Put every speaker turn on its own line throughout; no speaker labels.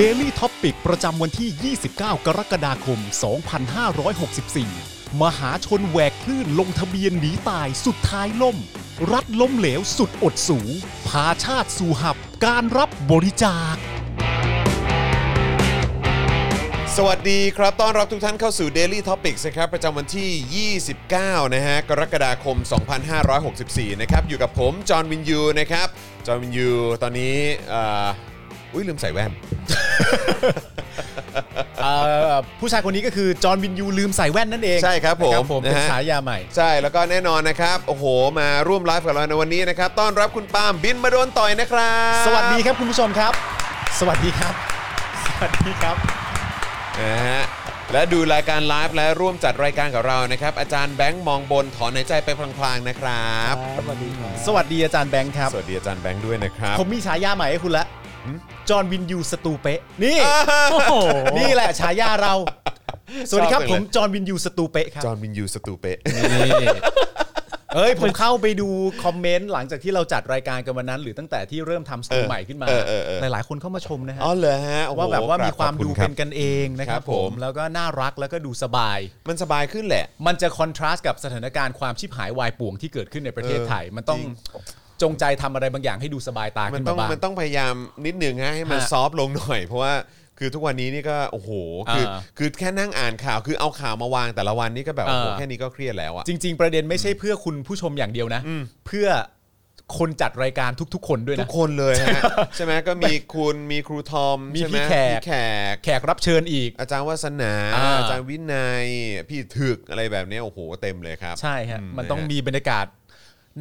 Daily t o p i c ประจำวันที่ 29 กรกฎาคม 2564 มหาชนแหวกคลื่นลงทะเบียนหนีตายสุดท้ายล่ม รัฐล้มเหลวสุดอดสูพาชาติสู่หับการรับบริจาค
สวัสดีครับ ต้อนรับทุกท่านเข้าสู่ Daily Topics นะครับ ประจำวันที่ 29 นะฮะ กรกฎาคม 2564 นะครับ อยู่กับผม จอห์นวินยู นะครับ จอห์นวินยู ตอนนี้เอ่ออุ้ยลืมใส่แว่น
ผู้ชายคนนี้ก็คือ จอห์นวินยูลืมใส่แว่นนั่นเอง
ใช่ครับผม
นะผมเป็น
นะฮะ
ฉายาใหม่
ใช่ แล้วก็แน่นอนนะครับ โอ้โห มาร่วมไลฟ์กับเราในวันนี้นะครับ ต้อนรับคุณปาล์มบินมาโดนต่อยนะครับ
สวัสดีครับคุณผู้ชมครับ สวัสดีครับ สวัสดีครับ
นะฮะและดูรายการไลฟ์และร่วมจัดรายการกับเรานะครับ อาจารย์แบงค์มองบนถอนหายใจไปพลางๆนะครับ
สวัสดีอาจารย์แบงค์ครับ
สวัสดีอาจารย์แบงค์ด้วยนะครับ
ผมมีฉายาใหม่ให้คุณละจอห์นวินยูสตูเปะนี่ นี่แหละฉายาเรา สวัสดีครับ
ชอบจังเลย
ผมจอห์นวินยูสตูเปะครับ
จอห์นวินยูสตูเปะ
เอ้ยผมเข้าไปดูคอมเมนต์หลังจากที่เราจัดรายการกันวันนั้น หรือตั้งแต่ที่เริ่มทำสตู
เออ
ใหม่ขึ้นมา
เออเออเออ
หลายๆคนเข้ามาชมนะฮะ
อ๋อเหรอฮะโอ้โห
ว่าแบบว่ามีความ
ขอบ
ดู
รั
เป็
บ
นกันเองนะค
ครั
รับบ ผ
ผม ม
แล้วก็น่ารักแล้วก็ดูสบาย
มันสบายขึ้นแหละ
มันจะคอนทราสต์กับสถานการณ์ความชิบหายวายป่วงที่เกิดขึ้นในประเทศไทย มันต้อง
จริง
จงใจทำอะไรบางอย่างให้ดูสบายตา
มั
ขึ้
น
น
ต้อ
มางบ้าง
มันต้องพยายามนิดหนึ่งฮะให้มัน
ฮะ
ซอฟต์ลงหน่อย เพราะว่าคือทุกวันนี้นี่ก็โอ้โหคืออา คือแค่นั่งอ่านข่าวคือเอาข่าวมาวางแต่ละวันนี่ก็แบบโอ้โห
อ่า
แค่นี้ก็เครียดแล้วอะ
จริง ๆ ประเด็นไม่ใช่เพื่อคุณผู้ชมอย่างเดียวนะ เพื่อคนจัดรายการทุกๆ คนด้วย
ทุ
นะ
กคนเลย ฮะ ใช่ไหมก็มีคุณมีครูทอม
มี
ใช่ไห
พี่แขก
พี่แขก
แขกรับเชิญอีก
อาจารย์วาสนา
อ่า
อาจารย์วินัย พี่ถึกอะไรแบบเนี้ยโอ้โหเต็มเลยครับ
ใช่ฮะมันต้องมีบรรยากาศ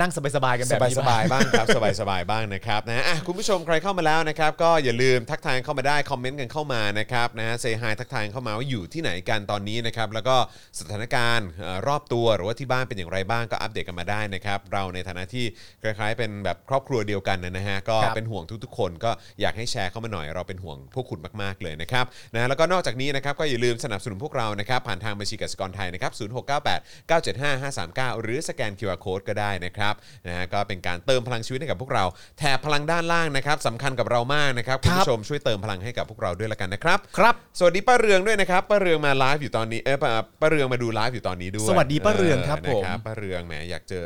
นั่งสบายๆกัน
ส
แบบ
บาย
นี้
สบายๆบ้างครับ สบายสบายๆบ้างนะครับนะอ่ะคุณผู้ชมใครเข้ามาแล้วนะครับ ก็อย่าลืมทักทายเข้ามาได้ คอมเมนต์กันเข้ามานะครับนะเซฮายทักทายเข้ามาว่าอยู่ที่ไหนกันตอนนี้นะครับ แล้วก็สถานการณ์เอ่อรอบตัวหรือว่าที่บ้านเป็นอย่างไรบ้างก็อัปเดตกันมาได้นะครับ เราในฐานะที่คล้ายๆ เป็นแบบครอบครัวเดียวกันนะฮะก็เป็น เป็นห่วงทุกๆคนก็อยากให้แชร์เข้ามาหน่อยเราเป็นห่วงพวกคุณมากๆเลยนะครับนะแล้วก็นอกจากนี้นะครับก็อย่าลืมสนับสนุนพวกเรานะครับผ่านทางบัญชีกสิกรไทยนะครับศูนย์หกเก้หรือสแกน QR Code ก็ได้นะครับนะฮะก็เป็นการเติมพลังชีวิตให้กับพวกเราแถบพลังด้านล่างนะครับสำคัญกับเรามากนะครับคุณผู้ชมช่วยเติมพลังให้กับพวกเราด้วยละกันนะครับ
ครับ
สวัสดีป้าเรืองด้วยนะครับป้าเรืองมาไลฟ์อยู่ตอนนี้เออป้าป้าเรืองมาดูไลฟ์อยู่ตอนนี้ด้วย
สวัสดีป้าเรืองครับ
นะ
ผม
ป้าเรืองแหมอยากเจอ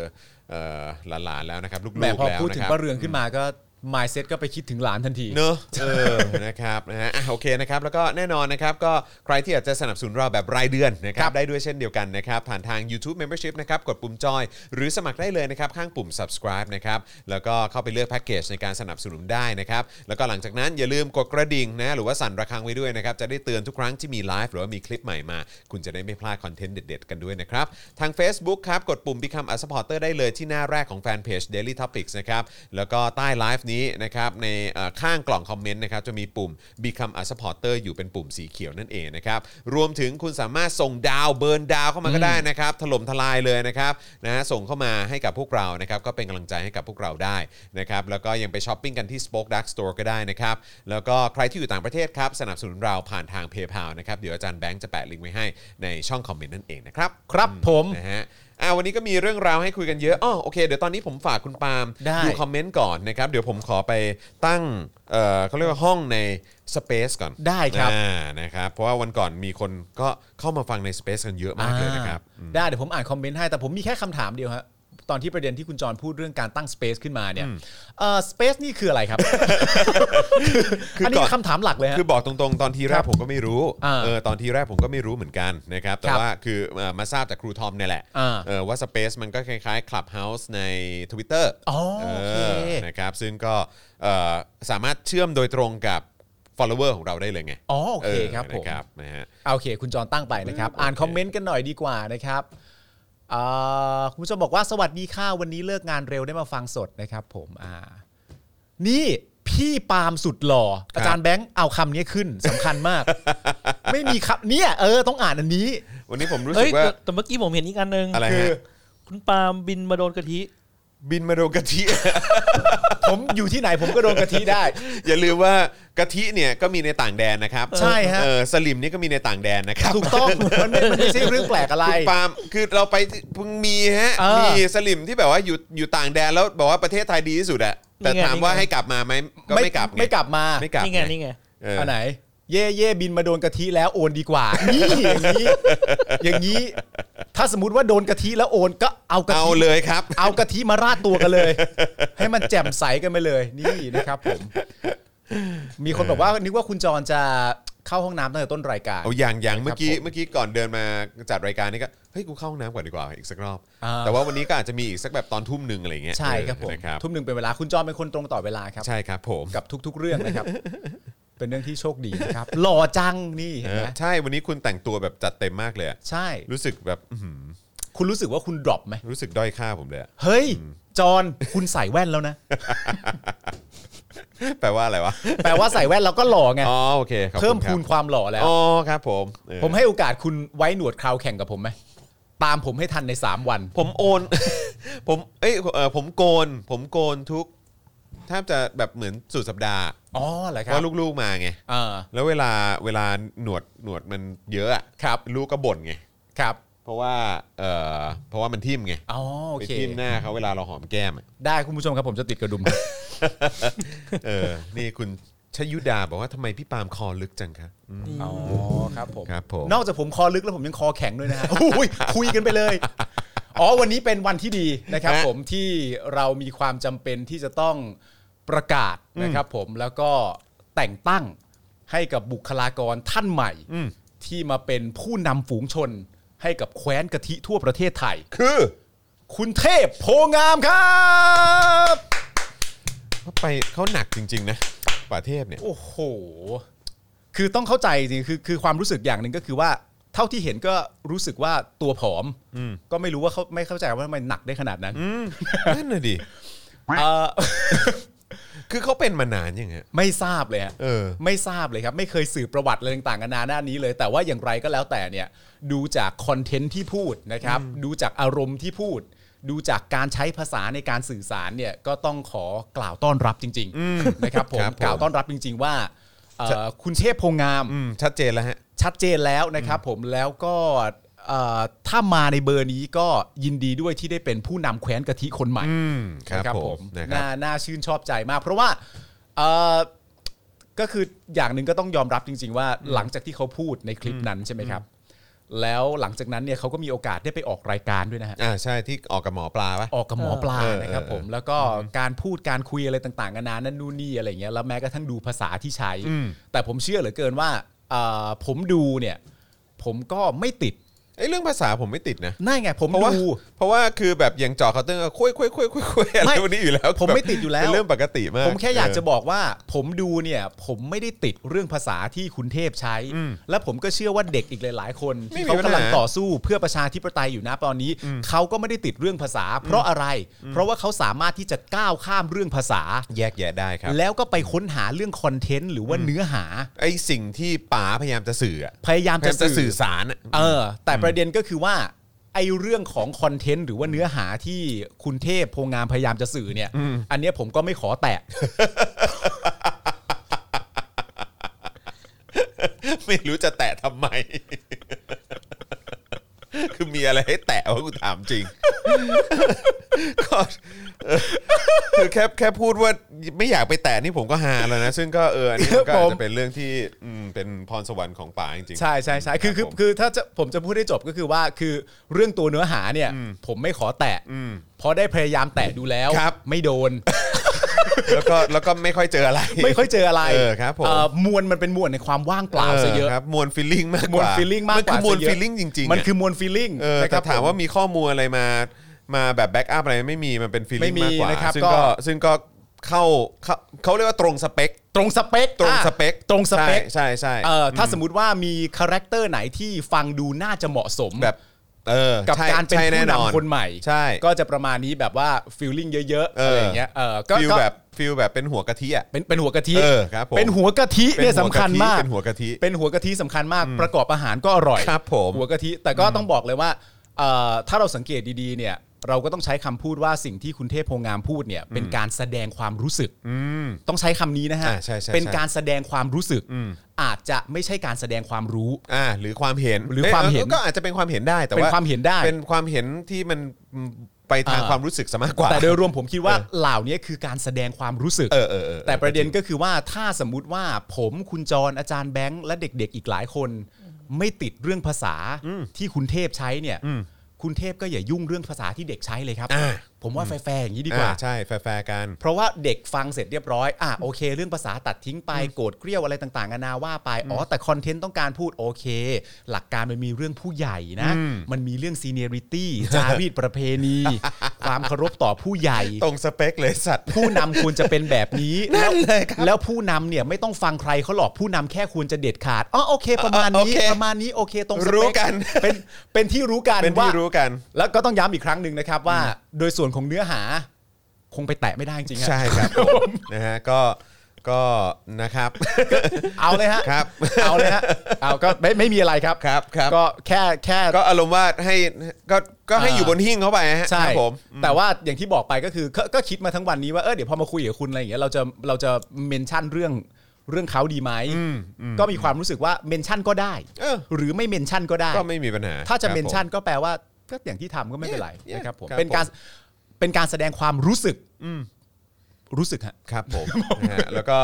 เอ่อหลานๆแล้วนะครับลูกๆ
แหม
แล้ว
พอพูดถึง
นะครับ
ป้าเรืองขึ้นมาก็มายเซ็ตก็ไปคิดถึงหลานทันที
เนอะเออ นะครับนะฮะอ่ะโอเคนะครับ แล้วก็แน่นอนนะครับ ก็ใครที่อยากจะสนับสนุนเราแบบรายเดือนนะค
ค
รั
รับ บ
ได้ด้วยเช่นเดียวกันนะครับ ผ่านทาง YouTube Membership นะครับ กดปุ่มจอย หรือสมัครได้เลยนะครับ ข้างปุ่ม subscribe นะครับ แล้วก็เข้าไปเลือกแพ็กเกจในการสนับสนุนได้นะครับ แล้วก็หลังจากนั้นอย่าลืมกดกระดิ่งนะ หรือว่าสั่นระฆังไว้ด้วยนะครับ จะได้เตือนทุกครั้งที่มีไลฟ์หรือว่ามีคลิปใหม่มา คุณจะได้ไม่พลาดคอนเทนต์เด็ดๆกันด้วยนะครับ ทาง Facebook ครับ กดปุ่ม Become a supporter ได้เลยที่หน้าแรกของแฟนเพจ Daily Topics นะครับ แล้วก็ใต้ไลฟ์นี้นะครับในเอ่อข้างกล่องคอมเมนต์นะครับจะมีปุ่ม Become a supporter อยู่เป็นปุ่มสีเขียวนั่นเองนะครับ รวมถึงคุณสามารถส่งดาวเบิร์นดาวเข้ามาก็ได้นะครับ ถล่มทลายเลยนะครับนะฮะส่งเข้ามาให้กับพวกเรานะครับ ก็เป็นกำลังใจให้กับพวกเราได้นะครับ แล้วก็ยังไปช้อปปิ้งกันที่ Spoke Dark Store ก็ได้นะครับ แล้วก็ใครที่อยู่ต่างประเทศครับสนับสนุนเราผ่านทาง PayPal นะครับเดี๋ยวอาจารย์แบงค์จะแปะลิงก์ไว้ให้ในช่องคอมเมนต์นั่นเองนะครับ
ครับผม
นะฮะอ่าวันนี้ก็มีเรื่องราวให้คุยกันเยอะอ๋อโอเค เดี๋ยวตอนนี้ผมฝากคุณปาล์ม
ได้
คอมเมนต์ก่อนนะครับ เดี๋ยวผมขอไปตั้ง เอ่อเขาเรียกว่าห้องใน Space ก่อน
ได้ครับ
อ่านะครับ เพราะว่าวันก่อนมีคนก็เข้ามาฟังใน Space กันเยอะมากเลยนะครับ
อ่าได้เดี๋ยวผมอ่านคอมเมนต์ให้แต่ผมมีแค่คำถามเดียวฮะตอนที่ประเด็นที่คุณจรพูดเรื่องการตั้ง Space ขึ้นมาเนี่ยเอ่อ Space นี่คืออะไรครับ
คืออั
อันนี้
ก่อน
คำถามหลักเลยฮะ
คือบอกตรงๆ ตอนที
ค
แร
รั
ก
บ
ผมก็ไม่รู้
อ่า
เออตอนทีแรกผมก็ไม่รู้เหมือนกันนะครับ แต่
ครับ
ว่าคือเอ่อมาทราบจากครูทอมเนี่ยแหละ
อ่า
เออว่า Space มันก็คล้ายๆ Clubhouse ใน Twitter
อ๋อโอเค
อนะครับ ซึ่งก็เอ่อสามารถเชื่อมโดยตรงกับ follower ของเราได้เลยไง
อ๋อโอเคครับผม
นะครับนะฮะ
เอาโอเค คุณจอนตั้งไปนะครับ อ่าน
โอเค
คอมเมนต์กันหน่อยดีกว่านะครับอ่าคุณผู้ชมบอกว่าสวัสดีค่ะ วันนี้เลิกงานเร็วได้มาฟังสดนะครับ ผมอ่านี่พี่ปาล์มสุดหล่ออาจารย์แบงค์เอาคำนี้ขึ้นสำคัญมาก ไม่มีครับเนี่ยเออต้องอ่านอันนี้
วันนี้ผมรู้
เอ้
สึ
ย
กว่า
แต่แต่เมื่อกี้ผมเห็นอีกอันหนึ่ง
อะไรฮะ
คืคุณปาล์มบินมาโดนกะทิ
บินมาโดนกะทิ
ผมอยู่ที่ไหนผมก็โดนกะทิได้
อย่าลืมว่ากะทิเนี่ยก็มีในต่างแดนนะครับ
ใช่ฮะ
เออสลิมนี่ก็มีในต่างแดนนะครับ
ถูกต้องมันไม่มันไม่ใช่เรื่องแปลกอะไร
คุณปาล์มคือเราไปเพิ่งมีฮะ
เออ
มีสลิมที่แบบว่าอยู่อยู่ต่างแดนแล้วบอกว่าประเทศไทยดีที่สุดอะแต่
นี่ไง
ถามว่า
นี่ ไง
ให้กลับมาไหมก็ไม่กลับง
ไม่กลับมา
ไม่กลับ
นี่ไงนี่ไง
เอออั
อันไหน เย่เย่บินมาโดนกะทิแล้วโอนดีกว่า นี่อย่างนี้ อย่างนี้ ถ้าสมมติว่าโดนกะทิแล้วโอนก็เอากะ
เอา
ทิ
เลยครับ
เอากะทิมาราดตัวกันเลย ให้มันแจ่มใสกันไปเลย นี่นะครับผม มีคนบอกว่านึกว่าคุณจรจะเข้าห้องน้ำตั้งแต่ต้นรายการ
เอาอย่างอย่างเมื่อกี้
ครับผม
เมื่อกี้ก่อนเดินมาจัดรายการนี่ก็เฮ้ยกูเข้าห้องน้ำก่อนดีกว่าอีกสักรอบ
อ่า
แต่ว่าวันนี้ก็อาจจะมีอีกสักแบบตอนทุ่มหนึ่งอะไรเงี้ย
ใช่ครับผม
นะครับ
ทุ่มหนึ่งเป็นเวลาคุณจอนเป็นคนตรงต่อเวลาครับ
ใช่ครับผม
กับทุก ๆ เรื่อง นะครับ เป็นเรื่องที่โชคดีนะครับ หล่อจังนี่เห็
เอน อ
ไหม
ใช่วันนี้คุณแต่งตัวแบบจัดเต็มมากเลยอะ
ใช่
รู้สึกแบบอื้อหือ
คุณรู้สึกว่าคุณดรอปไหม
รู้สึกด้อยค่าผมเลยอะ
เฮ้ย จอนคุณใส่แว่นแล้วนะ
แปลว่าอะไรวะ
แปลว่าใส่แว่นเราก็หล่อไง
อ๋อโอเคขอบ
เพิ่ม
ณรับ
พูนความหล่อแล้ว
อ๋อครับผมเออ
ผมให้โอกาสคุณไว้หนวดคราวแข่งกับผมไหม ตามผมให้ทันใน 3 วัน
ผมโอน ผมเอ้ยเออผมโกน ผมโกนทุกแทบจะแบบเหมือนสุดสัปดาห์
อ๋อเหรอค
เพ
รับ
ราะลูกๆมาไง
เออ
แล้วเวลาเวลาหนวดหนวดมันเยอะอะ
ครับ
ลูกก็บ่นไง
ครับ
เพราะว่า เอ่อ เพราะว่ามันทิ่มไง
อ๋อ โอ
ไป
เค
ทิ่มหน้าเขาเวลาเราหอมแก้มอะ
ได้คุณผู้ชมครับผมจะติดกระดุม
เออ นี่คุณชยุดาบอกว่าทำไมพี่ปาล์มคอลึกจังคะ
อ๋อ ครับผม
ครับผม
นอกจากผมคอลึกแล้วผมยังคอแข็งด้วย นะฮะ อุ้ยคุยกันไปเลย อ๋อ วันนี้เป็นวันที่ดีนะครับ
ฮะ
ผมที่เรามีความจำเป็นที่จะต้องประกาศนะครับ ผมแล้วก็แต่งตั้งให้กับบุคลากรท่านใหม่ ที่มาเป็นผู้นำฝูงชน ให้กับแคว้นกะทิทั่วประเทศไทย
คือ
คุณเทพโพงามครับ
เขาไปเขาหนักจริง ๆ นะ ป่าเทพเนี่ย
โอ้โห คือต้องเข้าใจจริงๆคือคือความรู้สึกอย่างหนึ่งก็คือว่า เท่าที่เห็นก็รู้สึกว่าตัวผอม ก็ไม่รู้ว่าเขาไม่เข้าใจว่าทำไมหนักได้ขนาดนั้น
อืมนั่นน่ะดิ
เอ่อ
คือเขาเป็นมานานยังไง
ไม่ทราบเลยฮะ
เออ
ไม่ทราบเลยครับ ไม่เคยสืบประวัติอะไรต่างๆกันานาหน้านี้เลย แต่ว่าอย่างไรก็แล้วแต่เนี่ย ดูจากคอนเทนต์ที่พูดนะครับ ดูจากอารมณ์ที่พูด ดูจากการใช้ภาษาในการสื่อสารเนี่ยก็ต้องขอกล่าวต้อนรับจริง ๆ นะครับผม
ครับผม
กล่าวต้อนรับจริง ๆ ว่าเอ่อคุณเชษฐ์โพงาม
อืม ชัดเจนแล้วฮะ
ชัดเจนแล้วนะครับผมแล้วก็เอ่อถ้ามาในเบอร์นี้ก็ยินดีด้วยที่ได้เป็นผู้นำแคว้นกะทิคนใหม่
อืม ครับ
นะครับ
ผ
ผม ม
นะครับ
น่าน่าชื่นชอบใจมาก เพราะว่าเออก็คืออย่างหนึ่งก็ต้องยอมรับจริง ๆ ว่าหลังจากที่เขาพูดในคลิปนั้นใช่ไหมครับ แล้วหลังจากนั้นเนี่ยเขาก็มีโอกาสได้ไปออกรายการด้วยนะฮะ
อ่า ใช่ ที่ออกกับหมอปลาปะ
ออกกับหมอปลา
เออเออ
นะครับผม
เออ
แล้วก็การพูดการคุยอะไรต่างๆกันานานั่นนู่นนี่อะไรอย่างเงี้ยแล้วแม้กระทั่งดูภาษาที่ใช้
อืม
แต่ผมเชื่อเหลือเกินว่าเอ่อผมดูเนี่ย ผมก็ไม่ติด
ไอ้ยเรื่องภาษาผมไม่ติดนะ
นั่นไง ผม
เพราะว่า
ดู
เพราะว่าคือแบบอย่างเจอเคาน์เตอร์ก็คุยคุยคุยคุยคุยอะไร
ไม่
วันนี้อยู่แล้ว
ผมไม่ติดอยู่แล้ว
เป็นเรื่องปกติมาก
ผมแค่อยากจะบอกว่าผมดูเนี่ย ผมไม่ได้ติดเรื่องภาษาที่คุณเทพใช้
อืม
และผมก็เชื่อว่าเด็กอีกหลาย ๆ คน
ไม่
ที่
มีปัญหาก
เขาำลังต่อสู้เพื่อประชาธิปไตยอยู่นะตอนนี้ เขาก็ไม่ได้ติดเรื่องภาษา เพราะอะไร เพราะว่าเขาสามารถที่จะก้าวข้ามเรื่องภาษา
แยกแยะได้ครับ
แล้วก็ไปค้นหาเรื่องคอนเทนต์หรือว่าเนื้อหา
ไอ้สิ่งที่ป๋าพยายามจะสื่ออะ
พยายาม
พยายา
จะ
มจะสื่
สื่
อ
อ
สาร อะ
เออ แต่ประเด็นก็คือว่าไอ้เรื่องของคอนเทนต์หรือว่าเนื้อหาที่คุณเทพโพงามพยายามจะสื่อเนี่ย อันเนี้ยผมก็ไม่ขอแตะ
ไม่รู้จะแตะทำไม คือมีอะไรให้แตะวะกูถาม จริง ก็ เออคือแค่แค่พูดว่าไม่อยากไปแตะนี่ผมก็ฮาแล้วนะ ซึ่งก็เอออันนี้มัน
ค
ก็
รับผ
อาจ
ม
จะเป็นเรื่องที่อืมเป็นพรสวรรค์ของป๋าจริงๆ
ใช่ใช่ใช่คือคือ
รับผม
คือถ้าจะผมจะพูดให้จบก็คือว่าคือเรื่องตัวเนื้อหาเนี่ย ผมไม่ขอแตะ
อืม
เพราะได้พยายามแตะดูแล้ว
ครับ
ไม่โด น
แล้วก็แล้วก็ไม่ค่อยเจออะไร
ไม่ค่อยเจออะไร
เออครับผม
เอ่อมวลมันเป็นมวลในความว่างเปล่าซะเยอะ
ครับมวลฟีลลิ่งมาก
ม
ก
วล
ว่าม
ฟีลลิ่งมากกว่า
มันคือมวล
ซะเยอะ
ฟีลลิ่งจริงๆ
มัน
อะ
คือมวลฟีลลิ่ง
เออ
นะค
แต่
รับ
ถามว่า
ผ
มีข้อมูลอะไรมามาแบบแบ็กอัพอะไรไม่มีมันเป็นฟีล
ไม่
ลิ่ง
มี
มากกว่า
นะครับ
ซึ่ง
ก็
ก็ซึ่งก็เข้าเข้าเขาเรียกว่าตรงสเปค
ตรงสเปค
ตรง
อ่ะ
สเปค
ตรงสเปค
ใช่ใช่
เอ
ใช่
อถ้าสมมติว่ามีคาแรคเตอร์ไหนที่ฟังดูน่าจะเหมาะสม
แบบเออ
กับ
ใช่
การเป็น
ใช่
ผู้
แอน
ำคนใหม่
ใช่
ก็จะประมาณนี้แบบว่าฟีลลิ่งเยอะๆอะไรอย่างเงี้ยเออก็
ฟีล
ก็
แบบฟีลแบบเป็นหัวกะทิอ่ะ
เป็นเป็นหัวกะทิ
เออครับผม
เป็นหัวกะทิเนี่ย
ป็หัว
สำคัญ
กะทิ
มาก
เป็นหัวกะทิ
เป็นหัวกะทิสำคัญมากประกอบอาหารก็อร่อย
ครับผม
หัวกะทิแต่ก็ต้องบอกเลยว่าเอ่อถ้าเราสังเกตดีๆเนี่ย เราก็ต้องใช้คำพูดว่าสิ่งที่คุณเทพโพงามพูดเนี่ย เป็นการแสดงความรู้สึก
อืม
ต้องใช้คำนี้นะฮะ
อ่าใช่ใช่ใช่
เป็นการแสดงความรู้สึก อาจจะไม่ใช่การแสดงความรู้
อ่าหรือความเห็น
หรือความเห็น
ยก็อาจจะเป็นความเห็นได้แต่ว่า
เป็นความเห็นได้
เป็นความเห็นที่มัน ไปทาง
อ่า
ความรู้สึกซะมากกว่า
แต่โดยรวมผมคิดว่า
เออ
เหล่านี้คือการแสดงความรู้สึก
เออเออเออ
แต่ประเด็นก็คือว่าถ้าสมมุติว่าผมคุณจรอาจารย์แบงค์และเด็กๆ อีกหลายคน ไม่ติดเรื่องภาษาที่คุณเทพใช้เนี่ย คุณเทพก็อย่ายุ่งเรื่องภาษาที่เด็กใช้เลยครับ ผมว่าแฟร์ๆอย่างนี้ดีกว่า
อ่ใช่แฟร์ๆกัน
เพราะว่าเด็กฟังเสร็จเรียบร้อย อ่ะโอเค เรื่องภาษาตัดทิ้งไปโกรธเกรี้ยวอะไรต่างๆนานาว่าไป อ๋อ แต่คอนเทนต์ต้องการพูดโอเค หลักการมันมีเรื่องผู้ใหญ่นะ มันมีเรื่องซีเนียริตี้ จารีตประเพณีค วามเคารพต่อผู้ใหญ่
ตรงสเปคเลยสัตว์
ผู้นำควรจะเป็นแบบนี้
นั่นเลยครับ
แวแล้วผู้นำเนี่ยไม่ต้องฟังใครเขาหรอกผู้นำแค่ควรจะเด็ดขาดอ๋อโอเค ประมาณนี้
โอเค
ประมาณนี้โอเค ตรงสเปค
รู้กัน
เป็นเป็นที่รู้กัน
เป็นที่
ว่า
รู้กัน
แล้วก็ต้องย้ำอีกครั้งหนึ่งนะครับว่า โดยส่วนของเนื้อหา คงไปแตะไม่ได้จริงๆฮะ
ใช่ครับผมนะฮะก็ก็ นะครับ
เอาเลยฮะ
ครับ
เอาเลยฮะ เอาก็ไม่ไม่มีอะไรครับ
ครับครับ
ก็แค่แค่
ก็อารมณ์ว่าให้ก็ก็ให้
อ่า
อยู่บนหิ้งเข้าไปฮะ
ใช่
ครับผม
แต่ว่าอย่างที่บอกไปก็คือก็ก็คิดมาทั้งวันนี้ว่าเออเดี๋ยวพอมาคุยกับคุณอะไรอย่างเงี้ยเราจะเราจะเมนชั่นเรื่องเรื่องเขาดีไหมก็มีความรู้สึกว่าเมนชั่นก็ได้
เออ
หรือไม่เมนชั่นก็ได้
ก็ไม่มีปัญหา
ถ้าจะ
ครับ
เมนชั่น
ผ
ก็แปลว่าก็อย่างที่ทำก็ไม่เป็นไร
Yeah, yeah,
นะครับผม
ครับ
เป็นการ
ผม
เป็นการแสดงความรู้สึกรู้สึกฮะ
ครับผมนะฮะแล้วก็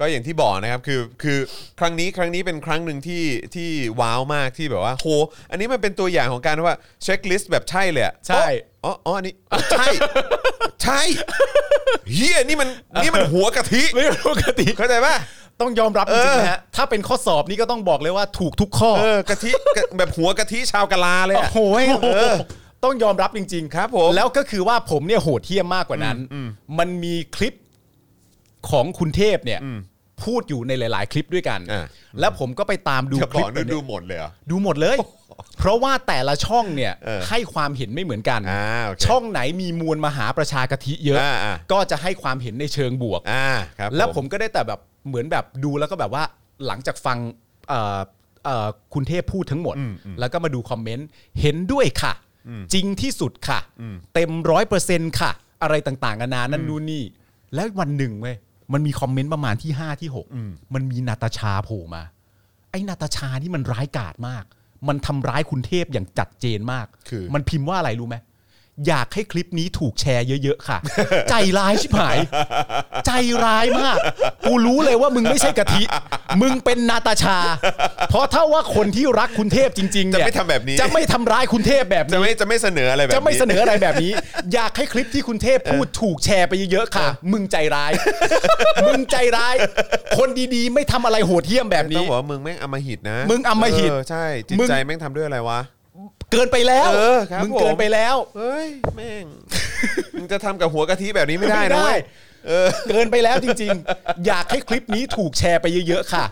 ก็อย่างที่บอกนะครับคือคือครั้งนี้ครั้งนี้เป็นครั้งหนึ่งที่ที่ว้าวมากที่แบบว่าโหอันนี้มันเป็นตัวอย่างของการว่าเช็คลิสต์แบบใช่เลยอะ
ใช่
อ๋ออ๋ออันนี้ใช่ ใช่เฮียนี่มันนี่มันหัวกะทิ
ไม่ป กติ
เข้าใจป่ะ
ต้องยอมรับจริงๆนะฮะถ้าเป็นข้อสอบนี่ก็ต้องบอกเลยว่าถูกทุกข้อ
เออกะทิกะแบบหัวกะทิชาวกะลาเลย
โอ้
อะ
โห
เออ
ต้องยอมรับจริงๆ
ครับผม
แล้วก็คือว่าผมเนี่ยโหดเที่ยมมากกว่านั้น มันมีคลิปของคุณเทพเนี่ย พูดอยู่ในหลายๆ คลิปด้วยกัน แล้วผมก็ไปตามดู
เดี๋ยว
ค
ก่
ลิ
อ
ป
นดู
เนี่ย
ดูหมดเลยเหรอ
ดูหมด เลย เพราะว่าแต่ละช่องเนี่ย
เออ
ให้ความเห็นไม่เหมือนกัน
อ่าโอเค
ช่องไหนมีมวลมหาประชากะทิเยอะ
อ่าอ่า
ก็จะให้ความเห็นในเชิงบวก
อ่าครับ
แล้วผมก็ได้แต่แบบเหมือนแบบดูแล้วก็แบบว่าหลังจากฟังเอ่อเอ่อคุณเทพพูดทั้งหมด แล้วก็มาดูคอมเมนต์เห็นด้วยค่ะ จริงที่สุดค่ะ เต็มร้อยเปอร์เซ็นต์ค่ะ อะไรต่างๆนานานั่นนู่นนี่ แล้ววันหนึ่งเว้ยมันมีคอมเมนต์ประมาณที่ 5 ที่ 6 มันมีนาตาชาโผล่มา ไอ้นาตาชานี่มันร้ายกาจมาก มันทำร้ายคุณเทพอย่างจัดเจนมาก
คือ
มันพิมพ์ว่าอะไรรู้ไหมอยากให้คลิปนี้ถูกแชร์เยอะ ๆค่ะ ใจร้ายชิบหาย ใจร้ายมาก กูรู้เลยว่ามึงไม่ใช่กะทิ มึงเป็นนาตาชา เพราะถ้าว่าคนที่รักคุณเทพจริงๆเนี่ย
จะไม่ทำแบบนี้
จะไม่ทำร้ายคุณเทพแบบ
จะ
นี้
ไม่จะไม่เสนออะไรแบบนี้
จะไม่เสนออะไรแบบนี้ อยากให้คลิปที่คุณเทพพูดถูกแชร์ไปเยอะๆค่ะ มึงใจร้าย มึงใจร้าย คนดีๆ ไม่ทำอะไรโหดเหี้ยมแบบ
ต้อ
นี้
งบอกว่ามึงแม่งอำมหิตนะ
มึงอำมหิต
เใช่ จิต
มึง
ใจแม่งทำด้วยอะไรวะ
เกินไปแล้ว
เออครับ
มึงเกิน
ผม
ไปแล้ว
เฮ้ย แม่ง มึงจะทำกับหัวกะทิแบบนี้ไม่ได้นะเว้ย
เกินไปแล้วจริงๆ อยากให้คลิปนี้ถูกแชร์ไปเยอะๆค่ะ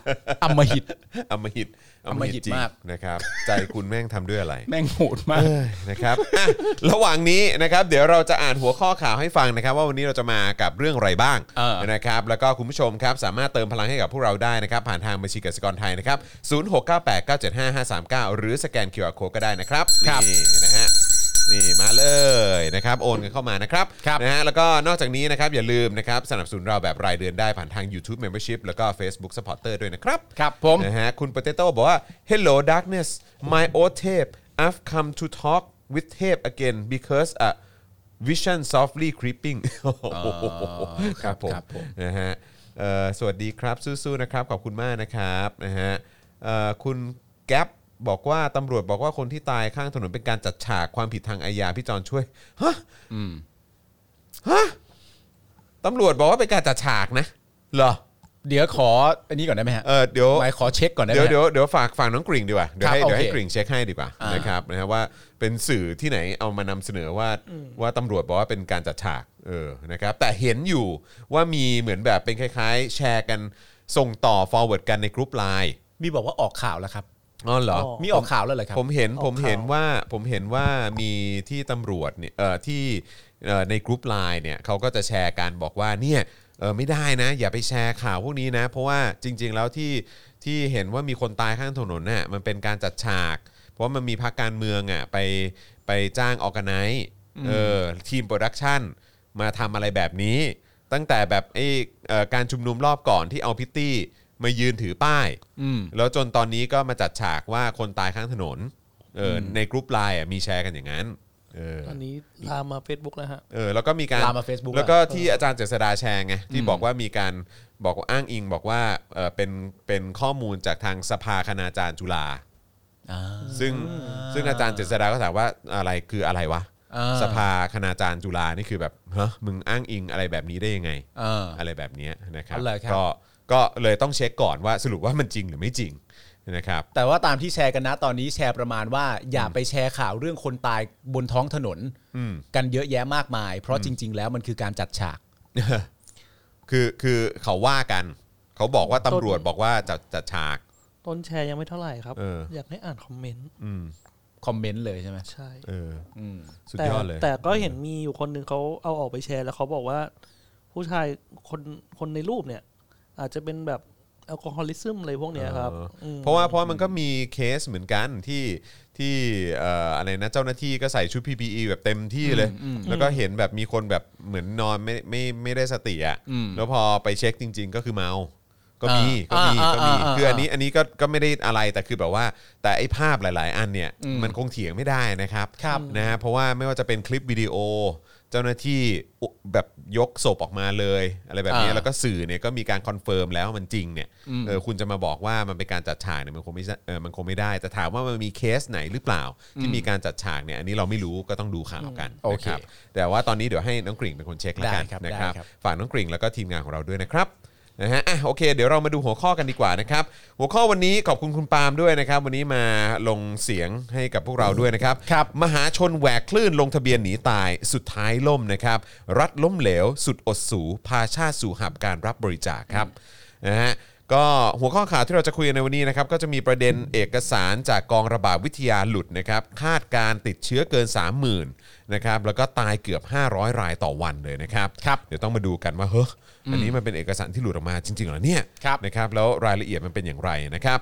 อำมหิต
อำมหิต
อำมหิต
จริง
มาก
นะครับ ใจคุณแม่งทำด้วยอะไร
แม่งโหดมาก
เอ้ยนะครับ อ่ะระหว่างนี้นะครับเดี๋ยวเราจะอ่านหัวข้อข่าวให้ฟังนะครับ ว่าวันนี้เราจะมากับเรื่องอะไรบ้าง
เออ
นะครับแล้วก็คุณผู้ชมครับสามารถเติมพลังให้กับพวกเราได้นะครับ ผ่านทางบัญชีกสิกรไทยนะครับ 0698975539 หรือสแกน QR Code ก็ได้นะครับ
ครับ
นี่นะฮะ นี่มาเลยนะครับโอนกันเข้ามานะครับ
ครับ
นะฮะแล้วก็นอกจากนี้นะครับอย่าลืมนะครับสนับสนุนเราแบบรายเดือนได้ผ่านทาง YouTube Membership แล้วก็ Facebook Supporter ด้วยนะครับ
ครับผม
นะฮะคุณ Potato บอกว่า Hello darkness my old tape I've come to talk with tape again because a vision softly creeping โอ้โหครับผม
ครับผม
นะฮะเอ่อสวัสดีครับสู้ๆนะครับขอบคุณมากนะครับนะฮะเอ่อคุณแก๊ปบอกว่าตำรวจบอกว่าคนที่ตายข้างถนนเป็นการจัดฉากความผิดทางอาญาพี่จอนช่วยฮะฮะตำรวจบอกว่าเป็นการจัดฉากนะเหรอ
เดี๋ยวขออันนี้ก่อนได้ไหมฮะ
เออเดี๋ยว
หมายขอเช็คก่อนได้ไหม
เดี๋ยว
ฮะ
เดี๋ยวเดี๋ยวฝากฝากน้องกริ่งดีกว่าเดี๋ยวให้
ครับ
เดี๋ยวให้
โอเค
กริ่งเช็คให้ดีกว่า
อ่าน
นะครับนะฮะว่าเป็นสื่อที่ไหนเอามานำเสนอว่าว่าตำรวจบอกว่าเป็นการจัดฉากเออนะครับแต่เห็นอยู่ว่ามีเหมือนแบบเป็นคล้ายๆ แชร์กันส่งต่อ forward กันในกรุ๊ปไลน์
มีบอกว่าออกข่าวแล้วครับ
อ๋อเหรอ
อ๋อ
มีออกข่าวแล้วเหรอครับ
ผมเห็นผมเห็น
ข่าว
ว่าผมเห็นว่ามีที่ตำรวจเนี่ยเอ่อที่เอ่อในกรุ๊ปไลน์เนี่ยเขาก็จะแชร์การบอกว่าเนี่ยเออไม่ได้นะ อย่าไปแชร์ข่าวพวกนี้นะ เพราะว่าจริง ๆ แล้วที่ที่เห็นว่ามีคนตายข้างถนนน่ะมันเป็นการจัดฉาก เพราะว่ามันมีพรรคการเมืองอ่ะไปไปจ้างออกไนเออทีมโปรดักชันมาทำอะไรแบบนี้ ตั้งแต่แบบไอ้เอ่อการชุมนุมรอบก่อนที่เอาพิตตี้มายืนถือป้าย
อืม
แล้วจนตอนนี้ก็มาจัดฉากว่าคนตายข้างถนนเอออในกรุ๊ปไลน์อ่ะมีแชร์กันอย่างนั้น เออ
อันนี้ลามมา Facebook แล้วฮะ
เออแล้วก็มีการ
ลามมา Facebook
แล้วก็ที่อาจารย์เจษฎาแชร์ไงที่บอกว่ามีการบอกว่าอ้างอิงบอกว่าเออเป็นเป็นข้อมูลจากทางสภาคณาจารย์จุฬา
อ่า
ซึ่งซึ่งอาจารย์เจษฎาก็ถามว่าอะไรคืออะไรวะ
อ่า
สภาคณาจารย์จุฬานี่คือแบบฮะมึงอ้างอิงอะไรแบบนี้ได้ยังไง
อ่า
อะไรแบบเนี้ยนะครับ
เอาเลยครับ
ก็ก็เลยต้องเช็คก่อนว่าสรุปว่ามันจริงหรือไม่จริงนะครับ
แต่ว่าตามที่แชร์กันนะตอนนี้แชร์ประมาณว่าอย่าไปแชร์ข่าวเรื่องคนตายบนท้องถนนกันเยอะแยะมากมาย เพราะจริง ๆ แล้วมันคือการจัดฉาก
คือคือเขาว่ากันเขาบอกว่าตำรวจ
ต้น
บอกว่าจัดจัดฉาก
ต้นแชร์ยังไม่เท่าไหร่ครับ
เอออ
อยากให้อ่านคอมเมนต์
อืม
คอมเมนต์เลยใช่ไหม
ใช่
เออ
อืม
สุด
แต่
ยอดเลย
แต่ก็เห็นมีอยู่คนหนึ่งเขาเอาออกไปแชร์แล้วเขาบอกว่า ผู้ชายคนคนในรูปเนี่ย อาจจะเป็นแบบแอลกอฮอลิซึมอะไรพวกเนี้ยครับ
เอออ
ม
เพราะว่าเพราะมันก็มีเคสเหมือนกันที่ที่เอ่ออะไรนะเจ้าหน้าที่ก็ใส่ชุด PPE แบบเต็มที่เลย แล้วก็เห็นแบบมีคนแบบเหมือนนอนไม่ไม่ไม่ได้สติอ่ะ
อืม
แล้วพอไปเช็คจริง ๆ ก็คือเมา ก็มีก็
อ่า
มี
อ่า
ก็มี
อ่าอ่า
คืออันนี้อันนี้ก็ก็ไม่ได้อะไรแต่คือแบบว่า แต่ไอ้ภาพหลาย ๆ อันเนี่ย
อืม
มันคงเถียงไม่ได้นะครับ
ครับ
นะฮะเพราะว่าไม่ว่าจะเป็นคลิปวิดีโอ เจ้าหน้าที่อุแบบยกศพออกมาเลย อะไรแบบนี้
อ่า
แล้วก็สื่อเนี่ยก็มีการคอนเฟิร์มแล้วมันจริงเนี่ยเออคุณจะมาบอกว่ามันเป็นการจัดฉากเนี่ยมันคงไม่ใช่เออมันคงไม่ได้ แต่ถามว่ามันมีเคสไหนหรือเปล่า ที่มีการจัดฉากเนี่ยอันนี้เราไม่รู้ก็ต้องดูข่าวกัน
โอ
นะ
เค
ครับแต่ว่าตอนนี้เดี๋ยวให้น้องกริ่งเป็นคนเช็คแล้วกัน
ได้ครับ
นะครับ
ได้ครับ
ฝากน้องกริ่งแล้วก็ทีมงานของเราด้วยนะครับนะฮะอ่ะโอเค เดี๋ยวเรามาดูหัวข้อกันดีกว่านะครับ หัวข้อวันนี้ขอบคุณคุณปาล์มด้วยนะครับ วันนี้มาลงเสียงให้กับพวกเราด้วยนะครับ
ครับ
มหาชนแหวกคลื่นลงทะเบียนหนีตายสุดท้ายล่มนะครับ รัฐล้มเหลว สุดอดสูพาชาติสู่หับการรับบริจาคครับนะฮะก็หัวข้อข่าวที่เราจะคุยกันในวันนี้นะครับก็จะมีประเด็นเอกสารจากกองระบาดวิทยาหลุดนะครับคาดการติดเชื้อเกิน 30,000นะครับแล้วก็ตายเกือบ 500 รายต่อวันเลยนะครับ
ครับ
เดี๋ยวต้องมาดูกันว่าเฮ้ออันนี้มันเป็นเอกสารที่หลุดออกมาจริงๆเหรอเนี่ย
ครับ
นะครับแล้วรายละเอียดมันเป็นอย่างไรนะครับ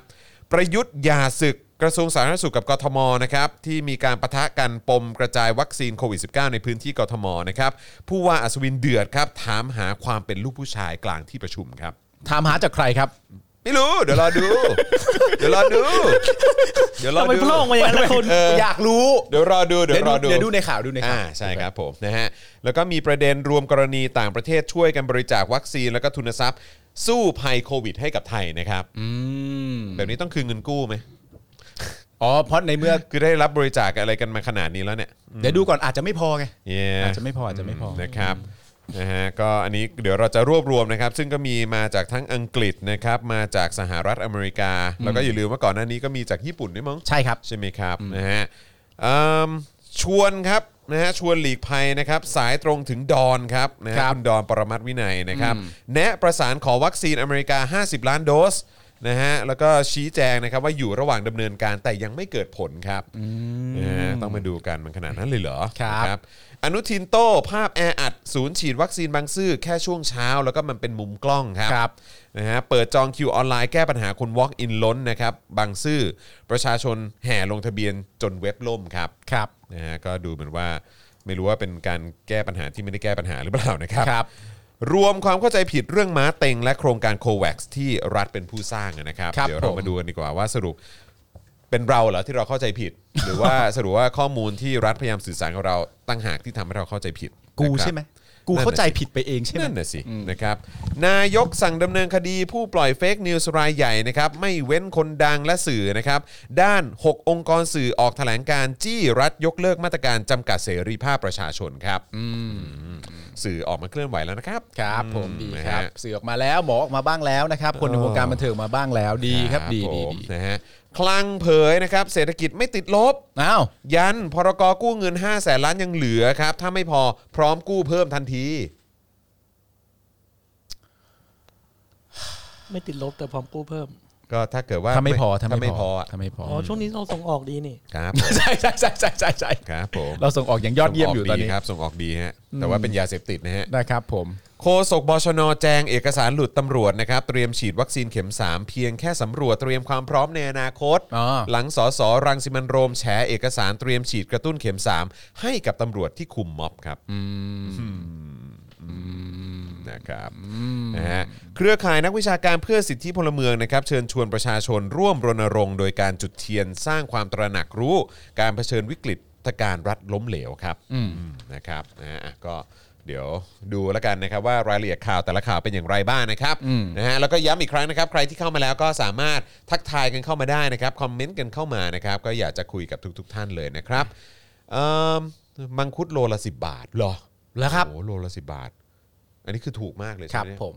ประยุทธ์อยาศึกกระทรวงสาธารณสุขกับกทมนะครับที่มีการประทะกันปมกระจายวัคซีนโควิด -19 ในพื้นที่กทมนะครับผู้ว่าอัศวินเดือดครับถามหาความเป็นลูกผู้ชายกลางที่ประชุมครับ
ถามหาจากใครครับ
ไม่รู้ เดี๋ยวรอดู เดี๋ยวรอดู เดี๋ยวรอ
ทำไม
ดู
พล่องมาอย่างนั้นล่ะคุณ
เออ
อยากรู้
เดี๋ยวรอดูเดี๋ยวรอดู
เดี๋ยวดูในข่าวดูในข่าว
อ่าใช่ครับผมนะฮะแล้วก็มีประเด็นรวมกรณีต่างประเทศช่วยกันบริจาควัคซีน แล้วก็ทุนทรัพย์ สู้ภัยโควิดให้กับไทยนะครับ
อืม
แบบนี้ต้องคืนเงินกู้ไหม
อ๋อเพราะในเมื่อ
คือได้รับบริจาคอะไรกันมาขนาดนี้แล้วเนี่ย
อเดี๋ยวดูก่อนอาจจะไม่พอไง
เย้
อาจจะไม่พออาจจะไม่พอ
นะครับนะฮะก็อันนี้เดี๋ยวเราจะรวบรวมนะครับ ซึ่งก็มีมาจากทั้งอังกฤษนะครับมาจากสหรัฐอเมริกา แล้วก็อย่าลืมว่าก่อนหน้านี้ก็มีจากญี่ปุ่นด้วยมั้ง
ใช่ครับ
ใช่ไหมครับนะฮะเอิ่มชวนครับนะฮะชวนหลีกภัยนะครับสายตรงถึงดอนครับนะฮะ
ครับ
คุณดอนปรมัตถ์วินัยนะครับแนะประสานขอวัคซีนอเมริกา 50 ล้านโดสนะฮะแล้วก็ชี้แจงนะครับว่าอยู่ระหว่างดำเนินการแต่ยังไม่เกิดผลครับนะฮะต้องมาดูกันมันขนาดนั้นเลยเหรอ
ครับ
นะอนุทินโต้ภาพแออัดศูนย์ฉีดวัคซีนบางซื่อแค่ช่วงเช้า แล้วก็มันเป็นมุมกล้องครับ ครับนะฮะเปิดจองคิวออนไลน์แก้ปัญหาคน Walk in ล้นนะครับบางซื่อประชาชนแห่ลงทะเบียนจนเว็บล่มครับ
ครับ
นะฮะก็ดูเหมือนว่าไม่รู้ว่าเป็นการแก้ปัญหาที่ไม่ได้แก้ปัญหาหรือเปล่านะครับ
ครับ
รวมความเข้าใจผิดเรื่องม้าเต็งและโครงการโควัคที่รัฐเป็นผู้สร้างนะครับ
ครับ
เดี๋ยวเรา
ผม
มาดูกันดีกว่าว่าสรุปเป็นเราเหรอที่เราเข้าใจผิด หรือว่าสรุปว่าข้อมูลที่รัฐพยายามสื่อสารกับเราตั้งหากที่ทำให้เราเข้าใจผิด
กู
นะครับ
ใช่ไหมกูเข้าใจผิดไปเองใช่ไหม
นั่นน่ะสินะครับนายกสั่งดำเนินคดีผู้ปล่อยเฟกนิวส์รายใหญ่นะครับไม่เว้นคนดังและสื่อนะครับด้าน 6 องค์กรสื่อออกแถลงการณ์จี้รัฐยกเลิกมาตรการจำกัดเสรีภาพประชาชนครับสื่อออกมาเคลื่อนไหวแล้วนะครับ
ครับผม
อื
ดีครับ
นะฮะ
สื่อออกมาแล้วหมอออกมาบ้างแล้วนะครับ คนในวงการบันเทิงมาบ้างแล้วดีครับดี
ผ
ดี
ม
ดี
นะฮะคลังเผยนะครับเศรษฐกิจไม่ติดลบ
อ้าว
ยันพรกกู้เงิน 5 0 0แสนล้านยังเหลือครับ ถ้าไม่พอพร้อมกู้เพิ่มทันที
ไม่ติดลบแต่พร้อมกู้เพิ่ม
ก็ถ้าเกิดว่า
ถ้าไม่พอ
ถ้าไม่พอ
ถ้าไม่พอ
อ๋อช่วงนี้เราส่งออกดีนี่
ครับ
ใช่ ใช่ใช่ใช่ใช่ใช่
ครับผม
เราส่งออกอย่างยอดเยี่ยมอยู่ตอนนี้
ส่งกดีครับส่งออกดีฮะแต่ว่าเป็นยาเสพติดนะฮะ
นะครับผม
โคศกบชนแจงเอกสารหลุดตำรวจนะครับเตรียมฉีดวัคซีนเข็ม 3 เพียงแค่สำรวจเตรียมความพร้อมในอนาคต
อ๋อ
หลังสสรังสิมันต์โรมแฉเอกสารเตรียมฉีดกระตุ้นเข็ม 3 ให้กับตำรวจที่คุมม็อบครับ นะครับนะฮะเครือข่ายนักวิชาการเพื่อสิทธิพลเมืองนะครับเชิญชวนประชาชนร่วมรณรงค์โดยการจุดเทียนสร้างความตระหนักรู้ การเผชิญวิกฤต ฐการรัฐล้มเหลวครับ
อืม
อืมนะครับนะฮะอ่ะก็เดี๋ยวดูแล้วกันนะครับว่ารายละเอียดข่าวแต่ละข่าวเป็นอย่างไรบ้างนะครับนะฮะแล้วก็ย้ำอีกครั้งนะครับ ใครที่เข้ามาแล้วก็สามารถทักทายกันเข้ามาได้นะครับคอมเมนต์กันเข้ามานะครับ ก็อยากจะคุยกับทุก ๆ ท่านเลยนะครับเอิ่มมังคุดโลละสิบบาทเหรอ
แล้วครับ
โอ้โหโลละสิบบาท อันนี้คือถูกมากเลย
ค
ใช่
รับ
ไหมเนี่ย
ผม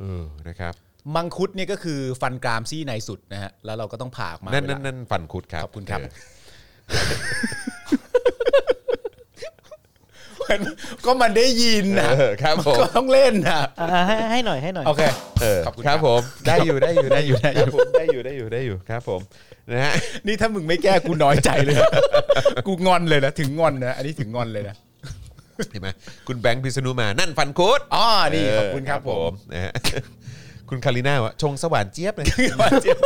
เออนะครับ
มังคุดเนี่ยก็คือฟันกรามซี่ในสุดนะฮะแล้วเราก็ต้องผ่าออกมา
นั่น
เว
นั่
ลา
นนั่นฟันคุดครับ
ขอบคุณครับ
เ
ก็มันได้ยินนะ
เออครับผม
ก็ต้องเล่นนะ
อ่ะอ่ะให้ให้หน่อยให้หน่อย
โอเค
เออ
ขอบคุณ
ค
ครั
รับบผมได้อยู่ได้อยู่
ได้อยู่ได้อยู่
ครับผมได้อยู่ได้อยู่ได้อยู่ครับผมนะฮะ
นี่ถ้ามึงไม่แก้กูน้อยใจเลย นะกูงอนเลยนะถึงงอนนะอันนี้ถึงงอนเลยนะ
เห็นไหมคุณแบงค์พิษณุมานั่นฟันคุด
อ๋อนี่ขอบคุณครับผม
นะฮ ะคุณคาริน่าวะชงสว่านเจี๊ยบเลย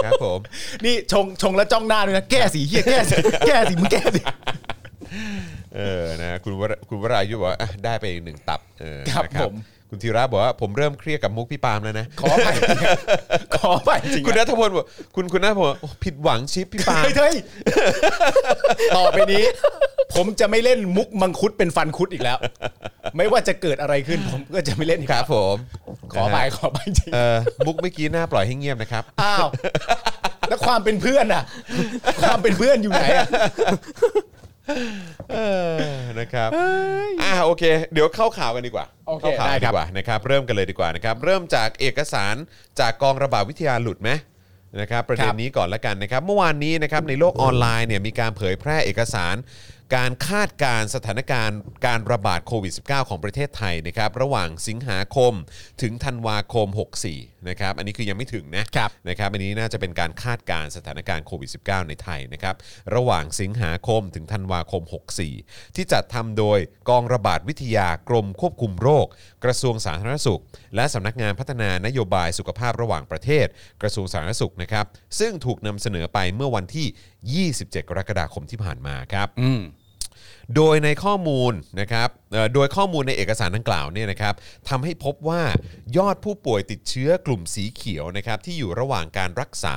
ครับผม
นี่ชงชงแล้วจ้องหน้าด้วยนะแก้สีเฮียแก้สีแก้สีมึงแก้สี
เออนะฮะคุณวราคุณวรายุทธ์บอกว่าอ่ะได้ไปอีกหนึ่งตับเออ
ครับ
นะ
ผม
คุณธีระบอกว่าผมเริ่มเครียดกับมุกพี่ปาล์มแล้วนะ
ขอไปขอไปจริง
คุณ
นะ
นัทพลบอกคุณคุณนัทพลบอกโอ้ผิดหวังชิปพี่ปาล์ม
เฮ้ยเฮ้ยต่อไปนี้ ผมจะไม่เล่นมุกมังคุดเป็นฟันคุดอีกแล้ว ไม่ว่าจะเกิดอะไรขึ้นผมก็จะไม่เล่นอีก
ค
แล้ว
รับผม
ขอไป
นะฮะ
ขอไปจริง
เออมุกเมื่อกี้น่าปล่อยให้เงียบนะครับ
อ้าวแล้วความเป็นเพื่อนอ่ะ ความเป็นเพื่อนอยู่ไหนอะ
เออนะครับ อ่าโอเค เดี๋ยวเข้าข่าวกันดีกว่า
โอเค
เข้าข่าว
ได้ค
กันดี
รับ
กว่านะครับ เริ่มกันเลยดีกว่านะครับ เริ่มจากเอกสารจากกองระบาดวิทยาหลุดไหมนะครับ ประเด็นนี้ก่อนละกันนะครับ เมื่อวานนี้นะครับในโลกออนไลน์เนี่ยมีการเผยแพร่เอกสาร การคาดการณ์สถานการณ์การระบาดโควิด -19 ของประเทศไทยนะครับ ระหว่างสิงหาคมถึงธันวาคม 64 นะครับ อันนี้คือยังไม่ถึงนะ
ครับ
นะครับอันนี้น่าจะเป็นการคาดการณ์สถานการณ์โควิด -19 ในไทยนะครับระหว่างสิงหาคมถึงธันวาคม 64 ที่จัดทำโดยกองระบาดวิทยากรมควบคุมโรค กระทรวงสาธารณสุข และสำนักงานพัฒนานโยบายสุขภาพระหว่างประเทศ กระทรวงสาธารณสุขนะครับซึ่งถูกนำเสนอไปเมื่อวันที่ 27 กรกฎาคมที่ผ่านมาครับ
อืม
โดยในข้อมูลนะครับเอ่อโดยข้อมูลในเอกสารดังกล่าวเนี่ยนะครับทำให้พบว่ายอดผู้ป่วยติดเชื้อกลุ่มสีเขียวนะครับที่อยู่ระหว่างการรักษา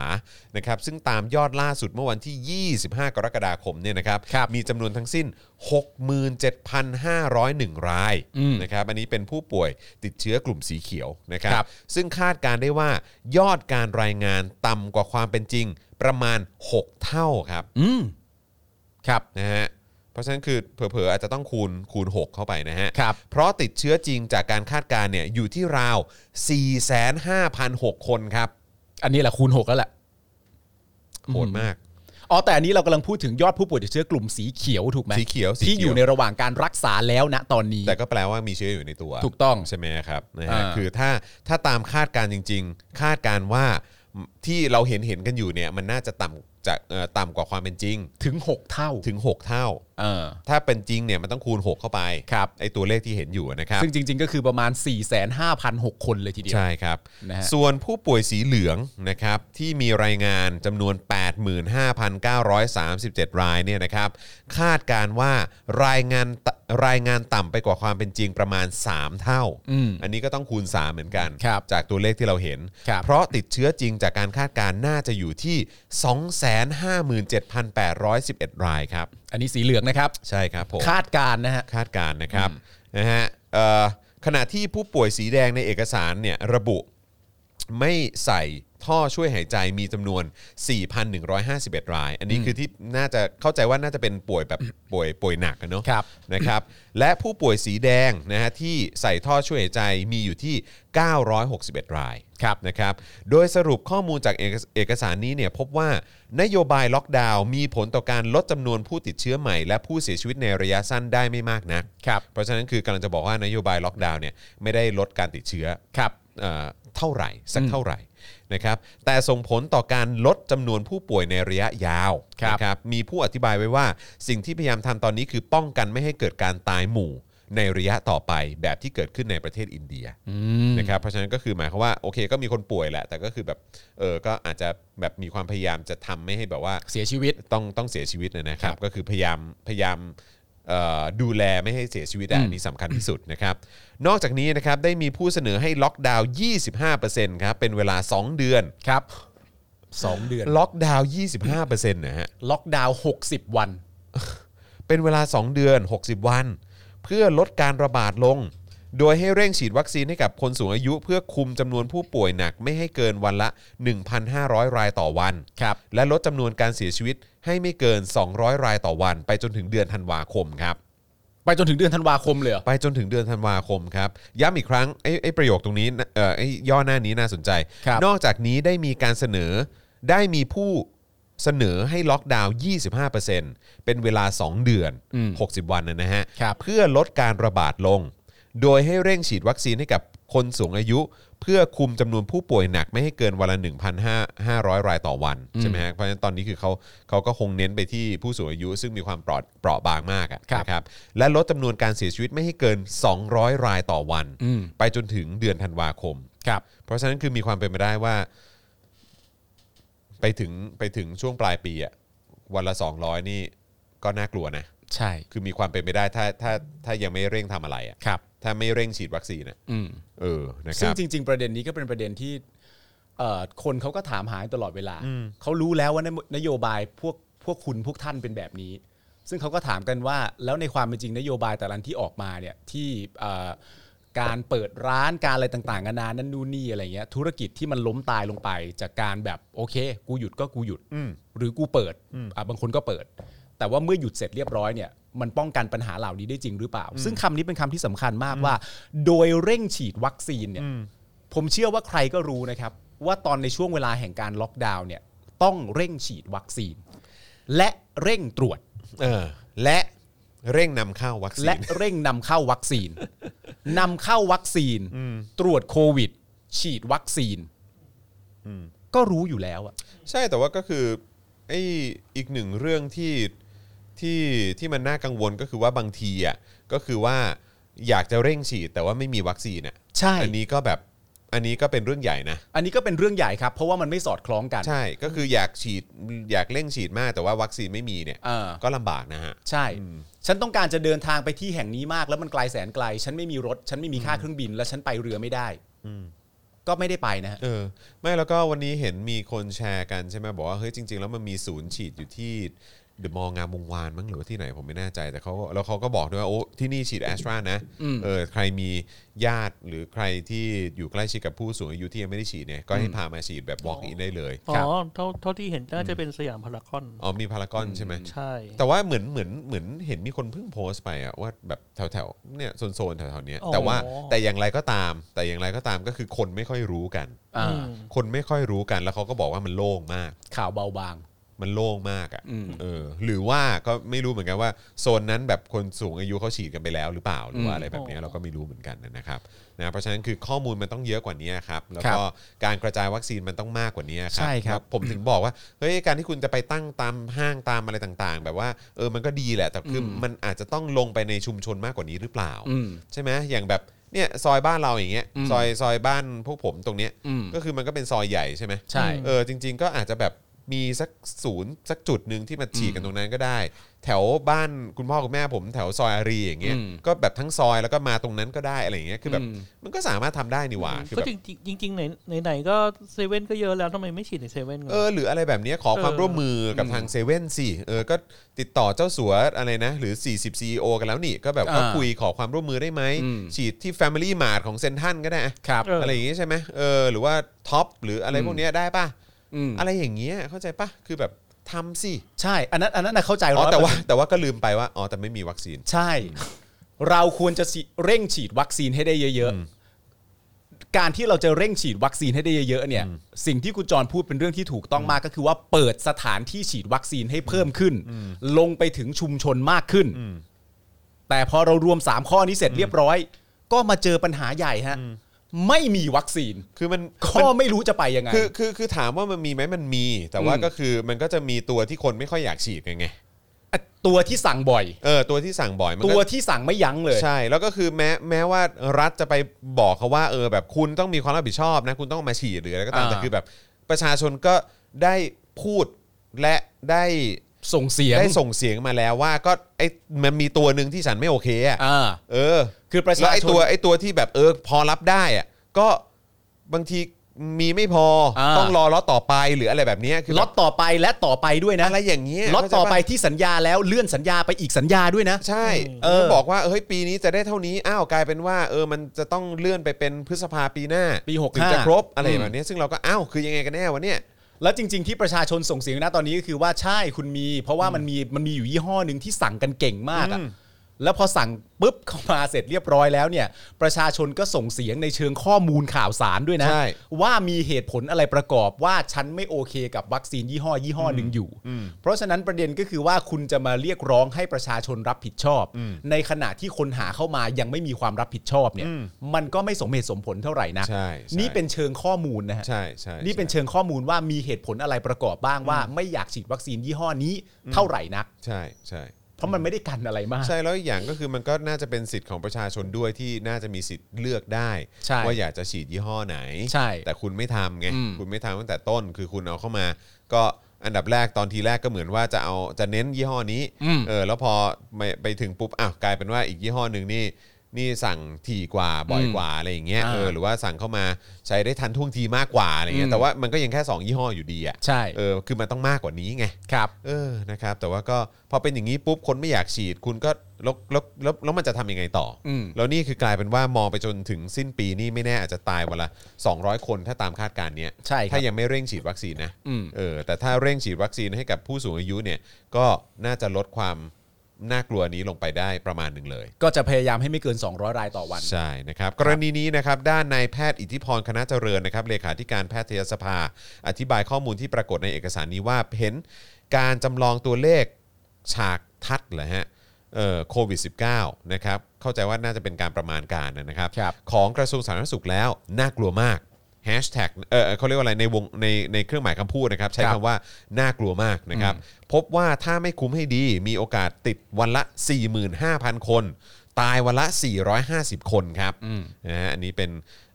นะครับซึ่งตามยอดล่าสุดเมื่อวันที่ 25 กรกฎาคมเนี่ยนะครับ
ครับ
มีจำนวนทั้งสิ้น 67,501 รายนะครับอันนี้เป็นผู้ป่วยติดเชื้อกลุ่มสีเขียวนะครับ ซึ่งคาดการณ์ได้ว่ายอดการรายงานต่ำกว่าความเป็นจริงประมาณ 6 เท่าครับ
อืมครับ
นะฮะ เพราะฉะนั้นคือเผลอๆ อาจจะต้องคูณคูณ 6 เข้าไปนะฮะ
ครับ
เพราะติดเชื้อจริงจากการคาดการณ์เนี่ยอยู่ที่ราว 45,006 คนครับ
อันนี้แหละคูณหกแล้วแหละ
โหดมาก
อ๋อแต่อันนี้เรากำลังพูดถึงยอดผู้ป่วยติดเชื้อกลุ่มสีเขียวถูกไหม
สีเขียวสีเขียว
ที่อยู่ในระหว่างการรักษาแล้วนะตอนนี้
แต่ก็แปลว่ามีเชื้ออยู่ในตัว
ถูกต้อง
ใช่ไหมครับนะฮะ
อ่า
คือถ้าถ้าตามคาดการณ์จริง ๆ คาดการณ์ว่าที่เราเห็นเห็นๆกันอยู่เนี่ยมันน่าจะต่ำจากเอ่อต่ำกว่าความเป็นจริง
ถึงหกเท่า
ถึง 6 เท่า
เออ
ถ้าเป็นจริงเนี่ยมันต้องคูณ 6 เข้าไป
ครับ
ไอตัวเลขที่เห็นอยู่นะครับ
ซึ่งจริง ๆ ก็คือประมาณ 4 5 0 0 0 คนเลยทีเดียว
ใช่ครับ
นะฮะ
ส่วนผู้ป่วยสีเหลืองนะครับที่มีรายงานจำนวน 85,937 รายเนี่ยนะครับคาดการณ์ว่ารายงานตรายงานต่ำไปกว่าความเป็นจริงประมาณ 3 เท่า อันนี้ก็ต้องคูณ 3 เหมือนกัน
ครับ
จากตัวเลขที่เราเห็น
ครับ
เพราะติดเชื้อจริงจากการคาดการณ์น่าจะอยู่ที่ 257,811 รายครับ
อันนี้สีเหลืองนะครับ
ใช่ครับผม
คาดการณ์นะฮะ
คาดการณ์นะครับนะฮะเอ่อขณะที่ผู้ป่วยสีแดงในเอกสารเนี่ยระบุไม่ใส่ท่อช่วยหายใจมีจำนวน 4,151 ราย อันนี้คือที่น่าจะเข้าใจว่าน่าจะเป็นป่วยแบบป่วยป่วยหนักอะเนาะ
ครับ
นะครับ และผู้ป่วยสีแดงนะฮะที่ใส่ท่อช่วยหายใจมีอยู่ที่ 961 ราย
ครับ
นะครับ โดยสรุปข้อมูลจากเอกเอกสารนี้เนี่ยพบว่านโยบายล็อกดาวน์มีผลต่อการลดจำนวนผู้ติดเชื้อใหม่ และผู้เสียชีวิตในระยะสั้นได้ไม่มากนัก
ครับ
เพราะฉะนั้นคือกำลังจะบอกว่านโยบายล็อกดาวน์เนี่ยไม่ได้ลดการติดเชื้อ
ครับ
เอ่อเท่าไหร่ สักเท่าไหร่นะครับ แต่ส่งผลต่อการลดจำนวนผู้ป่วยในระยะยาว
ครับ
นะครับ มีผู้อธิบายไว้ว่าสิ่งที่พยายามทำตอนนี้คือป้องกันไม่ให้เกิดการตายหมู่ในระยะต่อไปแบบที่เกิดขึ้นในประเทศอินเดีย นะครับเพราะฉะนั้นก็คือหมายความว่าโอเคก็มีคนป่วยแหละ แต่ก็คือแบบเออก็อาจจะแบบมีความพยายามจะทำไม่ให้แบบว่า
เสียชีวิต
ต้องต้องเสียชีวิตนะนะค
ค
รั
รับ บ
ก็คือพยายามพยายามเอ่อดูแลไม่ให้เสียชีวิต
อื
อะ
ม
อันนี้สำคัญที่สุดนะครับ นอกจากนี้นะครับได้มีผู้เสนอให้ล็อกดาวน์ 25%ครับเป็นเวลา 2 เดือน
ครับ 2 เดือน
ล็อกดาวน์ 25%นะฮะ
ล็อกดาวน์60 วัน
เป็นเวลา 2 เดือน 60 วัน เพื่อลดการระบาดลง โดยให้เร่งฉีดวัคซีนให้กับคนสูงอายุ เพื่อคุมจำนวนผู้ป่วยหนักไม่ให้เกินวันละ 1,500 รายต่อวัน
ครับ
และลดจำนวนการเสียชีวิตให้ไม่เกิน 200 รายต่อวัน ไปจนถึงเดือนธันวาคมครับ
ไปจนถึงเดือนธันวาคมเลยเหรอ
ไปจนถึงเดือนธันวาคมครับ ย้ำอีกครั้งไอ้ไอ้ประโยคตรงนี้นะเอ่อไอ้ย่อหน้านี้น่าสนใจ
ครับ
นอกจากนี้ได้มีการเสนอได้มีผู้เสนอให้ล็อกดาวน์ 25%เป็นเวลา 2 เดือน
อืม
60 วันนะนะฮะ
ครับ
เพื่อลดการระบาดลง โดยให้เร่งฉีดวัคซีนให้กับคนสูงอายุ เพื่อคุมจำนวนผู้ป่วยหนักไม่ให้เกินวันละ 1,500 รายต่อวันใช่ไหมฮะเพราะฉะนั้นตอนนี้คือเขาเขาก็คงเน้นไปที่ผู้สูงอายุ ซึ่งมีความเปราะเปราะบางมากอะ
ครับ
นะครับและลดจำนวนการเสียชีวิตไม่ให้เกิน 200 รายต่อวัน
อืม
ไปจนถึงเดือนธันวาคม
ครับ
เพราะฉะนั้นคือมีความเป็นไปได้ว่า ไปถึงไปถึงช่วงปลายปีอะวันละ 200 นี่ก็น่ากลัวนะ
ใช่
คือมีความเป็นไปได้ถ้าถ้าถ้ายังไม่เร่งทำอะไรอ่ะ
ครับ
ถ้าไม่เร่งฉีดวัคซีนอ่ะ
อืม
เออนะค
ซึ่ง
รับ
จริง ๆ ประเด็นนี้ก็เป็นประเด็นที่เอ่อคนเขาก็ถามหาอยู่ตลอดเวลา เขารู้แล้วว่านโยนโยบายพวกพวกคุณพวกท่านเป็นแบบนี้ ซึ่งเขาก็ถามกันว่าแล้วในความเป็นจริงนโยบายแต่ละอันที่ออกมาเนี่ยที่เอ่อการเปิดร้านการอะไรต่างๆนานานั่นนู่นนี่อะไรเงี้ยธุรกิจที่มันล้มตายลงไป จากการแบบโอเค กูหยุดก็กูหยุด
อืม
หรือกูเปิดอ่ะบางคนก็เปิด แต่ว่าเมื่อหยุดเสร็จเรียบร้อยเนี่ยมันป้องกันปัญหาเหล่านี้ได้จริงหรือเปล่า ซึ่งคำนี้เป็นคำที่สำคัญมากว่า โดยเร่งฉีดวัคซีนเนี่ยผมเชื่อว่าใครก็รู้นะครับ ว่าตอนในช่วงเวลาแห่งการล็อกดาวน์เนี่ยต้องเร่งฉีดวัคซีน และเร่งตรวจ
เออ และเร่งนำเข้าวัคซี
และ
น
เร่งนำเข้าวัคซีน นำเข้าวัคซีน ตรวจโควิด ฉีดวัคซีนก็รู้อยู่แล้วอะ
ใช่แต่ว่าก็คือไอ้อีกหนึ่งเรื่องที่ที่ที่มันน่ากังวลก็คือว่าบางทีอ่ะก็คือว่าอยากจะเร่งฉีดแต่ว่าไม่มีวัคซีนอ่ะ
ใช่
อันี้ก็แบบอันนี้ก็เป็นเรื่องใหญ่นะ
อันนี้ก็เป็นเรื่องใหญ่ครับ เพราะว่ามันไม่สอดคล้องกัน
ใช่ก็คืออยากฉีดอยากเร่งฉีดมากแต่ว่าวัคซีนไม่มีเนี่ย
เออ
ก็ลำบากนะฮะ
ใช่ ฉันต้องการจะเดินทางไปที่แห่งนี้มาก แล้วมันไกลแสนไกล ฉันไม่มีรถ ฉันไม่มีค่าเครื่องบิน และฉันไปเรือไม่ได้ ก็ไม่ได้ไปนะฮะ
เออไม่แล้วก็วันนี้เห็นมีคนแชร์กันใช่ไหมบอกว่าเฮ้ยจริง ๆ แล้วมันมีศูนย์ฉีดอยู่ที่เดอะมองงามวงวานมั้งหรือว่าที่ไหนผมไม่แน่ใจแต่เขาก็แล้วเขาก็บอกด้วยว่าโอ้ที่นี่ฉีดแอสตรานะเออใครมีญาติหรือใครที่อยู่ใกล้ชิดกับผู้สูงอายุที่ยังไม่ได้ฉีดเนี่ยก็ให้พามาฉีดแบบ walk in ได้เลย
อ๋
ครับ
อเท่าเท่าที่เห็นน่าจะเป็นสยามพารากอน
อ๋อมีพารากอนใช่ไหม
ใช่
แต่ว่าเหมือนเหมือนเหมือนเห็นมีคนเพิ่งโพสต์ไปอะว่าแบบแถวแถวๆเนี่ยโซนๆแถวๆเนี้ยแต่ว่าแต่อย่างไรก็ตาม แต่อย่างไรก็ตามก็คือคนไม่ค่อยรู้กัน
อ่า
อืม
คนไม่ค่อยรู้กันแล้วเขาก็บอกว่ามันโล่งมาก
ข่าวเบาบาง
มันโล่งมากอะ่ะ
อืม
เออ หรือว่าก็ไม่รู้เหมือนกันว่าโซนนั้นแบบคนสูงอายุเขาฉีดกันไปแล้วหรือเปล่าหรือว่า
อืม
อะไรแบบเนี้ย
อ๋อ
เราก็ไม่รู้เหมือนกันนะครับนะเพราะฉะนั้นคือข้อมูลมันต้องเยอะกว่านี้ครับแล้วก็การกระจายวัคซีนมันต้องมากกว่านี้ครั
ใช่ครับ
แล้วผมถึงบอกว่าเฮ้ยการที่คุณจะไปตั้งตามห้างตามอะไรต่างๆ แบบว่าเออมันก็ดีแหละแต่คืออมันอาจจะต้องลงไปในชุมชนมากกว่านี้หรือเปล่า
อืม
ใช่ไหมอย่างแบบเนี่ยซอยบ้านเราอย่างเงี้ย
อืม
ซอยซอยบ้านพวกผมตรงเนี้ย
อืม
ก็คือมันก็เป็นซอยใหญ่ใช่ไหม
ใช่
เออจริง ๆ ก็อาจจะแบบมีสักศูนย์สักจุดหนึ่งที่มาฉีดกันตรงนั้นก็ได้ แถวบ้านคุณพ่อคุณแม่ผมแถวซอยอารีอย่างเงี้ย
อืม
ก็แบบทั้งซอยแล้วก็มาตรงนั้นก็ได้อะไรอย่างเงี้ยคือแบบ
อืม
มันก็สามารถทำได้นี่หว่าคือ
ก็
แบบ
จริงจริงจริงๆไหนไหนไหนก็เซเว่นก็เยอะแล้วทำไมไม่ฉีดในเซเว่นกัน
เออหรืออะไรแบบเนี้ยขอความ
เออ
ร่วมมือกับทางเซเว่นสิเออก็ติดต่อเจ้าสัวอะไรนะ หรือ 40 CEO กันแล้วนี่ก็แบบก็
อ่า
คุยขอความร่วมมือได้ไหม
อืม
ฉีดที่ Family Mart ของเซนทันก็ได้อะ
ครับ
เออ
อะไรอย่างงี้ใช่ไหมเออหรือว่าท็อปหรืออะไร
อืม
พวกเนี้ยได้ป่ะ
อืม
อะไรอย่างเงี้ยเข้าใจป่ะคือแบบทำสิ
ใช่ อันนั้นอันนั้นน่ะเข้าใจ
อ๋อแต่ว่า
100%
แต่ว่าก็ลืมไปว่าอ๋อแต่ไม่มีวัคซีน
ใช่ เราควรจะฉีดเร่งฉีดวัคซีนให้ได้เยอะ ๆ การที่เราจะเร่งฉีดวัคซีนให้ได้เยอะๆเนี่ย สิ่งที่คุณจรพูดเป็นเรื่องที่ถูกต้องมากก็คือว่าเปิดสถานที่ฉีดวัคซีนให้เพิ่มขึ้น ลงไปถึงชุมชนมากขึ้น แต่พอเรารวม 3 ข้อนี้เสร็จเรียบร้อย ก็มาเจอปัญหาใหญ่ฮะ ไม่มีวัคซีน
คือมัน
ข้อไม่รู้จะไปยังไง
คือคือคือถามว่ามันมีไหมมันมี แต่ว่า
อืม
ก็คือมันก็จะมีตัวที่คนไม่ค่อยอยากฉีดกันไง
อ่ะตัวที่สั่งบ่อย
เออตัวที่สั่งบ่อยมันก็
ตัวที่สั่งไม่ยั้งเลย
ใช่ แล้วก็คือแม้แม้ว่ารัฐจะไปบอกเขาว่าเออแบบคุณต้องมีความรับผิดชอบนะคุณต้องมาฉีดหรืออะไรก็ตาม
อ่า
แต่คือแบบประชาชนก็ได้พูดและได้
ส่งเสียง
ได้ส่งเสียงมาแล้วว่าก็ไอ้มันมีตัวหนึ่งที่ฉันไม่โอเคอะ
อ่า
เออ
คือประ
แล้
ชาว
ไอ้
ช
ตัวน ไอ้ตัวที่แบบเออพอรับได้อะก็บางที มีไม่พออา ต้องรอล็อตต่อไปหรืออะไรแบบเนี้ยคือ
ล็อตต่อไปและต่อไปด้วยนะ
อะไรอย่างเงี้ย
ล็อตต่อไป
เข้าใจป
ที่สัญญาแล้วเลื่อนสัญญาไปอีกสัญญาด้วยนะ
ะใช่
เออ
มันบอกว่าเฮ้ยปีนี้จะได้เท่านี้อ้าวกลายเป็นว่า เออมันจะต้องเลื่อนไปเป็นพฤษภาปีหน้า
ปีหก
ถึงจะครบอะไรแบบเนี้ยซึ่งเราก็อ้าวคือยังไงกันแน่วะเนี่ย
แล้วจริง ๆ ที่ประชาชนส่งเสียงนะตอนนี้ก็คือว่าใช่คุณมี เพราะว่ามันมีมันมีอยู่ยี่ห้อหนึ่งที่สั่งกันเก่งมากอะ
อืม
แล้วพอสั่งปุ๊บเข้ามาเสร็จเรียบร้อยแล้วเนี่ย ประชาชนก็ส่งเสียงในเชิงข้อมูลข่าวสารด้วยนะ
ใช่
ว่ามีเหตุผลอะไรประกอบว่าฉันไม่โอเคกับวัคซีนยี่ห้อยี่ห้อหนึ่งอยู่ เพราะฉะนั้นประเด็นก็คือว่าคุณจะมาเรียกร้องให้ประชาชนรับผิดชอบ ในขณะที่คนหาเข้ามายังไม่มีความรับผิดชอบเนี่ย มันก็ไม่สมเหตุสมผลเท่าไหร่นะ
ใช่ใช่
นี่เป็นเชิงข้อมูลนะฮะ
ใช่ใช่
นี่เป็น
ใช่
เชิงข้อมูลว่ามีเหตุผลอะไรประกอบบ้างว่า ไม่อยากฉีดวัคซีนยี่ห้อนี้เท่าไหร่นัก
ใช่ใช่
เพราะมันไม่ได้กันอะไรมาก
ใช่แล้วอีกอย่างก็คือมันก็น่าจะเป็นสิทธิ์ของประชาชนด้วยที่น่าจะมีสิทธิ์เลือกได้
ใช่
ว่าอยากจะฉีดยี่ห้อไหน
ใช่
แต่คุณไม่ทำไง
อืม
คุณไม่ทำตั้งแต่ต้นคือคุณเอาเข้ามา ก็อันดับแรกตอนทีแรกก็เหมือนว่าจะเอาจะเน้นยี่ห้อนี้
อืม
เออแล้วพอไปไปถึงปุ๊บอ้าวกลายเป็นว่าอีกยี่ห้อหนึ่งนี่นี่สั่งถี่กว่าบ่อยกว่าอะไรอย่างเงี้ย
อ่า
เออหรือว่าสั่งเข้ามาใช้ได้ทันท่วงทีมากกว่าอะไรเงี้
อื
ย
ม
แต่ว่ามันก็ยังแค่สองยี่ห้ออยู่ดีอ่ะ
ใช่
เออคือมันต้องมากกว่านี้ไง
ครับ
เออ นะครับ แต่ว่าก็พอเป็นอย่างนี้ปุ๊บ คนไม่อยากฉีด คุณก็แล้วแล้วแล้วแล้วมันจะทำยังไงต่ออ
ม
แล้วนี่คือกลายเป็นว่ามองไปจนถึงสิ้นปีนี่ไม่แน่อาจจะตายวันละ 200 คนถ้าตามคาดการณ์เนี้ย
ใช่ครั
ถ้า
บ
ยังไม่เร่งฉีดวัคซีนนะ
อืม
เออ แต่ถ้าเร่งฉีดวัคซีนให้กับผู้สูงอายุเนี่ย ก็น่าจะลดความน่ากลัวนี้ลงไปได้ประมาณหนึ่งเลย
ก็จะพยายามให้ไม่เกิน 200 รายต่อวัน
ใช่นะครับกรณีนี้นะครับด้านนายแพทย์อิทธิพรคณะเจริญนะครับเลขาธิการแพทยสภา อธิบายข้อมูลที่ปรากฏในเอกสารนี้ว่าเห็นการจำลองตัวเลขฉากทัดเหรอฮะเอ่อโควิด -19 นะครับเข้าใจว่าน่าจะเป็นการประมาณการนะครับ
ครับ
ของกระทรวงสาธารณสุขแล้วน่ากลัวมากแฮชแท็กเออเขาเรียกว่าอะไรในวงในในเครื่องหมายคำพูดนะครับ ใช้
ครับ
คำว่าน่ากลัวมากนะครับ พบว่าถ้าไม่คุมให้ดีมีโอกาสติดวันละ 45,000 คน ตายวันละ 450 คนครับนะฮะอันนี้เป็น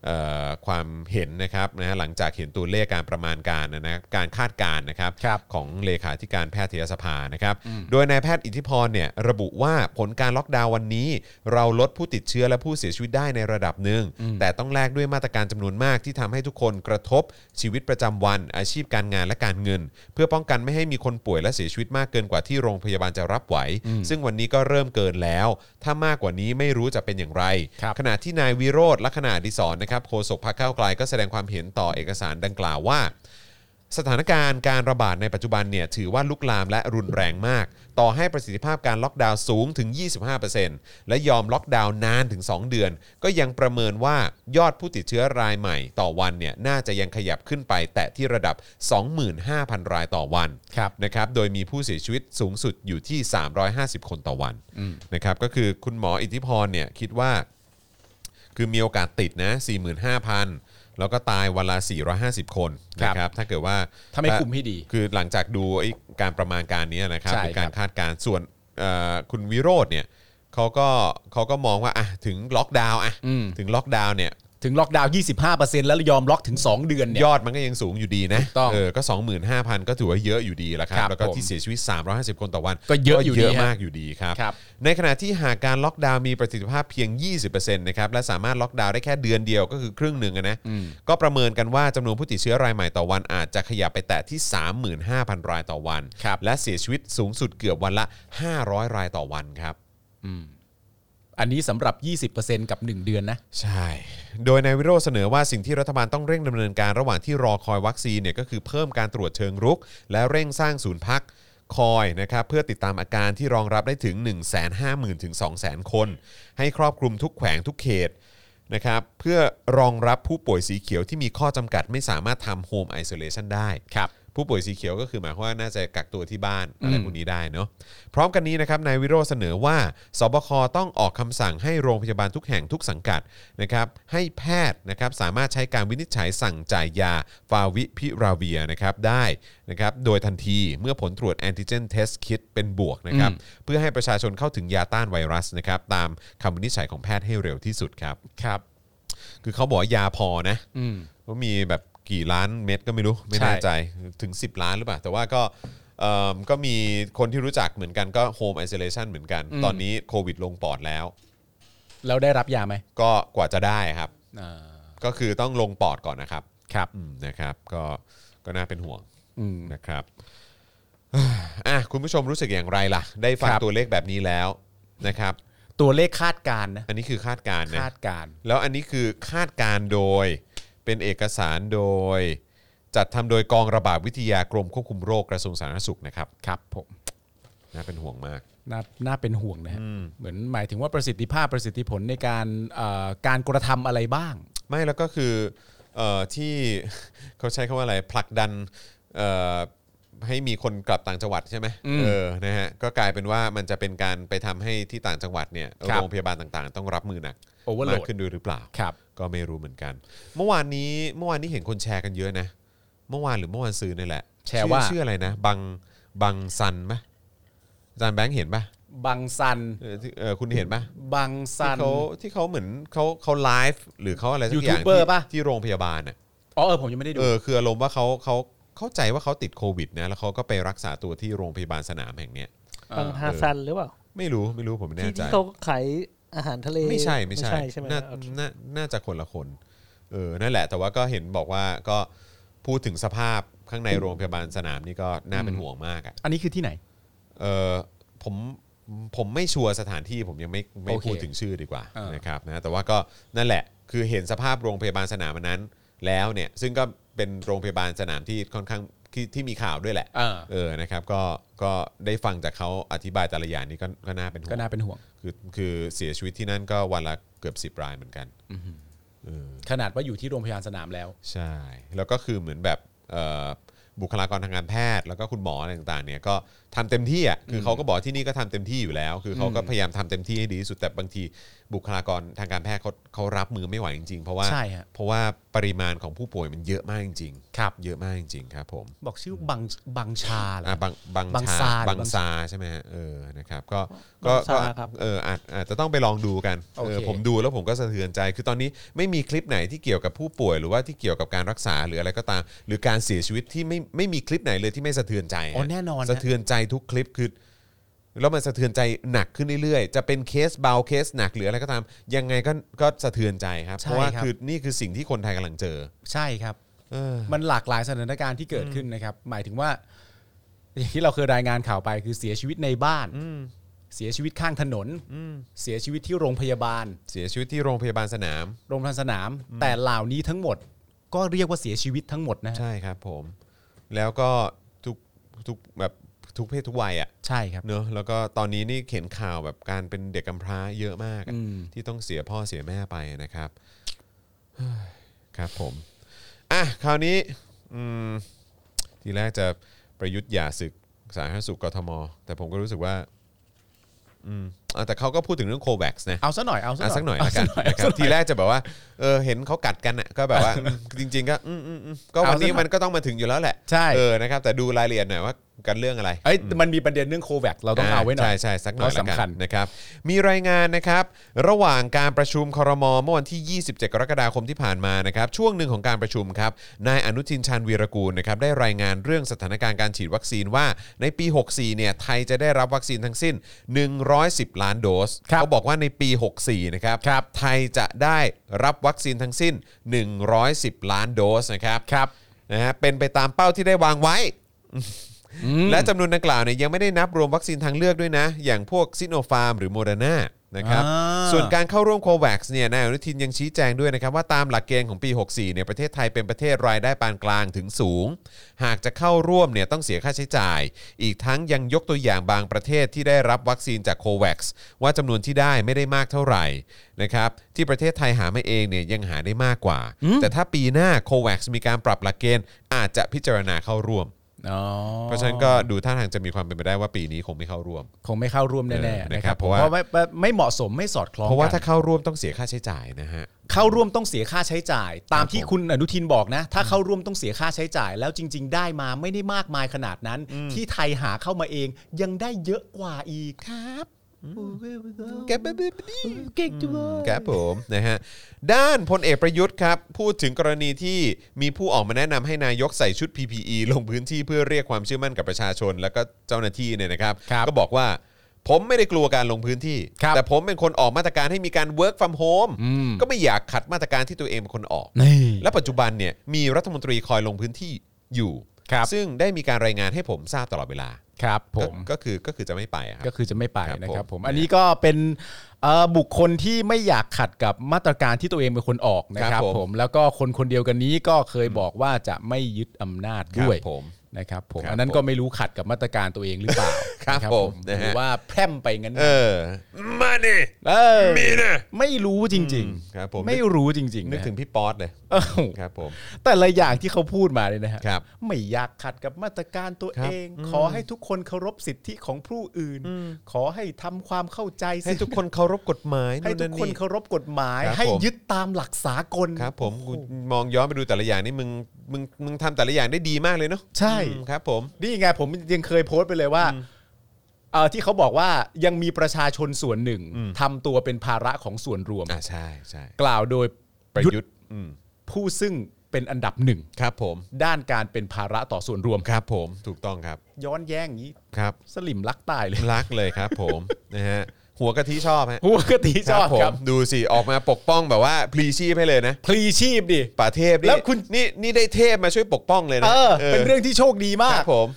เอ่อความเห็นนะครับนะฮะหลังจากเห็นตัวเลขการประมาณการนะการคาดการณ์นะครับ
ครับ
ของเลขาธิการแพทยสภานะครับ โดยนายแพทย์อิทธิพรเนี่ยระบุว่าผลการล็อกดาวน์วันนี้ เราลดผู้ติดเชื้อและผู้เสียชีวิตได้ในระดับหนึ่ง แต่ต้องแลกด้วยมาตรการจำนวนมากที่ทำให้ทุกคนกระทบชีวิตประจำวัน อาชีพการงานและการเงิน เพื่อป้องกันไม่ให้มีคนป่วยและเสียชีวิตมากเกินกว่าที่โรงพยาบาลจะรับไหว ซึ่งวันนี้ก็เริ่มเกินแล้ว ถ้ามากกว่านี้ไม่รู้จะเป็นอย่างไร
ครับ
ขณะที่นายวิโรธลักษณะอดิศรนะครับโฆษกพรรคก้าวไกลก็แสดงความเห็นต่อเอกสารดังกล่าวว่า สถานการณ์การระบาดในปัจจุบันเนี่ยถือว่าลุกลามและรุนแรงมาก ต่อให้ประสิทธิภาพการล็อกดาวน์สูงถึง 25%และยอมล็อกดาวน์นานถึง 2 เดือน ก็ยังประเมินว่ายอดผู้ติดเชื้อรายใหม่ต่อวันเนี่ยน่าจะยังขยับขึ้นไป แตะที่ระดับ 25,000 รายต่อวัน
ครับ
นะครับ โดยมีผู้เสียชีวิตสูงสุดอยู่ที่ 350 คนต่อวันนะครับ ก็คือคุณหมออิทธิพรเนี่ยคิดว่า คือมีโอกาสติดนะ 45,000 แล้วก็ตายวันละ 450 คน
ครั
นะ
บ
ครับ ถ้าเกิดว่า
ถ้าไม่คุมให้ดี
คือหลังจากดูไอ้การประมาณการนี้นะครับ
ใช่
หรือกา
ค
ร
รับ
คาดการณ์ส่วนเอ่อคุณวิโรธเนี่ยเขาก็เขาก็มองว่าอ่ะถึงล็อกดาวน์อ่ะ
อืม
ถึงล็อกดาวน์เนี่ย
ถึงล็อกดาวน์25%แล้วยอมล็อกถึง 2 เดือนเนี่ย
ยอดมันก็ยังสูงอยู่ดีนะ
ถูกต้อง
เออก็ 25,000 ก็ถือว่าเยอะอยู่ดีแหละครับ
ครับ
แล้วก็
ผม
ที่เสียชีวิต 350 คนต่อวัน
ก็เยอะอยู่ดี
เยอะ
ฮะ
มากอยู่ดีครับ
ครับ
ในขณะที่หากการล็อกดาวน์มีประสิทธิภาพเพียง 20%นะครับและสามารถล็อกดาวน์ได้แค่เดือนเดียวก็คือครึ่งหนึ่งอะนะก็ประเมินกันว่าจำนวนผู้ติดเชื้อรายใหม่ต่อวันอาจจะขยับไปแตะที่ 35,000 รายต่อวัน
ครับ
และเสียชีวิตสูงสุดเกือบวันละ 500 รายต่อวันครับ
อันนี้สำหรับ 20%กับ 1 เดือนนะ
ใช่ โดยนายวิโรจน์เสนอว่าสิ่งที่รัฐบาลต้องเร่งดำเนินการระหว่างที่รอคอยวัคซีนเนี่ยก็คือเพิ่มการตรวจเชิงรุก และเร่งสร้างศูนย์พักคอยนะครับเพื่อติดตามอาการที่รองรับได้ถึง 1 5 0 0 0 0ถึง200,000 คน ให้ครอบคลุมทุกแขวงทุกเขตนะครับเพื่อรองรับผู้ป่วยสีเขียวที่มีข้อจำกัดไม่สามารถทำโฮมไอโซเลชันได้
ครับ
ผู้ป่วยสีเขียวก็คือหมายความว่าน่าจะกักตัวที่บ้านอะไรพวกนี้ได้เนาะพร้อมกันนี้นะครับนายวิโรจน์เสนอว่าสบคต้องออกคำสั่งให้โรงพยาบาลทุกแห่งทุกสังกัดนะครับให้แพทย์นะครับสามารถใช้การวินิจฉัยสั่งจ่ายยาฟาวิพิราเวียนะครับได้นะครับโดยทันทีเมื่อผลตรวจแอนติเจนเทสคิดเป็นบวกนะครับเพื่อให้ประชาชนเข้าถึงยาต้านไวรัสนะครับตามคำวินิจฉัยของแพทย์ให้เร็วที่สุดครับ
ครับ
คือเขาบอกว่ายาพอนะ
อืม
ว่ามีแบบกี่ล้านเม็ดก็ไม่รู้ไม่แน่
ใช่
ใจถึง 10 ล้านหรือเปล่า แต่ว่าก็เอิ่มก็มีคนที่รู้จักเหมือนกันก็โฮมไอ o l เลชันเหมือนกัน
อืม
ตอนนี้โควิดลงปอดแล้ว
แล้วได้รับยาไหม
ก็กว่าจะได้ครับ
อ่า
ก็คือต้องลงปอดก่อนนะครับ
ครับ
อืมนะครับก็ก็น่าเป็นห่วง
อืม
นะครับ อ่ะคุณผู้ชมรู้สึกอย่างไรล่ะ ได้ฟัง
ครับ
ตัวเลขแบบนี้แล้วนะครับ
ตัวเลขคาดการณ์นะ
อันนี้คือคาดการณ์นะ
คาดการณ์
แล้วอันนี้คือคาดการณ์โดยเป็นเอกสารโดย จัดทำโดยกองระบาดวิทยากรมควบคุมโรคกระทรวงสาธารณสุขนะครับ
ครับผม
น่าเป็นห่วงมาก
น่าน่าเป็นห่วงนะฮะเหมือนหมายถึงว่าประสิทธิภาพประสิทธิผลในการเอ่อการกระทำอะไรบ้าง
ไม่แล้วก็คือเอ่อที่ เขาใช้คำว่าอะไรผลักดันเอ่อให้มีคนกลับต่างจังหวัดใช่ไหม
อืม
เออนะฮะก็กลายเป็นว่ามันจะเป็นการไปทำให้ที่ต่างจังหวัดเนี่ย
ครับ
โรงพยาบาลต่างๆ ต้องรับมือหนัก
Overload
มากขึ้นด้วยหรือเปล่า
ครับ
ก็ไม่รู้เหมือนกัน เมื่อวานนี้เมื่อวานนี้เห็นคนแชร์กันเยอะนะ เมื่อวานหรือเมื่อวานซื้อนี่แหละ
แชร์
อ
ว่า
ชื่ออะไรนะ บังบังซันปะอาจารย์แบงค์เห็นปะ
บังสัน
เออที่เออคุณเห็นปะ
บังสั
ที่
น
เขาที่เขาเหมือนเขาเขาไลฟ์หรือเขาอะไรสักอย่าง
ยูทูบเบอร์
ที่
ปะ
ที่โรงพยาบาลอ่ะ
อ๋อเออผมยังไม่ได้ดู
เออคืออารมณ์ว่าเขาเขาเข้าใจว่าเขาติดโควิดนะแล้วเขาก็ไปรักษาตัวที่โรงพยาบาลสนามแห่งเนี้ย
เออ
บางฮาซันหรือเปล่า
ไม่รู้ไม่รู้ผมไม่
ที่
แน่ใจ
ที่เขาขายอาหารทะเล
ไม่ใช่ไม่ใช่
ใช่ไหม
น่า
โอเค
น่าน่าจะคนละคนเออนั่นแหละ แต่ว่าก็เห็นบอกว่าก็พูดถึงสภาพข้างในโรงพยาบาลสนามนี่ก็น่าเป็นห่วงมากอ่ะ
อันนี้คือที่ไหน
เออผมผมไม่ชัวร์สถานที่ผมยังไม่ไม่
โอเค
พูดถึงชื่อดีกว่า
เออ
นะครับนะแต่ว่าก็นั่นแหละคือเห็นสภาพโรงพยาบาลสนามอันนั้น แล้วเนี่ยซึ่งก็เป็นโรงพยาบาลสนามที่ค่อนข้างที่ที่มีข่าวด้วยแหละ
เออ
เออ นะครับ ก็ ก็ได้ฟังจากเขาอธิบายแต่ละอย่างนี่ก็ ก็น่าเป็นห่ว
ก็
ง
น่าเป็นห่วง
คือ คือเสียชีวิตที่นั่นก็วันละเกือบสิบ10 รายเหมือนกัน
ขนาดว่าอยู่ที่โรงพยาบาลสนามแล้ว
ใช่ แล้วก็คือเหมือนแบบเอ่อบุคลากรทางการแพทย์ แล้วก็คุณหมออะไรต่างๆ เนี่ย ก็ทำเต็มที่อ่ะ คือเขาก็บอกที่นี่ก็ทำเต็มที่อยู่แล้ว คือเขาก็พยายามทำเต็มที่ให้ดีที่สุด แต่บางทีบุคลากรทางการแพทย์เขาเขารับมือไม่ไหวจริงๆ เพราะว่า
ใช่ฮะ
เพราะว่าปริมาณของผู้ป่วยมันเยอะมากจริงๆครับ เยอะมากจริงๆ ครับผม
บอกชื่อบังบังชาเหรอ
อ่ะบางบาง
บาง
ชา
ซา
บาง
บาง
ซาใช่ไหมฮะเออนะครับก็ก็
บางซา
ก็
ครับ
เอออาจอาจจะต้องไปลองดูกัน
โอ
เอ
เค
อผมดูแล้วผมก็สะเทือนใจ คือตอนนี้ไม่มีคลิปไหนที่เกี่ยวกับผู้ป่วย หรือว่าที่เกี่ยวกับการรักษาหรืออะไรก็ตาม หรือการเสียชีวิตที่ไม่ไม่มีคลิปไหนเลยที่ไม่สะเทือนใจ
อ๋อ
ฮะ
แน่นอนฮะ
สะเทือนใจทุกคลิปคือแล้วมันสะเทือนใจหนักขึ้นเรื่อยๆ จะเป็นเคสเบาเคสหนักหรืออะไรก็ตาม ยังไงก็ก็สะเทือนใจครับเพราะว่า
ใช่ครับ
คือนี่คือสิ่งที่คนไทยกำลังเจอ
ใช่ครับ
เออ
มันหลากหลายสถานการณ์ที่เกิดขึ้นนะครับ หมายถึงว่า อย่างที่เราเคยรายงานข่าวไปคือเสียชีวิตในบ้าน เสียชีวิตข้างถนน เสียชีวิตที่โรงพยาบาล
เสียชีวิตที่โรงพยาบาลสนาม
โรงพยาบาลสนาม แต่เหล่านี้ทั้งหมด ก็เรียกว่าเสียชีวิตทั้งหมดนะฮะ
ใช่ครับผมแล้วก็ทุกทุกแบบทุกเพศทุกวัยอ่ะ
ใช่ครับ
เนอะแล้วก็ตอนนี้นี่เห็นข่าวแบบการเป็นเด็กกำพร้าเยอะมากอะ
อืม
ที่ต้องเสียพ่อเสียแม่ไปนะครับ เฮ้ยครับผมอ่ะคราวนี้อืมทีแรกจะประยุทธ์หย่าศึกสาธารณสุขกทม แต่ผมก็รู้สึกว่าอืมอ่ะแต่เขาก็พูดถึงเรื่องโควัคนะ
เอาซะหน่อยเอา
อ่ะสั
ซะ
ก
ห
ห
น่
น่
อ
อย ยละกันนะครับทีแรกจะแบบว่าเออเห็นเขากัดกันอ่ะก็แบบ ว่าจริง ๆ ก็อืมอืมอืมก็วันนี้มันก็ต้องมาถึงอยู่แล้วแหละ
ใช่
เออนะครับแต่ดูรายละเอียดหน่อยว่ากันเรื่องอะไร
เอ้ยมันมีประเด็นเรื่องโควิดเราต้องเอาไว้หน่อย
ใช่ใช่สักหน่อย
เพ
ละ
ราะสำคั
กั
ญ
นนะครับมีรายงานนะครับระหว่างการประชุมครมเมื่อวันที่ 27 กรกฎาคมที่ผ่านมานะครับช่วงหนึ่งของการประชุมครับนายอนุทินชาญวีรกูลนะครับได้รายงานเรื่องสถานการณ์การฉีดวัคซีนว่าในปี 64เนี่ยไทยจะได้รับวัคซีนทั้งสิ้น 110 ล้านโดส
ครับ
เขาบอกว่าในปี 64 นะครับ ไทยจะได้รับวัคซีนทั้งสิ้น 110 ล้านโดสนะครับ ครับ นะฮะ เป็นไปตามเป้าที่ได้วางไว้ และจำนวนดังกล่าวเนี่ยยังไม่ได้นับรวมวัคซีนทางเลือกด้วยนะ อย่างพวกซิโนฟาร์มหรือโมเดอร์นานะครับ
อ่า
ส่วนการเข้าร่วมโควัคเนี่ยนายอนุทินยังชี้แจงด้วยนะครับ ว่าตามหลักเกณฑ์ของปี 64เนี่ยประเทศไทยเป็นประเทศรายได้ปานกลางถึงสูง หากจะเข้าร่วมเนี่ยต้องเสียค่าใช้จ่าย อีกทั้งยังยกตัวอย่างบางประเทศที่ได้รับวัคซีนจากโควัคว่าจำนวนที่ได้ไม่ได้มากเท่าไหร่นะครับที่ประเทศไทยหามาเองเนี่ยยังหาได้มากกว่า แต่ถ้าปีหน้าโควัคมีการปรับหลักเกณฑ์อาจจะพิจารณาเข้าร่วม
อ๋อ
เพราะฉะนั้นก็ดูท่าทางจะมีความเป็นไปได้ว่าปีนี้คงไม่เข้าร่วม
คงไม่เข้าร่วม
เอ
แน่
อ
ๆ
นะ
นะ
ค
ค
รั
รั
บบ เพ
เพ
ราะ
ราะ
ว่า
ว่าไม่ไม่เหมาะสมไม่สอดคล้อง
เพราะว่า
กัน
ถ้าเข้าร่วมต้องเสียค่าใช้จ่ายนะฮะ
เข้าร่วมต้องเสียค่าใช้จ่าย ตามที่
ผม
คุณอนุทินบอกนะ ถ้าเข้าร่วมต้องเสียค่าใช้จ่าย แล้วจริง ๆ ได้มาไม่ได้มากมายขนาดนั้น ที่ไทยหาเข้ามาเองยังได้เยอะกว่าอีกครับเก่งจังเลย
ครับผมนะฮะด้านพลเอกประยุทธ์ครับ พูดถึงกรณีที่มีผู้ออกมาแนะนำให้นายกใส่ชุด PPE ลงพื้นที่เพื่อเรียกความเชื่อมั่นกับประชาชน และก็เจ้าหน้าที่เนี่ยนะครับ ก็บอกว่า ผมไม่ได้กลัวการลงพื้นที่
ครับ
แต่ผมเป็นคนออกมาตรการให้มีการ work from home
อืม
ก็ไม่อยากขัดมาตรการที่ตัวเองเป็นคนออก
นี่
และปัจจุบันเนี่ยมีรัฐมนตรีคอยลงพื้นที่อยู่
ครับ
ซึ่งได้มีการรายงานให้ผมทราบตลอดเวลา
ครับผม
ก็ก็คือก็คือจะไม่ไปอะครับ
ก็คือจะไม่ไป
ครับ
นะครับ
ผ
ผม ม อันนี้ก็เป็นเอ่อบุคคลที่ไม่อยากขัดกับมาตรการที่ตัวเองเป็นคนออกนะค
ครั
รั
บบ ผม
ผมแล้วก็คนคนเดียวกันนี้ก็เคยบอกว่าจะไม่ยึดอำนาจ
ครับ
ด้วย
ผม
นะครับผม
ครับ
อันนั้นก็ไม่รู้ขัดกับมาตรการตัวเองหรือเปล่า
ครับ
นะ
ผมนะ
ห
ฮะ
รือว่าแพร่มไปงั้น
เออมาเนี่ย
เออ
มีเนี่ย
ไม่รู้จริง
ครับผม
ๆไม่รู้จริงๆ
นึก
นะ
ถึงพี่ป๊อตเลย
เอ้า
ครับผม
แต่ละอย่างที่เขาพูดมาเนี่ยนะฮะ
ครับ
ไม่อยากขัดกับมาตรการตัว
ครับ
เอง ขอให้ทุกคนเคารพสิทธิของผู้อื่น ขอให้ทำความเข้าใจ
ให้
ซึ่ง
ทุกคนเคารพกฎหมาย
ให้ทุกคน
นี่
เคารพกฎหมาย
ครับ
ให้
ผม
ยึดตามหลักสากล
ครับผมกูมองย้อนไปดูแต่ละอย่างนี่มึงมึงมึงทำแต่ละอย่างได้ดีมากเลยเนาะ
ใช่
อืมครับผม
นี่ไงผมยังเคยโพสต์ไปเลยว่าเอ่อที่เขาบอกว่ายังมีประชาชนส่วนหนึ่ง
อืม
ทำตัวเป็นภาระของส่วนรวม
อ่าใช่ใช่
กล่าวโดย
ประยุทธ์อืม
ผู้ซึ่งเป็นอันดับหนึ่ง
ครับผม
ด้านการเป็นภาระต่อส่วนรวม
ครับผมถูกต้องครับ
ย้อนแย้งอย่างนี้
ครับ
สลิมรักตาย เลย
รักเลยครับผม นะฮะหัวกะทิชอบฮะ
หัวกะทิชอบ
ผม
ครับ
ดูสิ ออกมาปกป้องแบบว่าพลีชีพให้เลยนะ
พลีชีพดิ
ป่าเทพนี่
แล้วคุณ
นี่นี่ได้เทพมาช่วยปกป้องเลยนะ
เออ เป็นเรื่องที่โชคดีมา
ค
ก
รับผม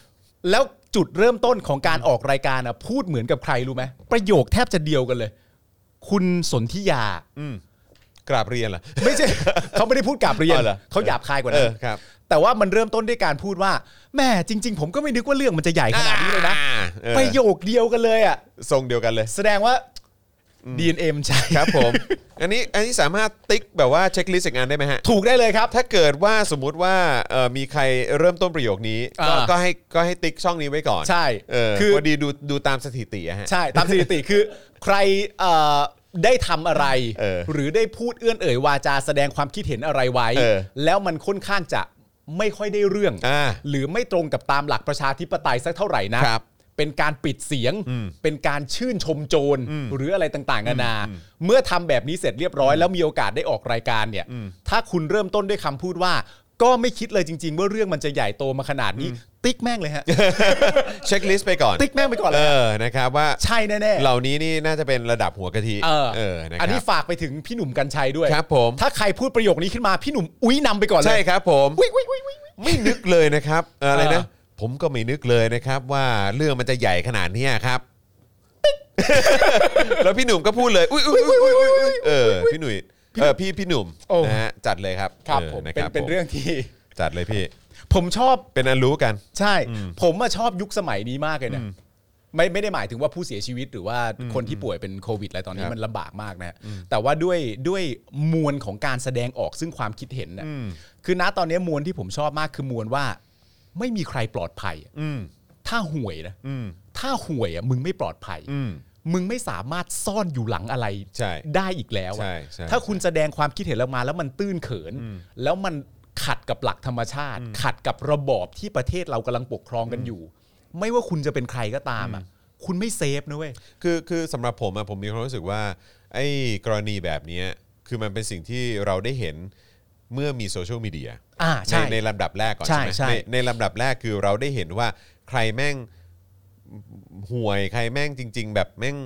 แล้วจุดเริ่มต้นของการออกรายการอ่ะพูดเหมือนกับใครรู้ไหมประโยคแทบจะเดียวกันเลย คุณสนธิยา
อืมกราบเรียนเหรอ
ไม่ใช่ เขาไม่ได้พูดกลับเรียน
อ๋อเหรอ
เขาหยาบคายกว่า
เอ
นั้
อน ครับ
แต่ว่ามันเริ่มต้นด้วยการพูดว่าแหม่จริง ๆ ผมก็ไม่นึกว่าเรื่องมันจะใหญ่ขนาดนี้เลยนะ
อ่าเออ
ประโยคเดียวกันเลยอ่ะ
ทรงเดียวกันเลย
แสดงว่า DNA มันใช่
ครับผม อันนี้อันนี้สามารถติ๊กแบบว่าเช็คลิสต์งานได้ไหมฮะ
ถูกได้เลยครับ
ถ้าเกิดว่าสมมุติว่าเอ่อมีใครเริ่มต้นประโยคนี้ก็
อ่า
ก็ให้ก็ให้ติ๊กช่องนี้ไว้ก่อน
ใช่
เออ
คือ
พอดีดูดูตามสถิติอะฮะ
ใช่ตามสถิติคือ ใครเอ่อได้ทำอะไร
เออ
หรือได้พูดเอื้อนเอ่ยวาจาแสดงความคิดเห็นอะไรไว้
เออ
แล้วมันค่อนข้างจะไม่ค่อยได้เรื่อง
อ่า
หรือไม่ตรงกับตามหลักประชาธิปไตยสักเท่าไหร่นะครับเป็นการปิดเสียง
อืม
เป็นการชื่นชมโจร
อืม
หรืออะไรต่างๆนานา เมื่อทำแบบนี้เสร็จเรียบร้อยแล้วมีโอกาสได้ออกรายการเนี่ย
อืม
ถ้าคุณเริ่มต้นด้วยคำพูดว่า ก็ไม่คิดเลยจริง ๆ ว่าเรื่องมันจะใหญ่โตมาขนาดนี้ ติ๊กแม่งเลยฮะ
เช็คลิสต์ไปก่อน
ติ๊กแม่งไปก่อนเล
เอย อนะครับว่า
ใช่แน่ๆ
เหล่านี้นี่น่าจะเป็นระดับหัวกะทิ
เออ
นะค
อัน
รั
นี้
บ
ฝากไปถึงพี่หนุ่มกัญชัยด้วย
ครับผม
ถ้าใครพูดประโยคนี้ขึ้นมาพี่หนุ่มอุ้ยนำไปก่อนเล
ใช่
ย
ครับผม
อุ้ยอุ้ยอุ้ยอุ้ย
ไม่นึกเลยนะครับเอ่ออะไรนะ
เออ
ผมก็ไม่นึกเลยนะครับ ว่าเรื่องมันจะใหญ่ขนาดเนี้ย ครับ แล้วพี่หนุ่มก็พูดเลยอุ้ยอุ้ยอุ้ยอุ้ยอุ๊ยอุ๊ยเออพี่หนุ่ยเออพี่พี่หนุ่มนะฮะจัดเลยครับ
ครับ
ออ
ผม
นะ
เป็นเป็น
ผม
เรื่องที่
จัดเลยพี่
ผมชอบ
เป็นอันรู้กัน
ใช่ ผมมาชอบยุคสมัยนี้มากเลยนะไม่ไม่ได้หมายถึงว่าผู้เสียชีวิตหรือว่าคนที่ป่วยเป็นโควิดอะไรตอน
ค
นี้
รับ
มันลำบากมากนะแต่ว่าด้วยด้วยมวลของการแสดงออกซึ่งความคิดเห็นนะ
อืม
คือณตอนนี้มวลที่ผมชอบมากคือมวลว่า ไม่มีใครปลอดภัยอะ
อืม
ถ้าห่วยนะ
อืม
ถ้าห่วยอ่ะมึงไม่ปลอดภัย
อืม
มึงไม่สามารถซ่อนอยู่หลังอะไร
ใช่
ได้อีกแล้วอะ
ใช่ใช่
ถ้าคุณแสดงความคิดเห็นออกมา แล้วมันตื้นเขิน แล้วมันขัดกับหลักธรรมชาติ ขัดกับระบอบที่ประเทศเรากำลังปกครองกันอยู่ ไม่ว่าคุณจะเป็นใครก็ตามอ่ะ คุณไม่เซฟนะเว้ย
คือคือสำหรับผมอะผมมีความรู้สึกว่า ไอ้กรณีแบบเนี้ยคือมันเป็นสิ่งที่เราได้เห็นเมื่อมีโซเชียลมีเดีย
อ่า
ใน
ใช่
ในลำดับแรกก่อน
ใช่
ใช่ไหม
ใช่
ในในลำดับแรกคือเราได้เห็นว่าใครแม่งห่วยใครแม่งจริง ๆ แบบแม่ง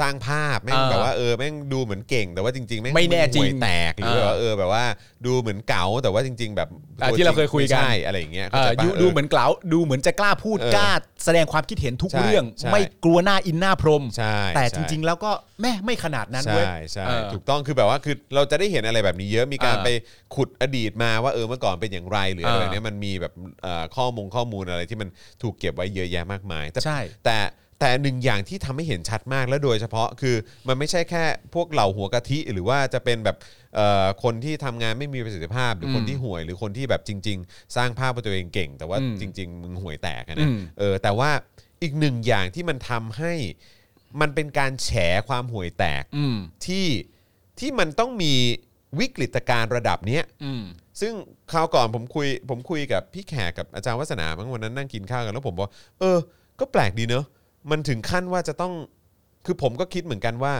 สร้างภาพแม่ง
เออ
แบบว่าเออแม่งดูเหมือนเก่ง แต่ว่าจริงๆแม่ง
ไม่แน่จริง
ห่วยแตกหรือ
เออ
ว่าเออแบบว่าดูเหมือนเก๋าแต่ว่าจริง ๆ แบบ
อ่ะ
ตัว
ที่เราเคย
จง
คุยกัน
ไม่ใช่อะไรอย่างเงี้ย
เอ
เข้าใจ
อ
ปะ
ดู
เออ
ดูเหมือนกล่าวดูเหมือนจะกล้าพูด
เออก
ล้าแสดงความคิดเห็นทุก
ใช่
เรื่อง
ใช่
ไม่กลัวหน้าอินหน้าพรหม
ใช่
แต่
ใช่
จริง ๆ แล้วก็แม่ไม่ขนาดนั้นเว้ย
ใช่ใช่
เออ
ถูกต้องคือแบบว่าคือเราจะได้เห็นอะไรแบบนี้เยอะมีการ
เออ
ไปขุดอดีตมาว่าเออเมื่อก่อนเป็นอย่างไรหรืออะ
เออ
ไรแบบเนี้ยมันมีแบบเอ่อข้อมูลข้อมูลอะไรที่มันถูกเก็บไว้เยอะแยะมากมาย แต่
ใช่
แต่แต่หนึ่งอย่างที่ทำให้เห็นชัดมากและโดยเฉพาะคือมันไม่ใช่แค่พวกเหล่าหัวกะทิ หรือว่าจะเป็นแบบเอ่อคนที่ทำงานไม่มีประสิทธิภาพ หรือคนที่ห่วย หรือคนที่แบบจริง ๆ สร้างภาพว่าตัวเองเก่ง แต่ว่า
อืม
จริง ๆ มึงห่วยแตกอะนะ
อืม
เออแต่ว่าอีกหนึ่งอย่างที่มันทำให้มันเป็นการแฉความห่วยแตก
อืม
ที่ที่มันต้องมีวิกฤตการณ์ระดับเนี้ย
อืม
ซึ่งคราวก่อนผมคุยผมคุยกับพี่แขกกับอาจารย์วัฒนาเมื่อวันนั้นนั่งกินข้าวกันแล้วผมบอกเออ ก็แปลกดีเนอะมันถึงขั้นว่าจะต้องคือผมก็คิดเหมือนกันว่า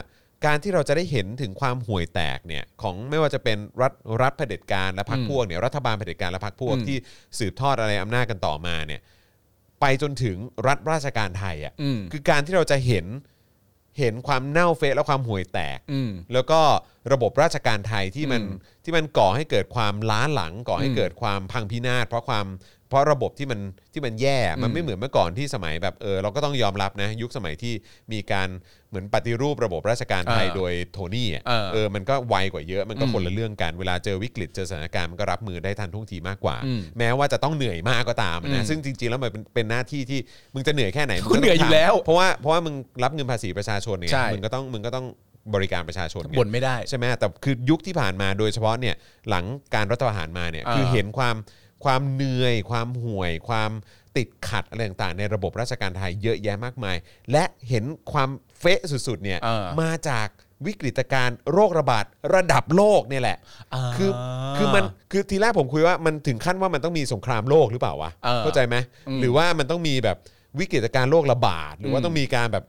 การที่เราจะได้เห็นถึงความห่วยแตกเนี่ยของไม่ว่าจะเป็นรัฐรัฐเผด็จการและพรรคพวกเนี่ยรัฐบาลเผด็จการและพรรคพวก
อืม
ที่สืบทอดอะไรอำนาจกันต่อมาเนี่ยไปจนถึงรัฐราชการไทยอ่ะ
อืม
คือการที่เราจะเห็น เห็นความเน่าเฟะและความห่วยแตก
อืม
แล้วก็ระบบราชการไทยที่มัน
อืม
ที่มันก่อให้เกิดความล้าหลัง ก่อให้
อืม
เกิดความพังพินาศเพราะความเพราะระบบที่มันที่มันแย่มัน
อืม
ไม่เหมือนเมื่อก่อนที่สมัยแบบเออเราก็ต้องยอมรับนะ ยุคสมัยที่มีการเหมือนปฏิรูประบบราชการไทย
เออ
โดยโทนี่อะ
เออ
เออมันก็ไวกว่าเยอะมันก็
อืม
คนละเรื่องกันเวลาเจอวิกฤตเจอสถานการณ์มันก็รับมือได้ทันท่วงทีมากกว่า
อืม
แม้ว่าจะต้องเหนื่อยมากก็ตามนะ
อืม
ซึ่งจริงๆแล้วมันเป็นเป็นหน้าที่ที่มึงจะเหนื่อยแค่ไหนมึง
คุณเหนื่อยอยู่
ต้งทำ
แล้ว
เพราะว่าเพราะว่ามึงรับเงินภาษีประชาชนเนี่ย
ใช่
มึงก็ต้องมึงก็ต้องบริการประชาชนไง
บ่นไม่ได้
ใช่ไหมแต่คือยุคที่ผ่านมาโดยเฉพาะเนี่ยหลังการรัฐประหารมาเนี่ย
อ่า
คือเห็นความความเหนื่อย ความห่วย ความติดขัดอะไรต่างๆในระบบราชการไทยเยอะแยะมากมาย และเห็นความเฟะสุดๆเนี่ย
อ่า
มาจากวิกฤตการณ์โรคระบาดระดับโลกเนี่ยแหละ
อ่า
คือคือมันคือทีแรกผมคุยว่ามันถึงขั้นว่ามันต้องมีสงครามโลกหรือเปล่าวะ
เออ
เข้าใจไหม
อืม
หรือว่ามันต้องมีแบบวิกฤตการณ์โรคระบาด หรือว่า
อืม
ต้องมีการแบบ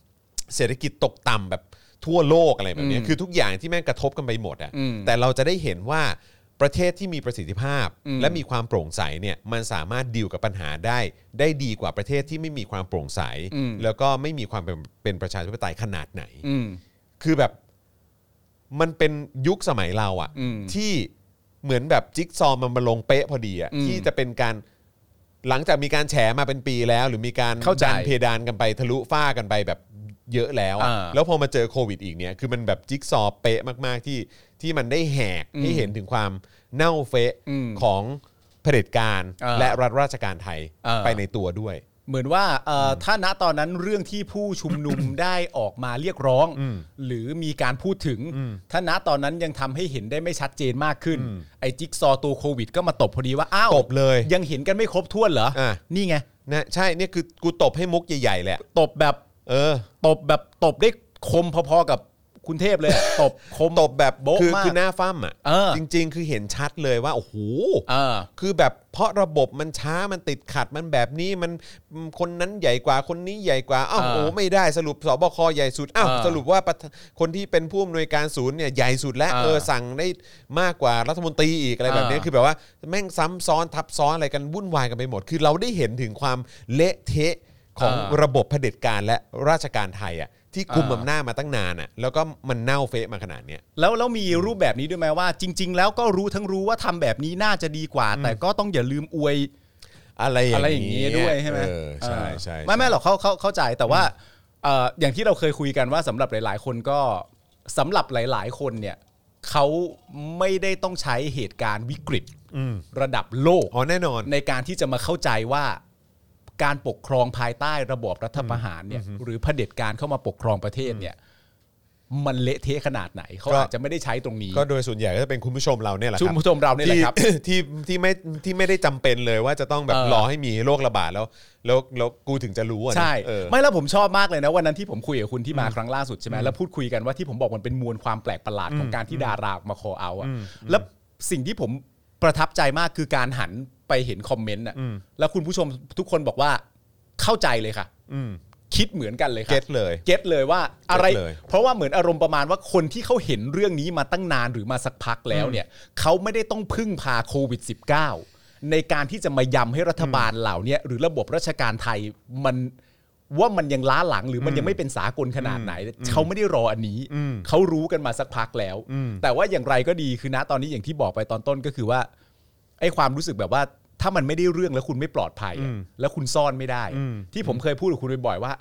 เศรษฐกิจตกต่ำแบบทั่วโลกอะไรแบบเนี้ย
อืม
คือทุกอย่างที่แม่งกระทบกันไปหมดอะ
อืม
แต่เราจะได้เห็นว่าประเทศที่มีประสิทธิภาพ
อืม
และมีความโปร่งใสเนี่ยมันสามารถดีลกับปัญหาได้ ได้ดีกว่าประเทศที่ไม่มีความโปร่งใส
อืม
แล้วก็ไม่มีความเป็นเป็นประชาธิปไตยขนาดไหน
อืม
คือแบบมันเป็นยุคสมัยเราอะ
อืม
ที่เหมือนแบบจิ๊กซอว์มันมาลงเป๊ะพอดีอะ
อืม
ที่จะเป็นการหลังจากมีการแฉมาเป็นปีแล้ว หรือมีการ
เข้าใจ
ดันเพดานกันไปทะลุฝ้ากันไปแบบเยอะแล้วอะ
อ่า
แล้วพอมาเจอโควิดอีกเนี่ยคือมันแบบจิ๊กซอว์เป๊ะมากๆที่ที่มันได้แหก
อืม
ให้เห็นถึงความเน่าเฟะ
อืม
ของเผด็จการ
อ่า
และรัฐราชการไทย
อ่า
ไปในตัวด้วย
เหมือนว่าเอ่ออถ้าณตอนนั้นเรื่องที่ผู้ชุมนุม ได้ออกมาเรียกร้อง
อืม
หรือมีการพูดถึง ถ้าณตอนนั้นยังทำให้เห็นได้ไม่ชัดเจนมากขึ้น
อืม
ไอ้จิ๊กซอว์ตัวโควิด ก็มาตบพอดีว่าอ้าว
ตบเลย
ยังเห็นกันไม่ครบถ้วนเหรอ
อ่ะ
นี่ไง
นะใช่เนี่ยคือกูตบให้มุกใหญ่ๆแหละ
ตบแบบ
เออ
ตบแบบตบได้คมพอๆกับคุณเทพเลยอะ ตบคม
ตบแบบ
โบ๊ะ
คือ
มาก
คือหน้าฟั่มอ่ะ
เออ
จริง ๆ คือเห็นชัดเลยว่าโอ้โห
เออ
คือแบบเพราะระบบมันช้ามันติดขัดมันแบบนี้มันคนนั้นใหญ่กว่าคนนี้ใหญ่กว่าอ้าว
เออ
โอ้ไม่ได้สรุปสบคใหญ่สุดอ้าว
เออ
สรุปว่าประธคนที่เป็นผู้อำนวยการศูนย์เนี่ยใหญ่สุดแล้ว
เออ
เออสั่งได้มากกว่ารัฐมนตรีอีกอะไรแบบเนี้ย
เออ
คือแบบว่าแม่งซ้ำซ้อนทับซ้อนอะไรกันวุ่นวายกันไปหมด คือเราได้เห็นถึงความเละเทะของ
เออ
ระบบเผด็จการและราชการไทยอ่ะที่คุม
เอออ
อำนาจมาตั้งนานอ่ะแล้วก็มันเน่าเฟะมาขนาดเนี้ย
แล้วแล้วมีรูปแบบนี้ด้วยไหมว่า จริง ๆ แล้วก็รู้ทั้งรู้ว่าทำแบบนี้น่าจะดีกว่า แต่ก็ต้องอย่าลืมอวย
อะไร
อะไรอย่
อา
ย่าง ง
เงี้
นี้ด้วยใช่ไหม
เออใช่
เออ
ใช่
ไม่ไม่
ใช่
หรอกเขาเขาเข้าใจแต่ว่าเอ่ออย่างที่เราเคยคุยกันว่าสำหรับหลาย ๆ คนก็สำหรับหลาย ๆ คนเนี่ยเขาไม่ได้ต้องใช้เหตุการณ์วิกฤต
อืม
ระดับโลก
อ๋อแน่นอน
ในการที่จะมาเข้าใจว่าการปกครองภายใต้ระบอบรัฐประหารเนี่ยหรือเผด็จการเข้ามาปกครองประเทศเนี่ย มันเละเทะขนาดไหนเขา
ก็
อาจจะไม่ได้ใช้ตรงนี้
ก็โดยส่วนใหญ่ก็จะเป็นคุณผู้ชมเราเนี่ยแหละค
ชุ
รั
ม
บ
ชมเราเนี่ยแหละ
ที่
ครับ
ที่ที่ไม่ที่ไม่ได้จำเป็นเลยว่าจะต้องแบบ
เออ
รอให้มีโรคระบาดแล้วแล้วแล้วกูถึงจะรู้อ่ะนะ
ใช่
เออ
ไม่แล้วผมชอบมากเลยนะวันนั้นที่ผมคุยกับคุณที่มาครั้งล่าสุดใช่ไหมแล้วพูดคุยกันว่าที่ผมบอกมันเป็นมวลความแปลกประหลาดของการที่ดาราออกมาคอเอาอะแล้วสิ่งที่ผมประทับใจมากคือการหันไปเห็นคอมเมนต์อะ
อืม
แล้วคุณผู้ชมทุกคนบอกว่าเข้าใจเลยค่ะ
อืม
คิดเหมือนกันเลยค่ะ
เก็ตเลย
เก็ตเลยว่าอะไร
เก็ตเลย
เพราะว่าเหมือนอารมณ์ประมาณว่าคนที่เขาเห็นเรื่องนี้มาตั้งนานหรือมาสักพักแล้วเนี่ยเขาไม่ได้ต้องพึ่งพาโควิด -19 ในการที่จะมายำให้รัฐบาลเหล่าเนี้ยหรือระบบราชการไทยมันว่ามันยังล้าหลังหรือมันยังไม่เป็นสากลขนาดไหนเขาไม่ได้รออันนี้
อืม
เขารู้กันมาสักพักแล้ว
อืม
แต่ว่าอย่างไรก็ดีคือนะตอนนี้อย่างที่บอกไปตอนต้นก็คือว่าไอ้ความรู้สึกแบบว่าถ้ามันไม่ได้เรื่องแล้วคุณไม่ปลอดภัยอะ
อืม
แล้วคุณซ่อนไม่ได้อะ
อืม
ที่ผมเคยพูดกับคุณบ่อยๆว่า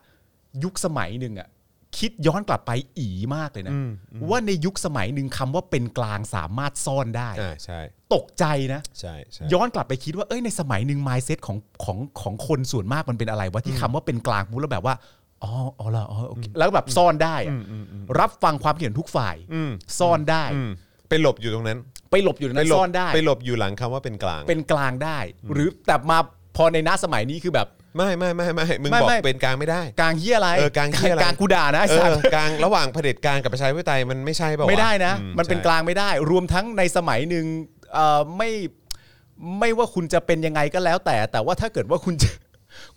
ยุคสมัยหนึ่งอะคิดย้อนกลับไปอีมากเลยนะ
อืม
ว่าในยุคสมัยหนึ่งคำว่าเป็นกลางสามารถซ่อนได้
อ่าใช่
ตกใจนะ
ใช่ใช่
ย้อนกลับไปคิดว่าเอ้ยในสมัยหนึ่ง mindset ของของของคนส่วนมากมันเป็นอะไรวะที่คำว่าเป็นกลางพูดแล้วแบบว่าอ๋ออ๋อเหรออ๋อโอเคแล้วแบบซ่อนได้อะ
อืมอืมอืม
รับฟังความคิดเห็นทุกฝ่าย
อืม
ซ่อนได้
อืมไปหลบอยู่ตรงนั้น
ไปหลบอยู่ใน
ไป
นั้น
หลบ
ซ่อนได้
ไปหลบอยู่หลังคำว่าเป็นกลาง
เป็นกลางได้ หรือแต่มาพอในหน้าสมัยนี้คือแบบ
ไม่ไม่ไม่ไม่มึง
ไม่
บอก
ไม่
เป็นกลางไม่ได้
กลางเฮียอะไร
เออกลางเหี้ยอะไร
กลางกูด่านะไอ้
เอ
สัต
อ
ว์
กลางระหว่างเผด็จการกับประชาธิปไตยมันไม่ใช่เปล่าว
ไม่ได้นะ
อื
มันเป็น
ใช่
กลางไม่ได้ รวมทั้งในสมัยหนึ่งเอ่อไม่ไม่ว่าคุณจะเป็นยังไงก็แล้วแต่ แต่ว่าถ้าเกิดว่าคุณ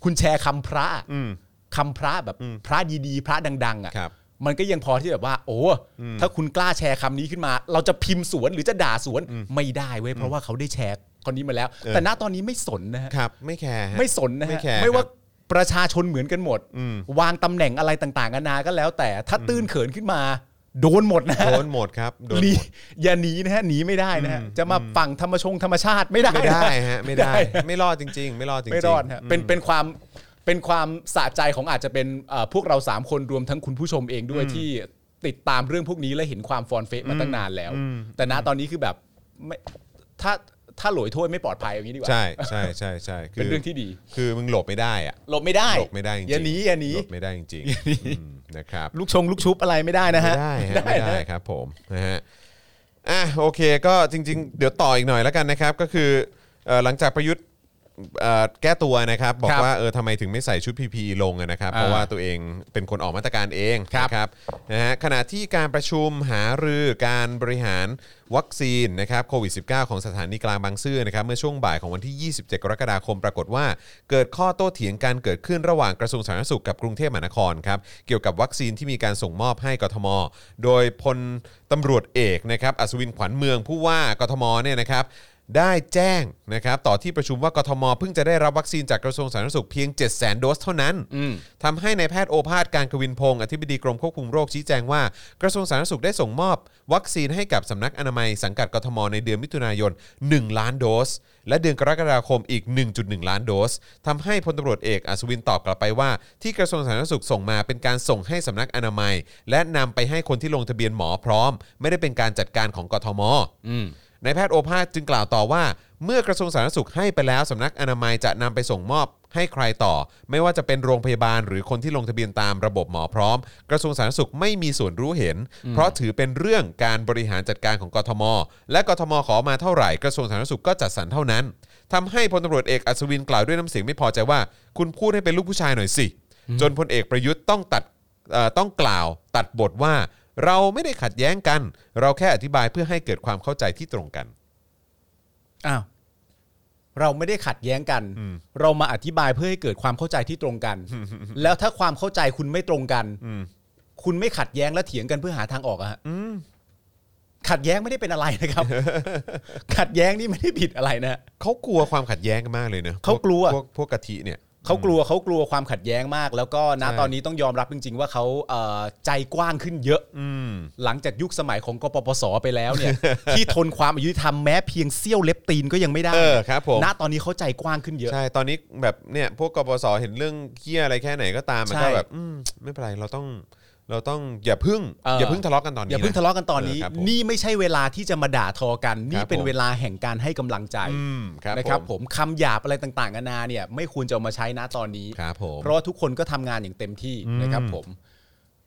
คุณแชร์คำพระ
อืม
คำพระแบบพระดีๆพระดัง ๆ
ครั
อะ่ะ
บ
มันก็ยังพอที่แบบว่า โอ้ถ้าคุณกล้าแชร์คำนี้ขึ้นมา เราจะพิมพ์สวนหรือจะด่าสวนไม่ได้เว้ยเพราะว่าเขาได้แชร์คนนี้มาแล้ว
เออ
แต่ณตอนนี้ไม่สนนะฮะ
ครับ ไม่แคร์ฮะ
ไม่สนนะ
ไม่
ฮะ
แคร์
ไม่ว่า ประชาชนเหมือนกันหมด
อืม
วางตำแหน่งอะไรต่างๆกันานาก็แล้ว แต่ถ้าตื้นเขินขึ้นมา โดนหมดนะ
โดนหมดครับโดน
หนี
หมด
อย่าหนีนะฮะหนีไม่ได้นะฮะ
อืม
จะมาฝั่งธรรมชงธรรมชาติไม่ได้
ไม่
นะ
ได้ฮะไม่ได้
ไม่ได้
ไม่รอดจริง ๆ ไม่รอดจริงๆ
ไม่รอดฮะเป็น
ม
เป็นความเป็นความสะใจของอาจจะเป็นเอ่อพวกเราสามคนรวมทั้งคุณผู้ชมเองด้วย
อืม
ที่ติดตามเรื่องพวกนี้และเห็นความฟอนเฟะมาตั้งนานแล้ว
อืม
แต่ณตอนนี้คือแบบไม่ถ้าถ้าหลวยถ้วยไม่ปลอดภัยอย่างนี้ดีกว่า
ใช่ใช่ใช่ใช่คื
เป็นเรื่องที่ดี
คือมึงหลบไม่ได้อะ
หลบไม่ได้
หลบไม่ได้จริงๆ
อย่าหนีอย่าหนี
หลบไม่ได้จริงๆอืมนะครับ
ลูกชงลูกชุบอะไรไม่ได้นะฮะ
ไม่ได้ฮะไม่ได้
นะ
ครับผมนะฮะอ่ะโอเคก็จริง ๆ เดี๋ยวต่ออีกหน่อยแล้วกันนะครับ ก็คือเอ่อหลังจากประยุทธ์เอ่อแก้ตัวนะครับ บอก
ครับ
ว่าเออทำไมถึงไม่ใส่ชุด PPE ลงอะนะครับ
อ่า
เพราะว่าตัวเองเป็นคนออกมาตรการเอง
ครับ
นะครับนะฮะขณะที่การประชุมหารือการบริหารวัคซีนนะครับโควิด -19 ของสถานีกลางบางซื่อนะครับเมื่อช่วงบ่ายของวันที่ 27 กรกฎาคมปรากฏว่า เกิดข้อโต้เถียงการเกิดขึ้นระหว่างกระทรวงสาธารณสุขกับกรุงเทพมหานครครับเกี่ยวกับวัคซีนที่มีการส่งมอบให้กทม โดยพลตำรวจเอกนะครับอัศวินขวัญเมืองผู้ว่ากทมเนี่ยนะครับ ได้แจ้งนะครับต่อที่ประชุมว่ากทมเพิ่งจะได้รับวัคซีนจากกระทรวงสาธารณสุขเพียง 7 0 0 0 0โดสเท่านั้น
อืม
ทำให้ในายแพทย์โอภาสการกวินพงศ์อธิบดีกรมควบคุมโรคชี้แจงว่า กระทรวงสาธารณสุขได้ส่งมอบ วัคซีนให้กับสำนักอนามัยสังกัดกทมในเดือนมิถุนายน 1 ล้านโดส และเดือนกรกฎาคมอีก 1.1 ล้านโดสทำให้พลตำรวจเอกอัศวินตอบกลับไปว่า ที่กระทรวงสาธารณสุขส่งมาเป็นการส่งให้สำนักอนามัย และนำไปให้คนที่ลงทะเบียนหมอพร้อม ไม่ได้เป็นการจัดการของกทม นายแพทย์โอภาสจึงกล่าวต่อว่า เมื่อกระทรวงสาธารณสุขให้ไปแล้วสำนักอนามัยจะนำไปส่งมอบให้ใครต่อ ไม่ว่าจะเป็นโรงพยาบาลหรือคนที่ลงทะเบียนตามระบบหมอพร้อม กระทรวงสาธารณสุขไม่มีส่วนรู้เห็น เพราะถือเป็นเรื่องการบริหารจัดการของกทม และกทมขอมาเท่าไหร่ กระทรวงสาธารณสุขก็จัดสรรเท่านั้นทำให้พลตำรวจเอกอัศวินกล่าวด้วยน้ำเสียงไม่พอใจว่า คุณพูดให้เป็นลูกผู้ชายหน่อยสิ จนพลเอกประยุทธ์ต้องตัด เอ่อต้องกล่าวตัดบทว่า เราไม่ได้ขัดแย้งกัน เราแค่อธิบายเพื่อให้เกิดความเข้าใจที่ตรงกัน
อ้าวเราไม่ได้ขัดแย้งกัน
อืม
เรามาอธิบายเพื่อให้เกิดความเข้าใจที่ตรงกัน แล้วถ้าความเข้าใจคุณไม่ตรงกัน
อืม
คุณไม่ขัดแย้งและเถียงกันเพื่อหาทางออกอะฮะขัดแย้งไม่ได้เป็นอะไร นะครับ ขัดแย้งนี่ไม่ได้ผิดอะไรนะ
เขากลัวความขัดแย้งกันมากเลยเนอะ
เขากลัว
พวกพวกกะทิเนี่ย
เขากลัวเขากลัวความขัดแย้งมาก แล้วก็นะ
ใช่
ตอนนี้ต้องยอมรับจริง ๆ ว่าเขาเอ่อใจกว้างขึ้นเยอะ
อืม
หลังจากยุคสมัยของกปปสไปแล้ว เนี่ย ที่ทนความอายุติธรรมแม้เพียงเสี้ยวเล็บตีนก็ยังไม่ได้
เออครับผม
ณตอนนี้เขาใจกว้างขึ้นเยอะ
ใช่ ตอนนี้แบบเนี่ย พวกกบสเห็นเรื่องเคี้ยอะไรแค่ไหนก็ตามมัน
ใช่
ก็แบบ อืม ไม่เป็นไร เราต้อง เราต้องอย่าพึ่ง
เอออ
อย่าพึ่งทะเลาะกันตอนนี้
อย่าเพิ่งทะเลาะกันตอนนี้
เครับผม
นี่ไม่ใช่เวลาที่จะมาด่าทอกัน นี่เป็น
ผม
เวลาแห่งการให้กำลังใจ
อืมครับ
นะครับ
ผ
ผมมคำหยาบอะไรต่างๆนานาเนี่ย ไม่ควรจะเอามาใช้นะตอนนี้
ครับผม
เพราะว่าทุกคนก็ทำงานอย่างเต็มที่นะครับผม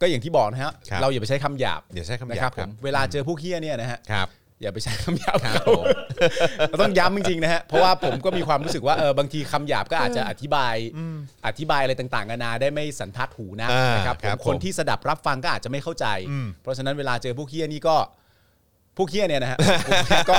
ก็อย่างที่บอกนะฮะ
ครับ
เราอย่าไปใช้คำหยาบ
อย่าใช้คำห
นะ
ยา
ครับ
บ
ผ
ครับ
มเวลาเจอพวกเฮี้ยเนี่ยนะฮะ
ครับ
อย่าไปใช้คำหยาบ
ครับ
เขา
ผม
เราต้องย้ำจริงๆนะฮะ เพราะว่าผมก็มีความรู้สึกว่าเออบางทีคำหยาบก็อาจจะอธิบายอธิบายอะไรต่างๆนานาได้ไม่สันทัดหูนะ
อ่าน
นะครับ
ครับ
ผม
ผม
คนที่สดับรับฟังก็อาจจะไม่เข้าใจ
อืม
เพราะฉะนั้นเวลาเจอพวกเฮี้ยนี่ก็พวกเฮี้ยเนี่ย นะฮะ ก็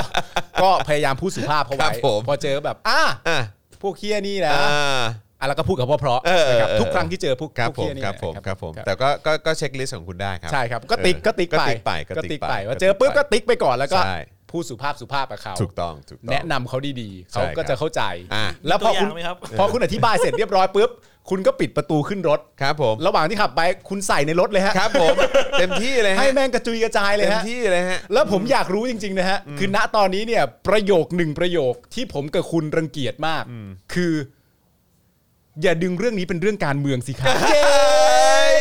ก็พยายามพูดสุภาพเขา
ครั
ไว้
บผม
พอเจอแบบอ่ะ
อ่ะ
พวกเฮี้ยนี่นะ
อ่า
อ่ะแล้วก็พูดกับพ่อเพราะ
เออ
นะครับ
เออ
ทุกครั้งที่เจอพวก
ครับ
พวก
ผม
เฮี้ยนี่
ครับผม
นะครับ
ผม แต่ก็ก็ก็เช็คลิสต์ของคุณได้ครับ
ใช่ครับก็ติ๊กก็ติ๊
ก็ติ๊กไป
ก็ติ๊กไป
ก็ติ๊กไป
ว่าเจอปุ๊บก็ติ๊กไปก่อนแล้วก็
ใช่
พูดสุภาพสุภาพกับเขา
ถูกต้องถูกต้อง
แนะนำเขาดีๆ เขาก็
ใช่ครับ
จะเข้าใจ
อ่ะ
แล้วพอคุณ
มีตัวอย่างไหมครับ
พอคุณอธิบายเสร็จเรียบร้อยปุ๊บ คุณก็ปิดประตูขึ้นรถ
ครับผม
ระหว่างที่ขับไปคุณใส่ในรถเลยฮะ
ครับผม เต็มที่เลยฮะ
ให้แม่งกระจุยกระจายเลย
เต็ม
ฮะ
ที่เลยฮะ
แล้วผมอยากรู้จริงๆนะฮะ คือณตอนนี้เนี่ยประโยคหนึ่งประโยคที่ผมกับคุณรังเกียจมาก คือ อย่าดึงเรื่องนี้เป็นเรื่องการเมืองสิครับ
เอ้ย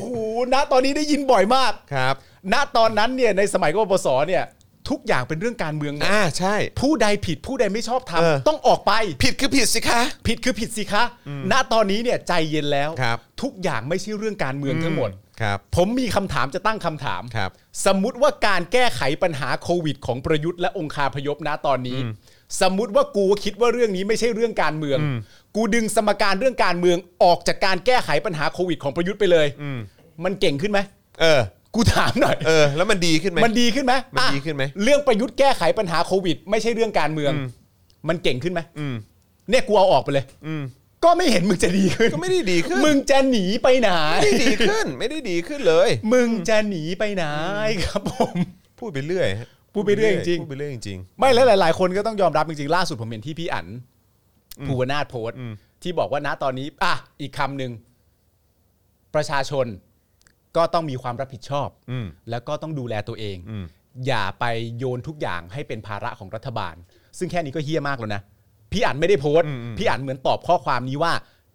โอ้โหณตอนนี้ได้ยินบ่อยมาก
ครับ
ณตอนนั้นเนี่ยในสมัยกบสเนี่ยทุกอย่างเป็นเรื่องการเมืองหมด
อ่าใช่
ผู้ใดผิดผู้ใดไม่ชอบ
เออ
ทำต้องออกไป
ผิดคือผิดสิคะ
ผิดคือผิดสิคะ ณ ตอนนี้เนี่ยใจเย็นแล้ว
ครับ
ทุกอย่างไม่ใช่เรื่องการเมืองทั้งหมด
ครับ
ผมมีคำถามจะตั้งคำถาม
ครับ
สมมุติว่าการแก้ไขปัญหาโควิด ของประยุทธ์และองคาพยพณตอนนี้ สมมุติว่ากูคิดว่าเรื่องนี้ไม่ใช่เรื่องการเมือง กูดึงสมการเรื่องการเมืองออกจากการแก้ไขปัญหาโควิด ของประยุทธ์ไปเลย มันเก่งขึ้นไหม
เออ
กูถามหน่อย
เออ แล้วมันดีขึ้นไหม
มันดีขึ้นไหม
มัน
อ่ะ
ดีขึ้นไหม
เรื่องประยุทธ์แก้ไขปัญหาโควิด ไม่ใช่เรื่องการเมือง มันเก่งขึ้นไหม
อืม
เนี่ยกูเอาออกไปเลย
อืม
ก็ไม่เห็นมึงจะดีขึ้น
ก็ไม่ได้ดีขึ้น
มึงจะหนีไปไหน
ไม่ได้ดีขึ้น ไม่ได้ดีขึ้นเลย
มึงจะหนีไปไหนครับผม
พูดไปเรื่อยฮะ
พูดไปเรื่อยจริง
พูดไปเรื่อยจริง
ไม่แล้วหลาย ๆ คนก็ต้องยอมรับจริงๆ ล่าสุดผมเห็นที่พี่อั๋นภูวนาถโพสต์ ที่บอกว่าณตอนนี้ อ่ะ อีกคำหนึ่งประชาชนก็ต้องมีความรับผิดชอบ
อืม
แล้วก็ต้องดูแลตัวเอง
อืม
อย่าไปโยนทุกอย่างให้เป็นภาระของรัฐบาล ซึ่งแค่นี้ก็เฮี้ยมากแล้วนะ พี่อันไม่ได้โพสต์ พี่อันเหมือนตอบข้อความนี้ว่า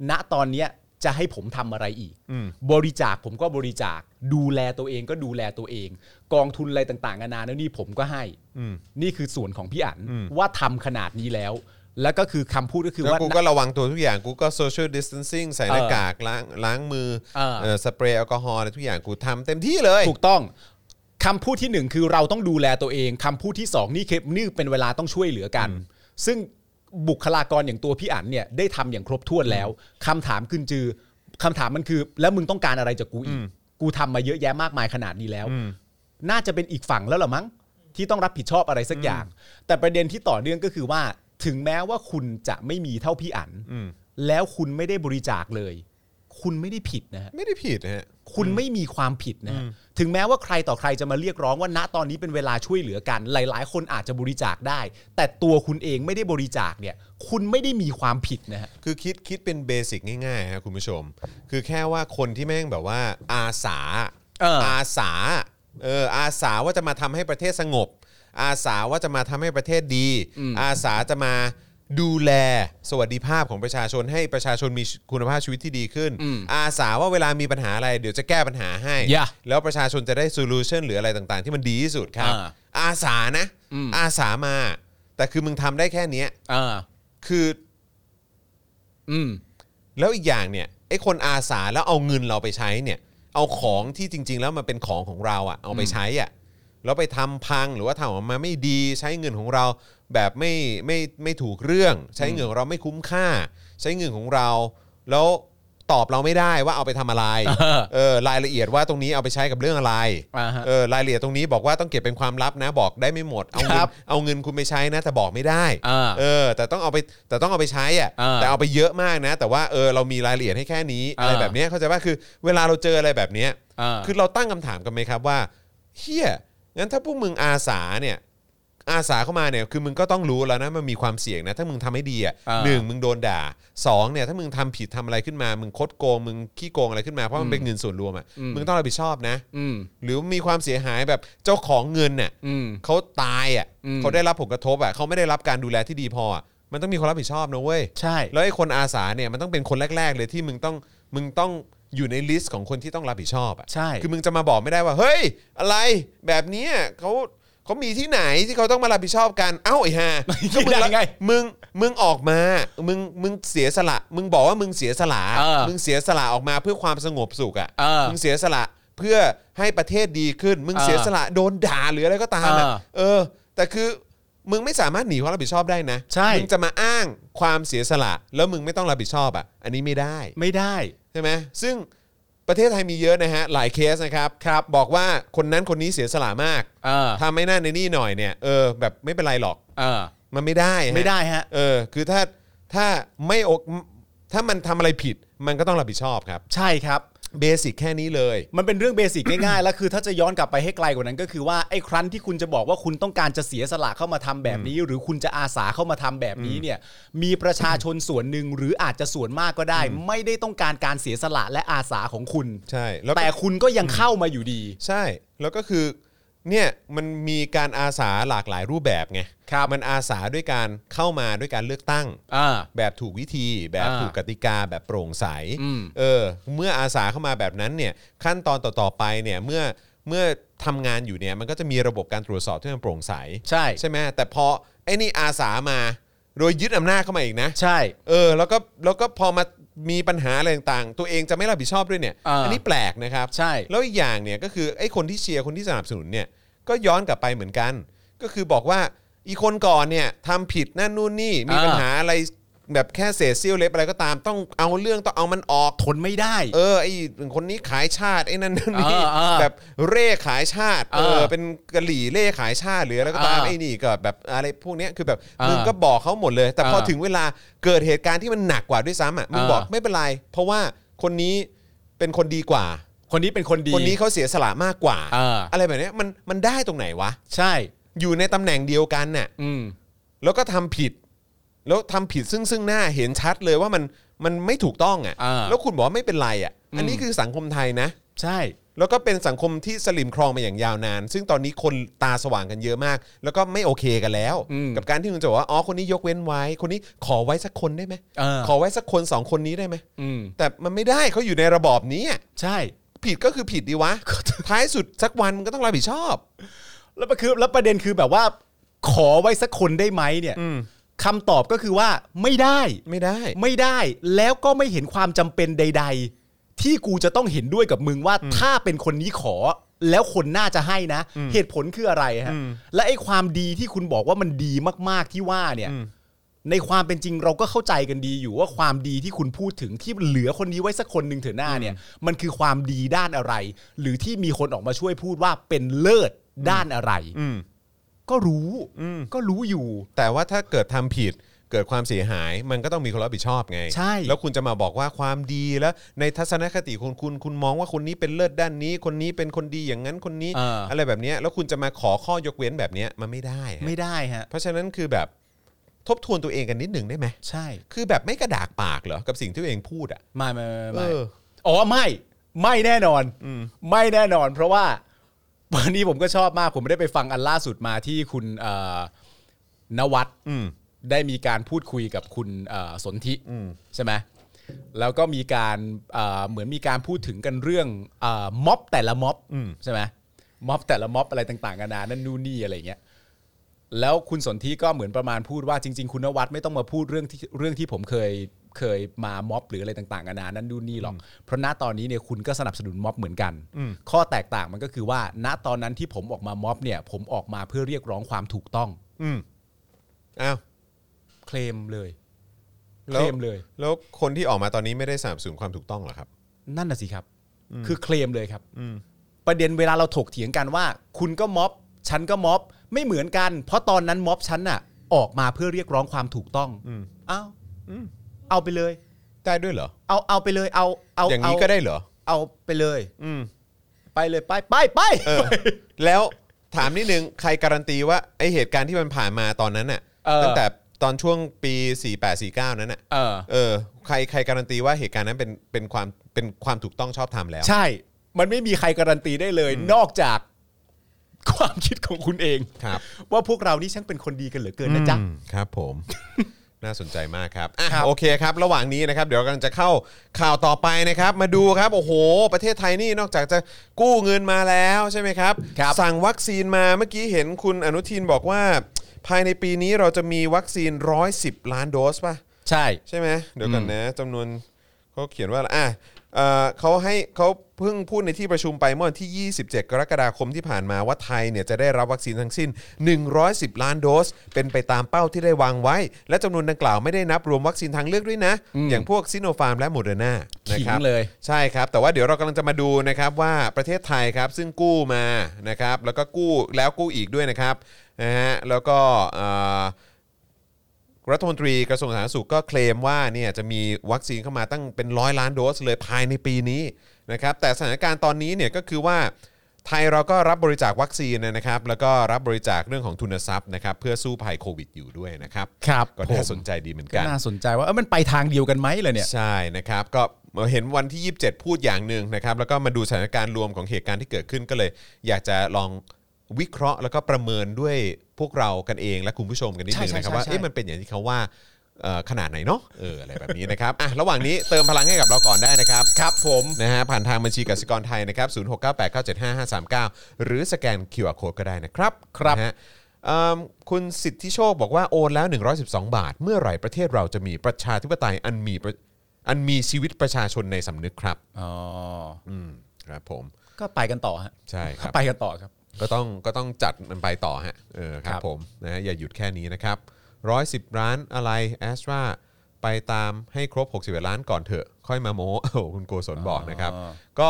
ณตอนเนี้ยจะให้ผมทำอะไรอีก
อืม
บริจาคผมก็บริจาค ดูแลตัวเองก็ดูแลตัวเอง กองทุนอะไรต่างๆนานาแล้วนี่ผมก็ให้
อืม
นี่คือส่วนของพี่อัน
อืม
ว่าทำขนาดนี้แล้ว แล้วก็คือคำพูดก็คือ
แล้ว
ว่า
กูก็ระวังตัวทุกอย่างกูก็ social distancing ใส่หน้ากากล้างล้างมือ
เออ
เอ่อสเปรย์แอลกอฮอล์อะไรทุกอย่างกูทำเต็มที่เลย
ถูกต้องคำพูดที่หนึ่งคือเราต้องดูแลตัวเองคำพูดที่สองนี่คือนี่เป็นเวลาต้องช่วยเหลือกัน ซึ่งบุคลากรอย่างตัวพี่อั๋นเนี่ยได้ทำอย่างครบถ้วนแล้วคำถามขึ้นจือคำถามมันคือ แล้วมึงต้องการอะไรจากกูอีก กูทำมาเยอะแยะมากมายขนาดนี้แล้ว น่าจะเป็นอีกฝั่งแล้วเหรอมั้ง ที่ต้องรับผิดชอบอะไรสักอย่าง แต่ประเด็นที่ต่อเนื่องก็คือว่า ถึงแม้ว่าคุณจะไม่มีเท่าพี่อั๋น
อืม
แล้วคุณไม่ได้บริจาคเลย คุณไม่ได้ผิดนะฮะ
ไม่ได้ผิดนะฮะ
คุณไม่มีความผิดนะฮะถึงแม้ว่าใครต่อใครจะมาเรียกร้องว่าณตอนนี้เป็นเวลาช่วยเหลือกัน หลาย ๆ คนอาจจะบริจาคได้ แต่ตัวคุณเองไม่ได้บริจาคเนี่ย คุณไม่ได้มีความผิดนะฮะ
คือคิดคิดเป็นเบสิกง่ายๆครับคุณผู้ชม คือแค่ว่าคนที่แม่งแบบว่าอาสา
เอออ
สาเอออาสาว่าจะมาทำให้ประเทศสงบ อาสาว่าจะมาทำให้ประเทศดี อาสาจะมาดูแลสวัสดิภาพของประชาชนให้ประชาชนมีคุณภาพชีวิตที่ดีขึ้น
อืม
อาสาว่าเวลามีปัญหาอะไรเดี๋ยวจะแก้ปัญหาให้
Yeah
แล้วประชาชนจะได้โซลูชันหรืออะไรต่างๆ ที่มันดีที่สุดครับ
อ่า
อาสานะ
อืม
อาสามา แต่คือมึงทำได้แค่เนี้ย
อ่า
คือ
อืม
แล้วอีกอย่างเนี่ยไอ้คนอาสาแล้วเอาเงินเราไปใช้เนี่ย เอาของที่จริง ๆ แล้วมันเป็นของของเราอะ่ะเอาไปใช้อะ่ะแล้วไปทำพังหรือว่าทำออกมาไม่ดีใช้เงินของเราแบบไม่ไม่ไม่ถูกเรื่อง ใช้เงินของเราไม่คุ้มค่า ใช้เงินของเรา แล้วตอบเราไม่ได้ว่าเอาไปทำ อะไร
เออ
เออรายละเอียดว่าตรงนี้เอาไปใช้กับเรื่องอะไร
อ่าฮะ
เออรายละเอียดตรงนี้บอกว่าต้องเก็บเป็นความลับนะบอกได้ไม่หมดเอาเงิ
คน รับ
เอาเงินคุณไปใช้นะแต่บอกไม่ได้
อ่า
เออ แต่ต้องเอาไปแต่ต้องเอาไปใช้อ่ะ
อ่า
แต่เอาไปเยอะมากนะ แต่ว่าเออเรามีรายละเอียดให้แค่นี้
อ่า
อะไรแบบเนี้ยเข้าใจป่ะคือเวลาเราเจออะไรแบบเนี้ย
อ่า
คือเราตั้งคำถามกันไหมครับว่าเฮียงั้นถ้าพวกมึงอาสาเนี่ยอาสาเข้ามาเนี่ยคือมึงก็ต้องรู้แล้วนะมันมีความเสี่ยงนะ ถ้ามึงทำไม่ดีอ่ะ
อ่า
หนึ่งมึงโดนด่าสองเนี่ยถ้ามึงทำผิดทำอะไรขึ้นมา มึงคดโกงมึงขี้โกงอะไรขึ้นมาเพราะมันเป็นเงินส่วนรวมอ่ะ
อืม
มึงต้องรับผิดชอบนะ
อืม
หรือมีความเสียหายแบบเจ้าของเงินเนี่ย
อืม
เขาตายอ่ะ
อืม
เขาได้รับผลกระทบอ่ะเขาไม่ได้รับการดูแลที่ดีพออะมันต้องมีคนรับผิดชอบนะเว้ย
ใช่
แล้วไอ้คนอาสาเนี่ยมันต้องเป็นคนแรก ๆ เลยที่มึงต้องมึงต้องอยู่ในลิสต์ของคนที่ต้องรับผิดชอบอ่ะ
ใช่
คือมึงจะมาบอกไม่ได้ว่า เฮ้ย อะไรแบบเนี้ยเขาเขามีที่ไหนที่เขาต้องมารับผิดชอบกันเอ้าไอ้ ห่า ก็มึง
ได้ไง
มึงมึงออกมามึงมึงเสียสละ มึงบอกว่ามึงเสียสละ
เออ
มึงเสียสละออกมาเพื่อความสงบสุขอ่ะ
เออ
มึงเสียสละเพื่อให้ประเทศดีขึ้น มึง
เออ
เสียสละโดนด่าหรืออะไรก็ตามอะ
เออ
เออ แต่คือมึงไม่สามารถหนีความรับผิดชอบได้นะ
ใช่
มึงจะ จะมาอ้างความเสียสละ แล้วมึงไม่ต้องรับผิดชอบอ่ะ อันนี้ไม่ได้
ไม่ได้
ใช่ไหมซึ่งประเทศไทยมีเยอะนะฮะ หลายเคสนะครับครับ บอกว่าคนนั้นคนนี้เสียสละมาก
เออ
ทำไม่น่าในนี่หน่อยเนี่ยเออแบบไม่เป็นไรหรอก
เออ
มันไม่ได้ฮะ
ไม่ได้ฮะ
เออ คือถ้าถ้าไม่อกถ้ามันทำอะไรผิด มันก็ต้องรับผิดชอบครับ
ใช่ครับ
เบสิกแค่นี้เลย
มันเป็นเรื่องเบสิกง่ายๆ แล้วคือถ้าจะย้อนกลับไปให้ไกลกว่านั้นก็คือว่าไอ้ครั้นที่คุณจะบอกว่าคุณต้องการจะเสียสละเข้ามาทำแบบนี้ หรือคุณจะอาสาเข้ามาทำแบบนี้เนี่ยมีประชาชนส่วนหนึ่งหรืออาจจะส่วนมากก็ได้ ไม่ได้ต้องการการเสียสละและอาสาของคุณ
ใช่แล้วก็
แต่คุณก็ยังเข้ามาอยู่ดี
ใช่แล้วก็คือเนี่ยมันมีการอาสาหลากหลายรูปแบบไง
ครับ
มันอาสาด้วยการเข้ามาด้วยการเลือกตั้ง
อ่า
แบบถูกวิธี แบบ
อ่า
ถูกกติกาแบบโปร่งใส
อืม
เออเมื่ออาสาเข้ามาแบบนั้นเนี่ยขั้นตอนต่อๆไปเนี่ยเมื่อเมื่อทำงานอยู่เนี่ยมันก็จะมีระบบการตรวจสอบที่มันโปร่งใส
ใช่
ใช่ไหมแต่พอไอ้นี่อาสามาโดยยึดอำนาจเข้ามาอีกนะ
ใช่
เออแล้วก็แล้วก็พอมามีปัญหาอะไรต่างๆ ตัวเองจะไม่รับผิดชอบด้วยเนี่ย
อ่า
นี้แปลกนะครับ
ใช่
แล้วอีกอย่างเนี่ยก็คือไอ้คนที่เชียร์คนที่สนับสนุนเนี่ยก็ย้อนกลับไปเหมือนกัน ก็คือบอกว่าอีคนก่อนเนี่ยทำผิดนั่นนู่นนี่มี
อ่า
ปัญหาอะไรแบบแค่เศษเสี้ยวเล็บอะไรก็ตามต้องเอาเรื่องต้องเอามันออก
ทนไม่ได้
เออไอ้คนนี้ขายชา ติไอ้นั่นนั่นนี่
เออเออ
แบบเร่ขายชาติเอ
เอ
อ
อ
เป็นกะหรี่เร่ขายชาติหรืออะไรก็ตาม
เออ
ไอ้นี่ก็แบบอะไรพวกเนี้ยคือแบบ
เออ
มึงก็บอกเขาหมดเลย แต่พอ
เออ
ถึงเวลาเกิดเหตุการณ์ที่มันหนักกว่าด้วยซ้ำอ่ะมึง
เออ
บอกไม่เป็นไร เพราะว่าคนนี้เป็นคนดีกว่า
คนนี้เป็นคนดี
คนนี้เขาเสียสละมากกว่า
เอออ
ไรแบบเนี้ยมันมันได้ตรงไหนวะ
ใช่
อยู่ในตำแหน่งเดียวกันน่ะ
อืม
แล้วก็ทำผิด แล้วทำผิดซึ่งซึ่งหน้าเห็นชัดเลยว่ามัน มันไม่ถูกต้องอ่ะ
อ่า
แล้วคุณบอกว่าไม่เป็นไรอ่ะอันนี้คือสังคมไทยนะ
ใช่
แล้วก็เป็นสังคมที่สลิมครองมาอย่างยาวนาน ซึ่งตอนนี้คนตาสว่างกันเยอะมาก แล้วก็ไม่โอเคกันแล้ว
อืม
กับการที่คุณจะบอกว่าอ๋อคนนี้ยกเว้นไว้คนนี้ขอไว้สักคนได้ไหม
เออ
ขอไว้สักคนสองคนนี้ได้ไหม
อืม
แต่มันไม่ได้เขาอยู่ในระบอบนี้อะ
ใช่
ผิดก็คือผิดดีวะ ท้ายสุดสักวันมันก็ต้องรับผิดชอบ
แล้วประคือแล้วประเด็นคือแบบว่า ขอไว้สักคนได้ไหมเนี่ย
อืม
คำตอบก็คือว่าไม่ได้
ไม่ได้
ไม่ได้แล้วก็ไม่เห็นความจำเป็นใด ๆ ที่กูจะต้องเห็นด้วยกับมึงว่าถ้าเป็นคนนี้ขอ แล้วคนน่าจะให้นะ เหตุผลคืออะไรฮะ
อืม
และไอ้ความดีที่คุณบอกว่ามันดีมากๆที่ว่าเนี่ย ในความเป็นจริงเราก็เข้าใจกันดีอยู่ว่าความดีที่คุณพูดถึงที่เหลือคนนี้ไว้สักคนหนึ่งเถอะหน้าเนี่ย มันคือความดีด้านอะไร หรือที่มีคนออกมาช่วยพูดว่าเป็นเลิศด้านอะไร
อืม
ก็รู้
อืม
ก็รู้อยู่
แต่ว่าถ้าเกิดทำผิดเกิดความเสียหายมันก็ต้องมีคนรับผิดชอบไง
ใช่
แล้วคุณจะมาบอกว่าความดีแล้ว ในทัศนคติของคุณคุณมองว่าคนนี้เป็นเลิศด้านนี้ คนนี้เป็นคนดีอย่างนั้นคนนี้
เอออ
อะไรแบบเนี้ยแล้วคุณจะมาขอข้อยกเว้นแบบเนี้ยมันไม่ได้ฮะ
ไม่ได้ฮะ
เพราะฉะนั้นคือแบบทบทวนตัวเองกันนิดหนึ่งได้ไหม
ใช่
คือแบบไม่กระดากปากเหรอกับสิ่งที่ตัวเองพูดอ่ะ
ไม่ไม่ไม่
เอ
ไม่
อ
อ๋อไม่ไม่แน่นอน
อืม
ไม่แน่นอน เพราะว่า วันนี้ผมก็ชอบมาก ผมไม่ได้ไปฟังอันล่าสุดมาที่คุณเอ่อนวัด
อืม
ได้มีการพูดคุยกับคุณเอ่อสนธิใช่ไหมแล้วก็มีการเอ่อเหมือนมีการพูดถึงกันเรื่องเออม็อบแต่ละม็อบ
อืม
ใช่ไหมม็อบแต่ละม็อบอะไรต่างๆกันานานั่นนู่นนี่อะไรอย่างเงี้ย แล้วคุณสนธิก็เหมือนประมาณพูดว่าจริง ๆ คุณนวัดไม่ต้องมาพูดเรื่องที่เรื่องที่ผมเคยเคยมาม็อบหรืออะไรต่างๆกันานานั่นดูนนี่หรอก เพราะณตอนนี้เนี่ยคุณก็สนับสนุนม็อบเหมือนกัน ข้อแตกต่างมันก็คือว่า ณตอนนั้นที่ผมออกมาม็อบเนี่ย ผมออกมาเพื่อเรียกร้องความถูกต้อง
อืมอ้าว
เคลมเลยเค
แว
ลมเลย
แล้วคนที่ออกมาตอนนี้ไม่ได้สนับสนุนความถูกต้องเหรอครับ
นั่นน่ะสิครับ คือเคลมเลยครับ
อืม
ประเด็นเวลาเราถกเถียงกันว่า คุณก็ม็อบ ฉันก็ม็อบไม่เหมือนกัน เพราะตอนนั้นม็อบฉันน่ะ ออกมาเพื่อเรียกร้องความถูกต้อง
อืม
อ้าวเอาไปเลย
ได้ด้วยเหรอ
เอาเอาไปเลยเอาเอา
อย่างนี้ก็ได้เหรอ
เอาไปเลย
อืม
ไปเลยไปไปไป
เอ อแล้วถามนิดนึง ใครการันตีว่าไอเหตุการณ์ที่มันผ่านมาตอนนั้นน่ะตั้งแต่ตอนช่วงปี 48 49 นั้นน่ะ
เออ
เออใครใครการันตีว่าเหตุการณ์นั้นเป็นเป็นความเป็นความถูกต้องชอบธรรมแล้ว
ใช่ มันไม่มีใครการันตีได้เลย นอกจากความคิดของคุณเอง
ครับ
ว่าพวกเรานี่ช่างเป็นคนดีกันเหลือเกินนะจ๊ะ
อืมครับผม น่าสนใจมากครับอ่ะ
ครับ
โอเคครับ ระหว่างนี้นะครับ เดี๋ยวกำลังจะเข้าข่าวต่อไปนะครับ มาดูครับ โอ้โห ประเทศไทยนี่นอกจากจะกู้เงินมาแล้วใช่ไหมครับ
ครับ
สั่งวัคซีนมาเมื่อกี้เห็นคุณอนุทินบอกว่า ภายในปีนี้เราจะมีวัคซีน 110 ล้านโดสป่ะ
ใช่
ใช่ไหมเดี๋ยวกันนะจำนวนเขาเขียนว่าอะไรอ่ะเอ่อเขาให้เขาเพิ่งพูดในที่ประชุมไปเมื่อวันที่ 27 กรกฎาคมที่ผ่านมาว่าไทยเนี่ยจะได้รับวัคซีนทั้งสิ้น 110 ล้านโดส เป็นไปตามเป้าที่ได้วางไว้ และจำนวนดังกล่าวไม่ได้นับรวมวัคซีนทางเลือกด้วยนะ อย่างพวกซิโนฟาร์มและโมเดอร์นานะครับ
ขิงเลย
ใช่ครับ แต่ว่าเดี๋ยวเรากำลังจะมาดูนะครับว่าประเทศไทยครับซึ่งกู้มานะครับแล้วก็กู้แล้วกู้อีกด้วยนะครับนะฮะแล้วก็เอ่อรัฐมนตรีกระทรวงสาธารณสุขก็เคลมว่าเนี่ยจะมีวัคซีนเข้ามาตั้งเป็นร้อยล้านโดสเลยภายในปีนี้นะครับแต่สถานการณ์ตอนนี้เนี่ยก็คือว่า ไทยเราก็รับบริจาควัคซีนนะครับ แล้วก็รับบริจาคเรื่องของทุนทรัพย์นะครับเพื่อสู้ภัยโควิดอยู่ด้วยนะครับ
ครับ
ก็น่า
ผม
สนใจดีเหมือน
ก็
กัน
น่าสนใจว่าเออมันไปทางเดียวกันไหมเลยเนี่ย
ใช่นะครับก็เห็นวันที่ 27 พูดอย่างหนึ่งนะครับแล้วก็มาดูสถานการณ์รวมของเหตุการณ์ที่เกิดขึ้นก็เลย อยากจะลองวิเคราะห์แล้วก็ประเมินด้วยพวกเรากันเองและคุณผู้ชมกันนิดหนึง
ใช่ใช่
นะครับ
ใช่
ว่า
ใช่
เอ๊ะมันเป็นอย่างที่เขาว่าเอ่อขนาดไหนเนาะเอออะไรแบบนี้นะครับอ่ะระหว่างนี้เติมพลังให้กับเราก่อนได้นะครับ
ครับผม
นะฮะผ่านทางบัญชีกสิกรไทยนะครับ0698975539 หรือสแกน QR Code ก็ได้นะครับ
ครับ
นะฮะเอิ่มคุณสิทธิโชคบอกว่าโอนแล้ว 112 บาท เมื่อไหร่ประเทศเราจะมีประชาธิปไตยอันมีประอันมีชีวิตประชาชนในสำนึกครับ
อ๋อ
อืมครับผม
ก็ไปกันต่อฮะ
ใช่ครับ
ไปกันต่อครับ
ก็ต้องก็ต้องจัดมันไปต่อฮะเออค
ค
รับ
รับ
ผมนะฮะอย่าหยุดแค่นี้นะครับร้อยสิบร้านอะไรแอสตรา ไปตามให้ครบ 61 ล้านก่อนเถอะ ค่อยมาโม้ โอ้โหคุณโกศลบอกนะครับ ก็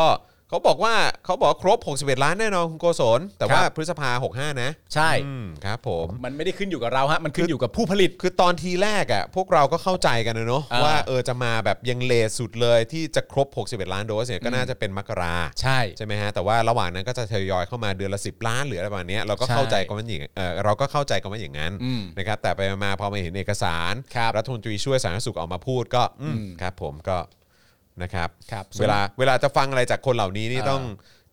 เขาบอกว่าเขาบอกครบ 61 ล้านแน่นอนคุณโกศลแต่ว่า
ครับ
พฤษภา 65 นะ
ใช่
อืมครับผม
มันไม่ได้ขึ้นอยู่กับเราฮะมันขึ้นอยู่กับผู้ผลิต
คือตอนทีแรกอ่ะพวกเราก็เข้าใจกันนะเนอะ
อ่า
ว่าเออจะมาแบบยังเลทสุดเลยที่จะครบ 61 ล้านโดสเนี่ยก็น่าจะเป็นมกรา
ใช่
ใช่ไหมฮะแต่ว่าระหว่างนั้นก็จะทยอยเข้ามาเดือนละ 10 ล้านหรืออะไรประมาณเนี้ยเราก็
ใช่
เข้าใจกันว่าอย่างเออเราก็เข้าใจกันว่าอย่างนั้น
อืม
นะครับแต่ไปมาพอมาเห็นเอกสาร
ครับ
รัฐมนตรีช่วยสาธารณสุขออกมาพูดก็อืม
อืม
ครับผมก็นะครับ
ครับ
เวลาเวลาจะฟังอะไรจากคนเหล่านี้นี่
เออ
ต้อง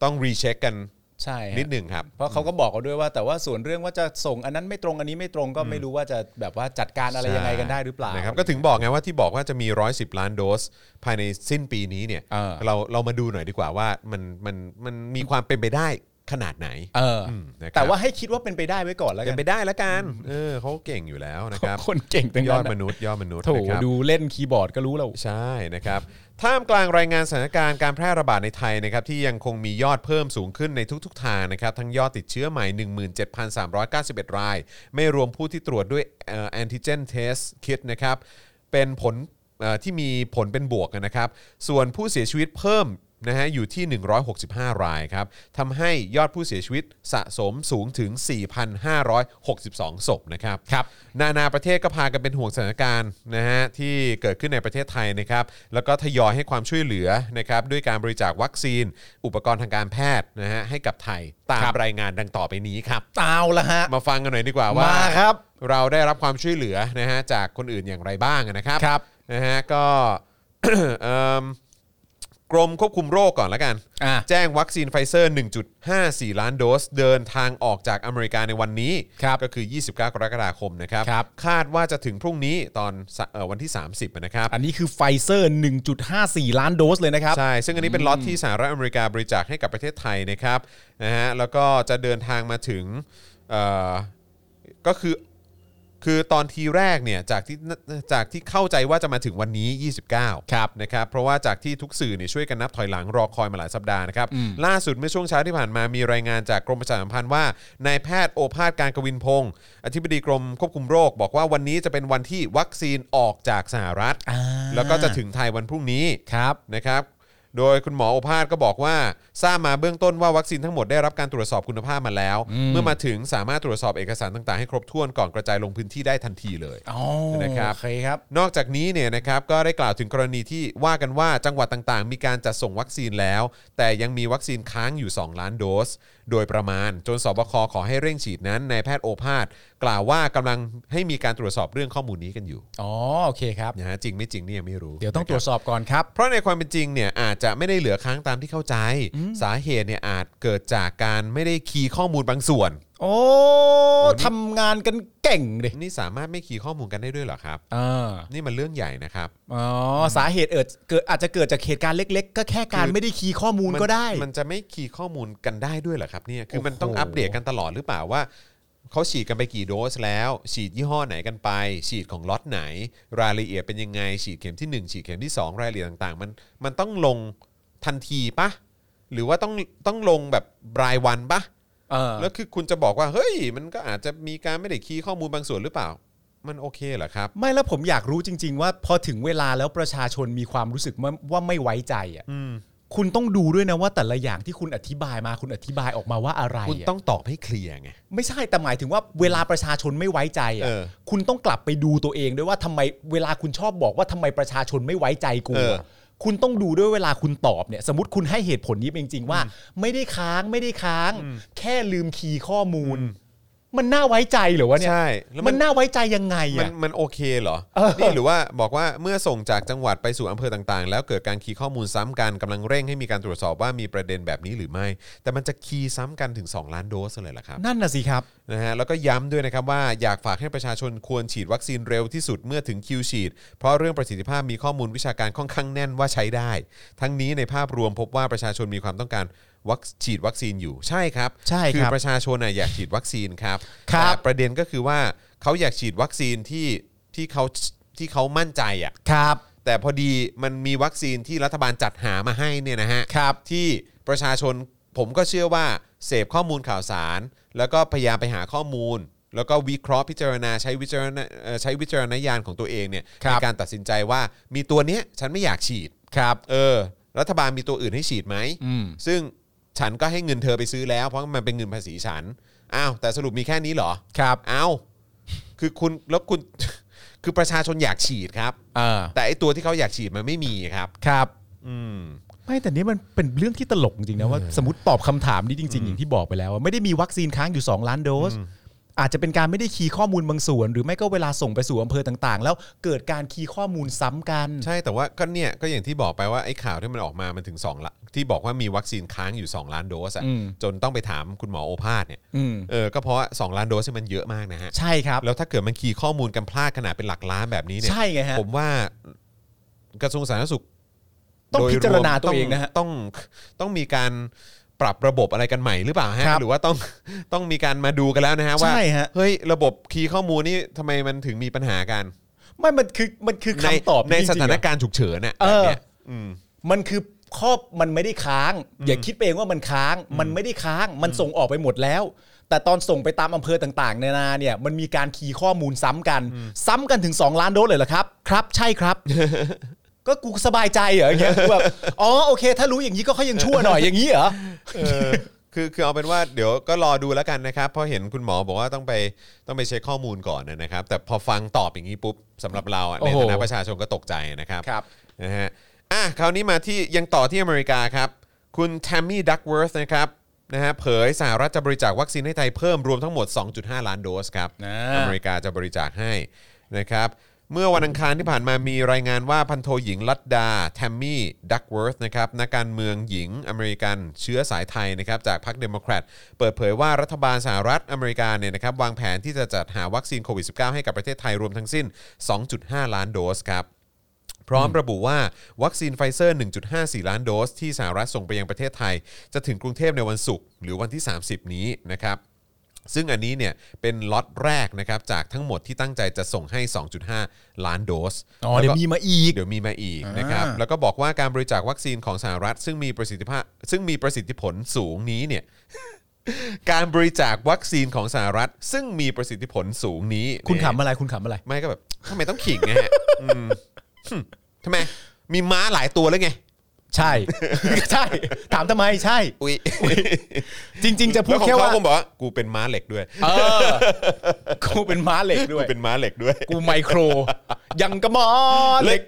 ต้องรีเช็คกัน
ใช่ฮะ
นิดหนึ่งครับ
เพราะเขาก็บอกเราด้วยว่า แต่ว่าส่วนเรื่องว่าจะส่งอันนั้นไม่ตรงอันนี้ไม่ตรงก็ไม่รู้ว่าจะแบบว่าจัดการอะไรยังไงกันได้หรือเปล่า
นะครับก็ถึงบอกไงว่าที่บอกว่าจะมี 110 ล้านโดส ภายในสิ้นปีนี้เนี่ย
เออ
เราเรามาดูหน่อยดีกว่าว่ามันมันมันมีความเป็นไปได้ขนาดไหน
เอออ
มนะครับ
แต่ว่าให้คิดว่าเป็นไปได้ไว้ก่อนแล้ว
เป็
กัน น
ไปได้ละกันเออเขาเก่งอยู่แล้วนะครับ
คนเก่งตั้ง
ยอ
นั้
ด
น
ม
อะ
นุษย์ยอดมนุษย์
โถ
นะครับ
ดูเล่นคีย์บอร์ดก็รู้แล้ว
ใช่นะครับท่ามกลางรายงานสถานการณ์การแพร่ระบาดในไทยนะครับที่ยังคงมียอดเพิ่มสูงขึ้นในทุกๆทางนะครับทั้งยอดติดเชื้อใหม่ 17,391 ราย ไม่รวมผู้ที่ตรวจด้วยแอนติเจนเทสคิดนะครับเป็นผลเอ่อที่มีผลเป็นบวกนะครับ ส่วนผู้เสียชีวิตเพิ่มนะฮะอยู่ที่ 165 รายครับทำให้ยอดผู้เสียชีวิตสะสมสูงถึง 4,562 ศพนะครับ
ครับ
นานาประเทศก็พากันเป็นห่วงสถานการณ์นะฮะที่เกิดขึ้นในประเทศไทยนะครับ แล้วก็ทยอยให้ความช่วยเหลือนะครับด้วยการบริจาควัคซีน อุปกรณ์ทางการแพทย์นะฮะให้กับไทยตาม
ครับ
รายงานดังต่อไปนี้ครับ
ตาวละฮะ
มาฟังกันหน่อยดีกว่าว่า
มาครับ
เราได้รับความช่วยเหลือนะฮะจากคนอื่นอย่างไรบ้างนะครับ
ครับ
นะฮะก็ เอิ่มกรมควบคุมโรคก่อนละกัน
อ่ะ
แจ้งวัคซีนไฟเซอร์ 1.54 ล้านโดส เดินทางออกจากอเมริกาในวันนี้
ครับ
ก็คือ 29 กรกฎาคมนะครับ
ครับ
คาดว่าจะถึงพรุ่งนี้ตอนสะเอ่อวันที่ 30นะครับ
อันนี้คือไฟเซอร์ 1.54 ล้านโดสเลยนะครับ
ใช่ ซึ่งอันนี้เป็นล็อตที่สหรัฐอเมริกาบริจาคให้กับประเทศไทยนะครับนะฮะแล้วก็จะเดินทางมาถึงเอ่อก็คือคือตอนทีแรกเนี่ยจากที่จากที่เข้าใจว่าจะมาถึงวันนี้ 29
ครับ
นะครับเพราะว่าจากที่ทุกสื่อเนี่ยช่วยกันนับถอยหลังรอคอยมาหลายสัปดาห์นะครับล่าสุดเมื่อช่วงเช้าที่ผ่านมามีรายงานจากกรมประชาสัมพันธ์ว่านายแพทย์โอภาสการกวินพงศ์อธิบดีกรมควบคุมโรค บอกว่าวันนี้จะเป็นวันที่วัคซีนออกจากสหรัฐ
อ่า
แล้วก็จะถึงไทยวันพรุ่งนี้
ครับ
นะครับ โดยคุณหมอโอภาสก็บอกว่าทราบมาเบื้องต้นว่าวัคซีนทั้งหมดได้รับการตรวจสอบคุณภาพมาแล้ว เมื่อมาถึงสามารถตรวจสอบเอกสารต่างๆให้ครบถ้วนก่อนกระจายลงพื้นที่ได้ทันทีเลย
อ๋อ
นะครับ
โอเคครับ
นอกจากนี้เนี่ยนะครับก็ได้กล่าวถึงกรณีที่ว่ากันว่าจังหวัดต่างๆ มีการจัดส่งวัคซีนแล้ว แต่ยังมีวัคซีนค้างอยู่ 2 ล้านโดส โดยประมาณ จนสบคขอให้เร่งฉีดนั้นนายแพทย์โอภาสกล่าวว่ากำลังให้มีการตรวจสอบเรื่องข้อมูลนี้กันอยู่
อ๋อ โอเคครับ
นะฮะจริงไม่จริงนี่ยังไม่รู้
เดี๋ยวต้องตรวจสอบก่อนครับ
เพราะในความเป็นจริงเนี่ยอาจจะไม่ได้เหลือค้างตามที่เข้าใจ สาเหตุเนี่ยอาจเกิดจากการไม่ได้คีย์ข้อมูลบางส่วน
โอ้ทำงานกันเก่งดิ
นี่สามารถไม่คีย์ข้อมูลกันได้ด้วยเหรอครับ
อ่า
นี่มันเรื่องใหญ่นะครับ
อ๋อ สาเหตุเอิดเกิดอาจจะเกิดจากเหตุการณ์เล็ก ๆ ก็แค่การไม่ได้คีย์ข้อมูลก็ได้
มันจะไม่คีย์ข้อมูลกันได้ด้วยเหรอครับเนี่ยคือมัน
โอ้โห
ต้องอัปเดตกันตลอดหรือเปล่าว่าเขาฉีดกันไปกี่โดสแล้ว ฉีดยี่ห้อไหนกันไป ฉีดของล็อตไหน รายละเอียดเป็นยังไง ฉีดเข็มทีหนึ่งฉีดเข็มที่สองรายละเอียดต่างๆ มันมันต้องลงทันทีปะหรือว่าต้องต้องลงแบบรายวันปะ
เออ
แล้วคือคุณจะบอกว่าเฮ้ย มันก็อาจจะมีการไม่ได้คีย์ข้อมูลบางส่วนหรือเปล่า มันโอเคเหรอครับ
ไม่แล้วผมอยากรู้จริง ๆ ว่าพอถึงเวลาแล้วประชาชนมีความรู้สึกว่าว่าไม่ไว้ใจอ่ะคุณต้องดูด้วยนะว่าแต่ละอย่างที่คุณอธิบายมาคุณอธิบายออกมาว่าอะไร
คุณ
อะ
ต้องตอบให้เคลียร์ไง
ไม่ใช่แต่หมายถึงว่าเวลาประชาชนไม่ไว้ใจ
เอ
อ่ะ
อ
คุณต้องกลับไปดูตัวเองด้วยว่าทำไมเวลาคุณชอบบอกว่าทำไมประชาชนไม่ไว้ใจกู
เออ
อะคุณต้องดูด้วยเวลาคุณตอบเนี่ย สมมติคุณให้เหตุผลนี้จริง ๆ ว่า ไม่ได้ค้างไม่ได้ค้าง แค่ลืมคีย์ข้อมูล มันน่าไว้ใจเหรอวะเนี่ย
ใช่แล้วมัน
มันน่าไว้ใจยังไง
มัน
อ่ะ
มันโอเคเหรอ
เออ
นี่หรือว่าบอกว่าเมื่อส่งจากจังหวัดไปสู่อำเภอต่างๆ แล้วเกิดการคีย์ข้อมูลซ้ำกันกำลังเร่งให้มีการตรวจสอบว่ามีประเด็นแบบนี้หรือไม่ แต่มันจะคีย์ซ้ำกันถึง 2 ล้านโดสเลยเหรอครับ
นั่นน่ะสิครับ
นะฮะแล้วก็ย้ำด้วยนะครับว่าอยากฝากให้ประชาชนควรฉีดวัคซีนเร็วที่สุดเมื่อถึงคิวฉีด เพราะเรื่องประสิทธิภาพมีข้อมูลวิชาการค่อนข้างแน่นว่าใช้ได้ ทั้งนี้ในภาพรวมพบว่าประชาชนมีความต้องการวัคฉีดวัคซีนอยู่ใช่ครับ
ใช่ครับ
คือประชาชนน่ะอยากฉีดวัคซีนครับ
ครับ
แต่ประเด็นก็คือว่าเขาอยากฉีดวัคซีนที่ที่เขาที่เขามั่นใจอ่ะ
ครับ
แต่พอดีมันมีวัคซีนที่รัฐบาลจัดหามาให้เนี่ยนะฮะครับที่ประชาชนผมก็เชื่อว่าเสพข้อมูลข่าวสาร แล้วก็พยายามไปหาข้อมูล แล้วก็วิเคราะห์พิจารณาใช้วิจารณเอ่อใช้วิจารณญาณของตัวเองเนี่ย
ครั
ใน
บ
การตัดสินใจว่ามีตัวเนี้ยฉันไม่อยากฉีด
ครับ
เออ รัฐบาลมีตัวอื่นให้ฉีดไหม
อืม
ซึ่งฉันก็ให้เงินเธอไปซื้อแล้ว เพราะมันเป็นเงินภาษีฉันอ้าวแต่สรุปมีแค่นี้เหรอ
ครับ
อ้าวคือคุณแล้วคุณ คือประชาชนอยากฉีดครับ
เออ
แต่ไอตัวที่เขาอยากฉีดมันไม่มีครับ
ครับ
อืม
ไม่แต่นี้มันเป็นเรื่องที่ตลกจริงๆนะว่าสมมติตอบคำถามนี้จริง ๆ อย่างที่บอกไปแล้วว่าไม่ได้มีวัคซีนค้างอยู่ 2 ล้านโดส อาจจะเป็นการไม่ได้คีย์ข้อมูลบางส่วน หรือไม่ก็เวลาส่งไปสู่อำเภอต่างๆ แล้วเกิดการคีย์ข้อมูลซ้ำกัน
ใช่แต่ว่าก็เนี่ยก็อย่างที่บอกไปว่าไอ้ข่าวที่มันออกมามันถึง2ละที่บอกว่ามีวัคซีนค้างอยู่ 2 ล้านโดสอะ
อืม
จนต้องไปถามคุณหมอโอภาสเนี่ย
อืม
เออก็เพราะว่า2ล้านโดสเนี่ยมันเยอะมากนะฮะ
ใช่ครับ
แล้วถ้าเกิดมันคีย์ข้อมูลกันพลาดขนาดเป็นหลักล้านแบบนี้เนี่ย
ใช่ไงฮะ
ผมว่ากระทรวงสาธารณสุข
ต้อง
โดย
พิจารณาตัวเอง
ม
นะฮะ
ต้องต้องมีการปรับระบบอะไรกันใหม่หรือเปล่าฮะ
ครับ
หรือว่าต้องต้องมีการมาดูกันแล้วนะฮะว่า
ใช่ฮะ
เฮ้ยระบบคีย์ข้อมูลนี่ทำไมมันถึงมีปัญหากัน
ไม่มันคือมันคือ
ใน
คำตอบ
ใน
จริงๆ
ส
อะ
ถานการณ์ฉุกเฉินน่ะ
เออ
แบบนี่ยม
มันคือครอบมันไม่ได้ค้าง อย่าคิดไปเองว่ามันค้าง มันไม่ได้ค้าง มันส่งออกไปหมดแล้ว แต่ตอนส่งไปตามอำเภอต่างๆ นานาเนี่ยมันมีการขี่ข้อมูลซ้ำกัน ซ้ำกันถึง 2 ล้านโดสเลยเหรอครับครับ ใช่ ครับ ก็กูสบายใจเหรออย่างเงี้ยกูแบบอ๋อโอเค ถ้ารู้อย่างนี้ก็ค่อยยังชั่วหน่อยอย่างนี้เหรอ
เออคือคือเอาเป็นว่าเดี๋ยวก็รอดูแล้วกันนะครับ เพราะเห็นคุณหมอบอกว่าต้องไปต้องไปเช็คข้อมูลก่อนนะครับ แต่พอฟังตอบอย่างนี้ปุ๊บสำหรับเราอะ
โอ้
ใน
โห
ฐานะประชาชนก็ตกใจนะครับ
ครับ
นะฮะอ่ะคราวนี้มาที่ยังต่อที่อเมริกาครับ คุณแทมมี่ดักเวิร์ธนะครับนะฮะเผยสหรัฐจะบริจาควัคซีนให้ไทยเพิ่มรวมทั้งหมด 2.5 ล้านโดสครับ อเมริกาจะบริจาคให้นะครับ เมื่อวันอังคารที่ผ่านมามีรายงานว่าพันโทหญิงลัดดา แทมมี่ ดักเวิร์ธนะครับนักการเมืองหญิงอเมริกันเชื้อสายไทยนะครับจากพรรคเดโมแครตเปิดเผยว่ารัฐบาลสหรัฐอเมริกาเนี่ยนะครับวางแผนที่จะจัดหาวัคซีนโควิด -19 ให้กับประเทศไทยรวมทั้งสิ้น 2.5 ล้านโดสครับ พร้อมระบุว่าวัคซีนไฟเซอร์ 1.54 ล้านโดส ที่สหรัฐส่งไปยังประเทศไทย จะถึงกรุงเทพในวันศุกร์หรือวันที่ 30 นี้นะครับ ซึ่งอันนี้เนี่ยเป็นล็อตแรกนะครับจากทั้งหมดที่ตั้งใจจะส่งให้ 2.5 ล้านโดส
อ๋อเดี๋ยว
แล้วก็
มีมาอีก
เดี๋ยวมีมาอีกนะครับ
อ่า
แล้วก็บอกว่าการบริจาควัคซีนของสหรัฐ ซึ่งมีประสิทธิภาพซึ่งมีประสิทธิผลสูงนี้เนี่ย การบริจาควัคซีนของสหรัฐ ซึ่งมีประสิทธิผลสูงนี้
คุณ
เนี่ย
ขำอะไรคุณขำอะไร
ไม่ก็แบบทำไมต้องขิงไงฮะอืมหึทำไม มีม้าหลายตัวแล้วไง
ใช่ ใช่ ถามทำไมใช่
อุ้ย
จริง ๆ จะพู
แล้
ด
วของ
แค่
เขา
ว่า
คงบอกว่ากูเป็นม้าเหล็กด้วย
เออ กูเป็นม้าเหล็กด้
กู
วย
เป็นม้าเหล็กด้วย
กูไมโคร ยังกระหมอเหล็ก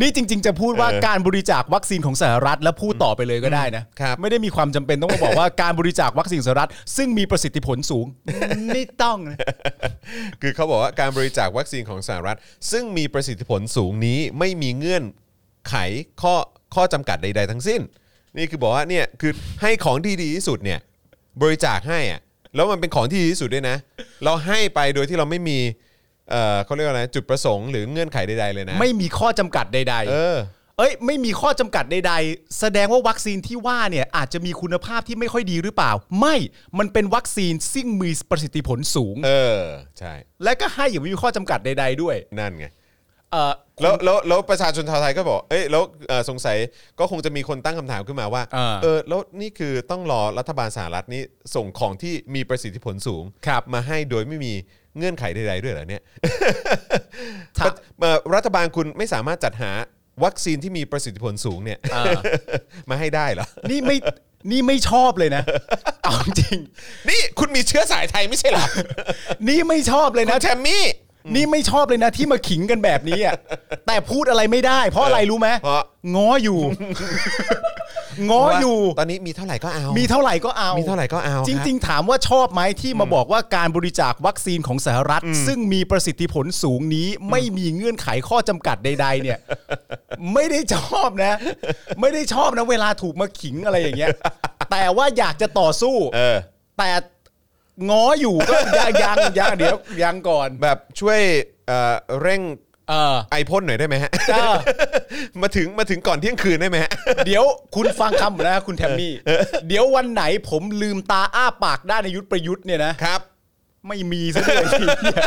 นี่จริง ๆ จะพูดว่า
เออ
การบริจาควัคซีนของสหรัฐ และพูดต่อไปเลยก็ได้นะครับ ไม่ได้มีความจำเป็นต้องมาบอกว่า การบริจาควัคซีนสหรัฐ ซึ่งมีประสิทธิผลสูง ไม่ต้องนะ
คือเขาบอกว่าการบริจาควัคซีนของสหรัฐ ซึ่งมีประสิทธิผลสูงนี้ไม่มีเงื่อนไขข้อข้อจำกัดใด ๆ ทั้งสิ้น นี่คือบอกว่าเนี่ยคือให้ของที่ดีที่สุดเนี่ยบริจาคให้อะแล้วมันเป็นของที่ดีที่สุดด้วยนะ เราให้ไปโดยที่เราไม่มีเอ่อเขาเรียกว่าอะไรจุดประสงค์หรือเงื่อนไขใดๆเลยนะ
ไม่มีข้อจำกัดใด
เออ
ๆ เอ้ย ไม่มีข้อจำกัดใด ๆ แสดงว่าวัคซีนที่ว่าเนี่ยอาจจะมีคุณภาพที่ไม่ค่อยดีหรือเปล่า ไม่มันเป็นวัคซีนซึ่งมีประสิทธิผลสูง
เออใช่
และก็ให้อย่างไม่มีข้อจำกัดใด ๆ ด้วย
นั่นไง
เออ
แล้วแล้วแล้วประชาชนชาวไทยก็บอกเอ้ยแล้วเอ่อสงสัยก็คงจะมีคนตั้งคำถามขึ้นมาว่า
เออ
เออแล้วนี่คือต้องรอรัฐบาลสหรัฐนี้ส่งของที่มีประสิทธิผลสูง
ครับ
มาให้โดยไม่มีเงื่อนไขใดๆด้วยเหรอเนี่ย
ถ้า
ปะ เอ่อรัฐบาลคุณไม่สามารถจัดหาวัคซีนที่มีประสิทธิผลสูงเนี่ย
เออ
มาให้ได้เหรอ
นี่ไม่นี่ไม่ชอบเลยนะเอาจริง
นี่คุณมีเชื้อสายไทยไม่ใช่เหรอ
นี่ไม่ชอบเลย
คุ
นะ
ณแชมมี่
นี่ไม่ชอบเลยนะที่มาขิงกันแบบนี้ อ่ะ แต่พูดอะไรไม่ได้ เพราะอะไรรู้ไหม
เพราะ
ง้อ อยู่ ง้ออยู่
ตอนนี้มีเท่าไหร่ก็เอา
มีเท่าไหร่ก็เอา
มี
มี
เท่าไหร่ก็เอา
จ
ครั
ริง
บ
ๆ ถามว่าชอบไหมที่มาบอกว่าการบริจาควัคซีนของสหรัฐ ซึ่งมีประสิทธิผลสูงนี้ ไม่มีเงื่อนไขข้อจำกัดใด ๆ เนี่ย ไม่ได้ชอบ นะ ไม่ได้ชอบนะ เวลาถูกมาขิงอะไรอย่างเงี้ย แต่ว่าอยากจะต่อสู้
เออ
แต่ง้ออยู่ก็ยัง ยังยังเดี๋ยวยังก่อน
แบบช่วยเอ่อเร่ง
เออ
ไอพ่นหน่อยได้ไหมฮะ
เออ
มาถึงมาถึงก่อนเที่ยงคืนได้ไหมฮะ
เดี๋ยวคุณฟังคำผมนะคุณแทมมี่ เดี๋ยววันไหนผมลืมตาอ้าปากได้ในยุทธประยุทธ์เนี่ยนะ
ครับ
ไม่มีสักเลยทีเดียว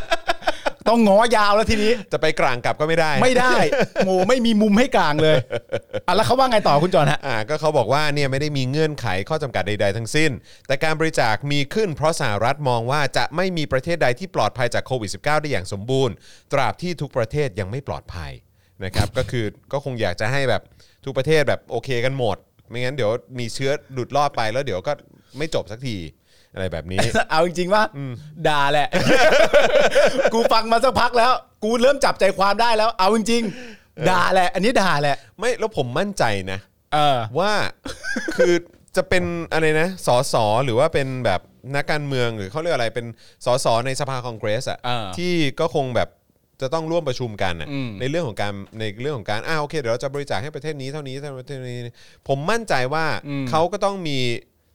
ต้องง้อยาวแล้วทีนี้
จะไปกลางกลับก็ไม่ได้
ไม่ได้โมไม่มีมุมให้กลางเลยอ่ะแล้วเขาว่าไงต่อคุณจอนฮะ
อ่าก็เขาบอกว่าเนี่ยไม่ได้มีเงื่อนไขข้อจำกัดใด ๆ ทั้งสิ้น แต่การบริจาคมีขึ้นเพราะสหรัฐมองว่าจะไม่มีประเทศใดที่ปลอดภัยจากโควิด -19 ได้อย่างสมบูรณ์ ตราบที่ทุกประเทศยังไม่ปลอดภัย นะครับ ก็คือก็คงอยากจะให้แบบทุกประเทศแบบโอเคกันหมด ไม่งั้นเดี๋ยวมีเชื้อหลุดรอดไปแล้วเดี๋ยวก็ไม่จบสักทีอะไรแบบนี้
เอาจริงๆว่าด่าแหละ กูฟังมาสักพักแล้ว กูเริ่มจับใจความได้แล้ว เอาจริงๆด่าแหละ อันนี้ด่าแหละ
ไม่แล้วผมมั่นใจนะ
เออ
ว่า คือจะเป็นอะไรนะสอสอหรือว่าเป็นแบบนักการเมืองหรือเขาเรียกอะไรเป็นสอสอในสภาคองเกรสอะ
อ่า
ที่ก็คงแบบจะต้องร่วมประชุมกันอะ
อืม
ในเรื่องของการในเรื่องของการอ้าวโอเคเดี๋ยวเราจะบริจาคให้ประเทศนี้เท่านี้เท่านี้เท่านี้ ผมมั่นใจว่าเขาก็ต้องมี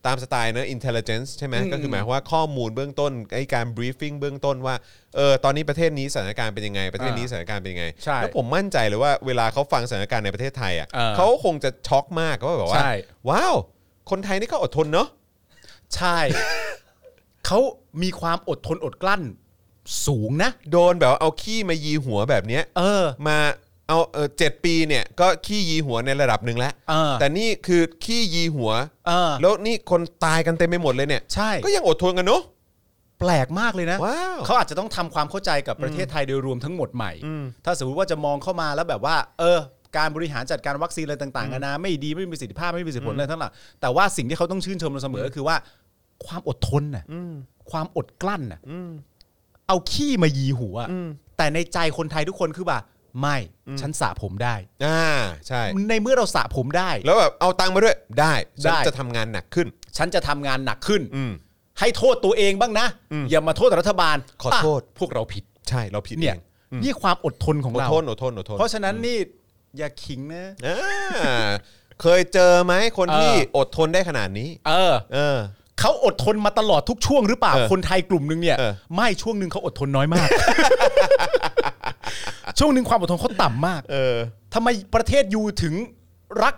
ตามสไตล์เนอะ intelligence ใช่ไหมก็คือหมายความว่าข้อมูลเบื้องต้นไอ้การ briefing เบื้องต้นว่าเออตอนนี้ประเทศนี้สถานการณ์เป็นยังไง ประเทศนี้สถานการณ์เป็นยังไง
ใช่
แล้วผมมั่นใจเลยว่าเวลาเขาฟังสถานการณ์ในประเทศไทยอะ
เออ
เขา ก็คงจะช็อกมากก็แบบว่า
ใช่
ว้าว คนไทยนี่ก็อดทนเนาะ
ใช่ เขามีความอดทนอดกลั้น สูงนะ
โดนแบบว่าเอาขี้มายีหัวแบบเนี้ย
เออ
มาเอาเออเจ็ดปีเนี่ยก็ขี้ยีหัวในระดับหนึ่งแล้ว
เออ
แต่นี่คือขี้ยีหัว
เออ
แล้วนี่คนตายกันเต็มไปหมดเลยเนี่ย
ใช่
ก็ยังอดทนกันเนาะ
แปลกมากเลยนะ
ว้าว
เขาอาจจะต้องทำความเข้าใจกับประเทศไทยโดยรวมทั้งหมดใหม่ ถ้าสมมติว่าจะมองเข้ามาแล้วแบบว่า เออ การบริหารจัดการวัคซีนอะไรต่างๆนานาไม่ดีไม่มีประสิทธิภาพไม่มีประสิทธิผลอะไรทั้งหลายแต่ว่าสิ่งที่เขาต้องชื่นชมเราเสมอก็คือว่า ความอดทนน่ะความอดกลั้นน่ะเอาขี้มายีหัว
อืม
แต่ในใจคนไทยทุกคนคือแบบไม่ฉันสระผมได้
อ่าใช่
ในเมื่อเราสระผมได้
แล้วแบบเอาตังค์มาด้วยได้ฉัน
ได้
จะทำงานหนักขึ้น
ฉันจะทำงานหนักขึ้น
อืม
ให้โทษตัวเองบ้างนะ อย่ามาโทษรัฐบาล
ขอโทษ
ะพวกเราผิด
ใช่เราผิด
เนี่ย
อง
นี่ความอดทนของ
อด
เรา
ทนอดทนอดทน
เพราะฉะนั้นนี่อย่าขิงนะ
อ่าเคยเจอไหมคน
เออ
ที่อดทนได้ขนาดนี้
เออ
เออ
เขาอดทนมาตลอดทุกช่วงหรือเปล่า
เออ
คนไทยกลุ่มหนึงเนี่ย
เออ
ไม่ช่วงหนึ่งเขาอดทนน้อย มาก ช่วงหนึ่งความอดทนเขาต่ำมาก
เออ
ทำไมประเทศยูถึงรัก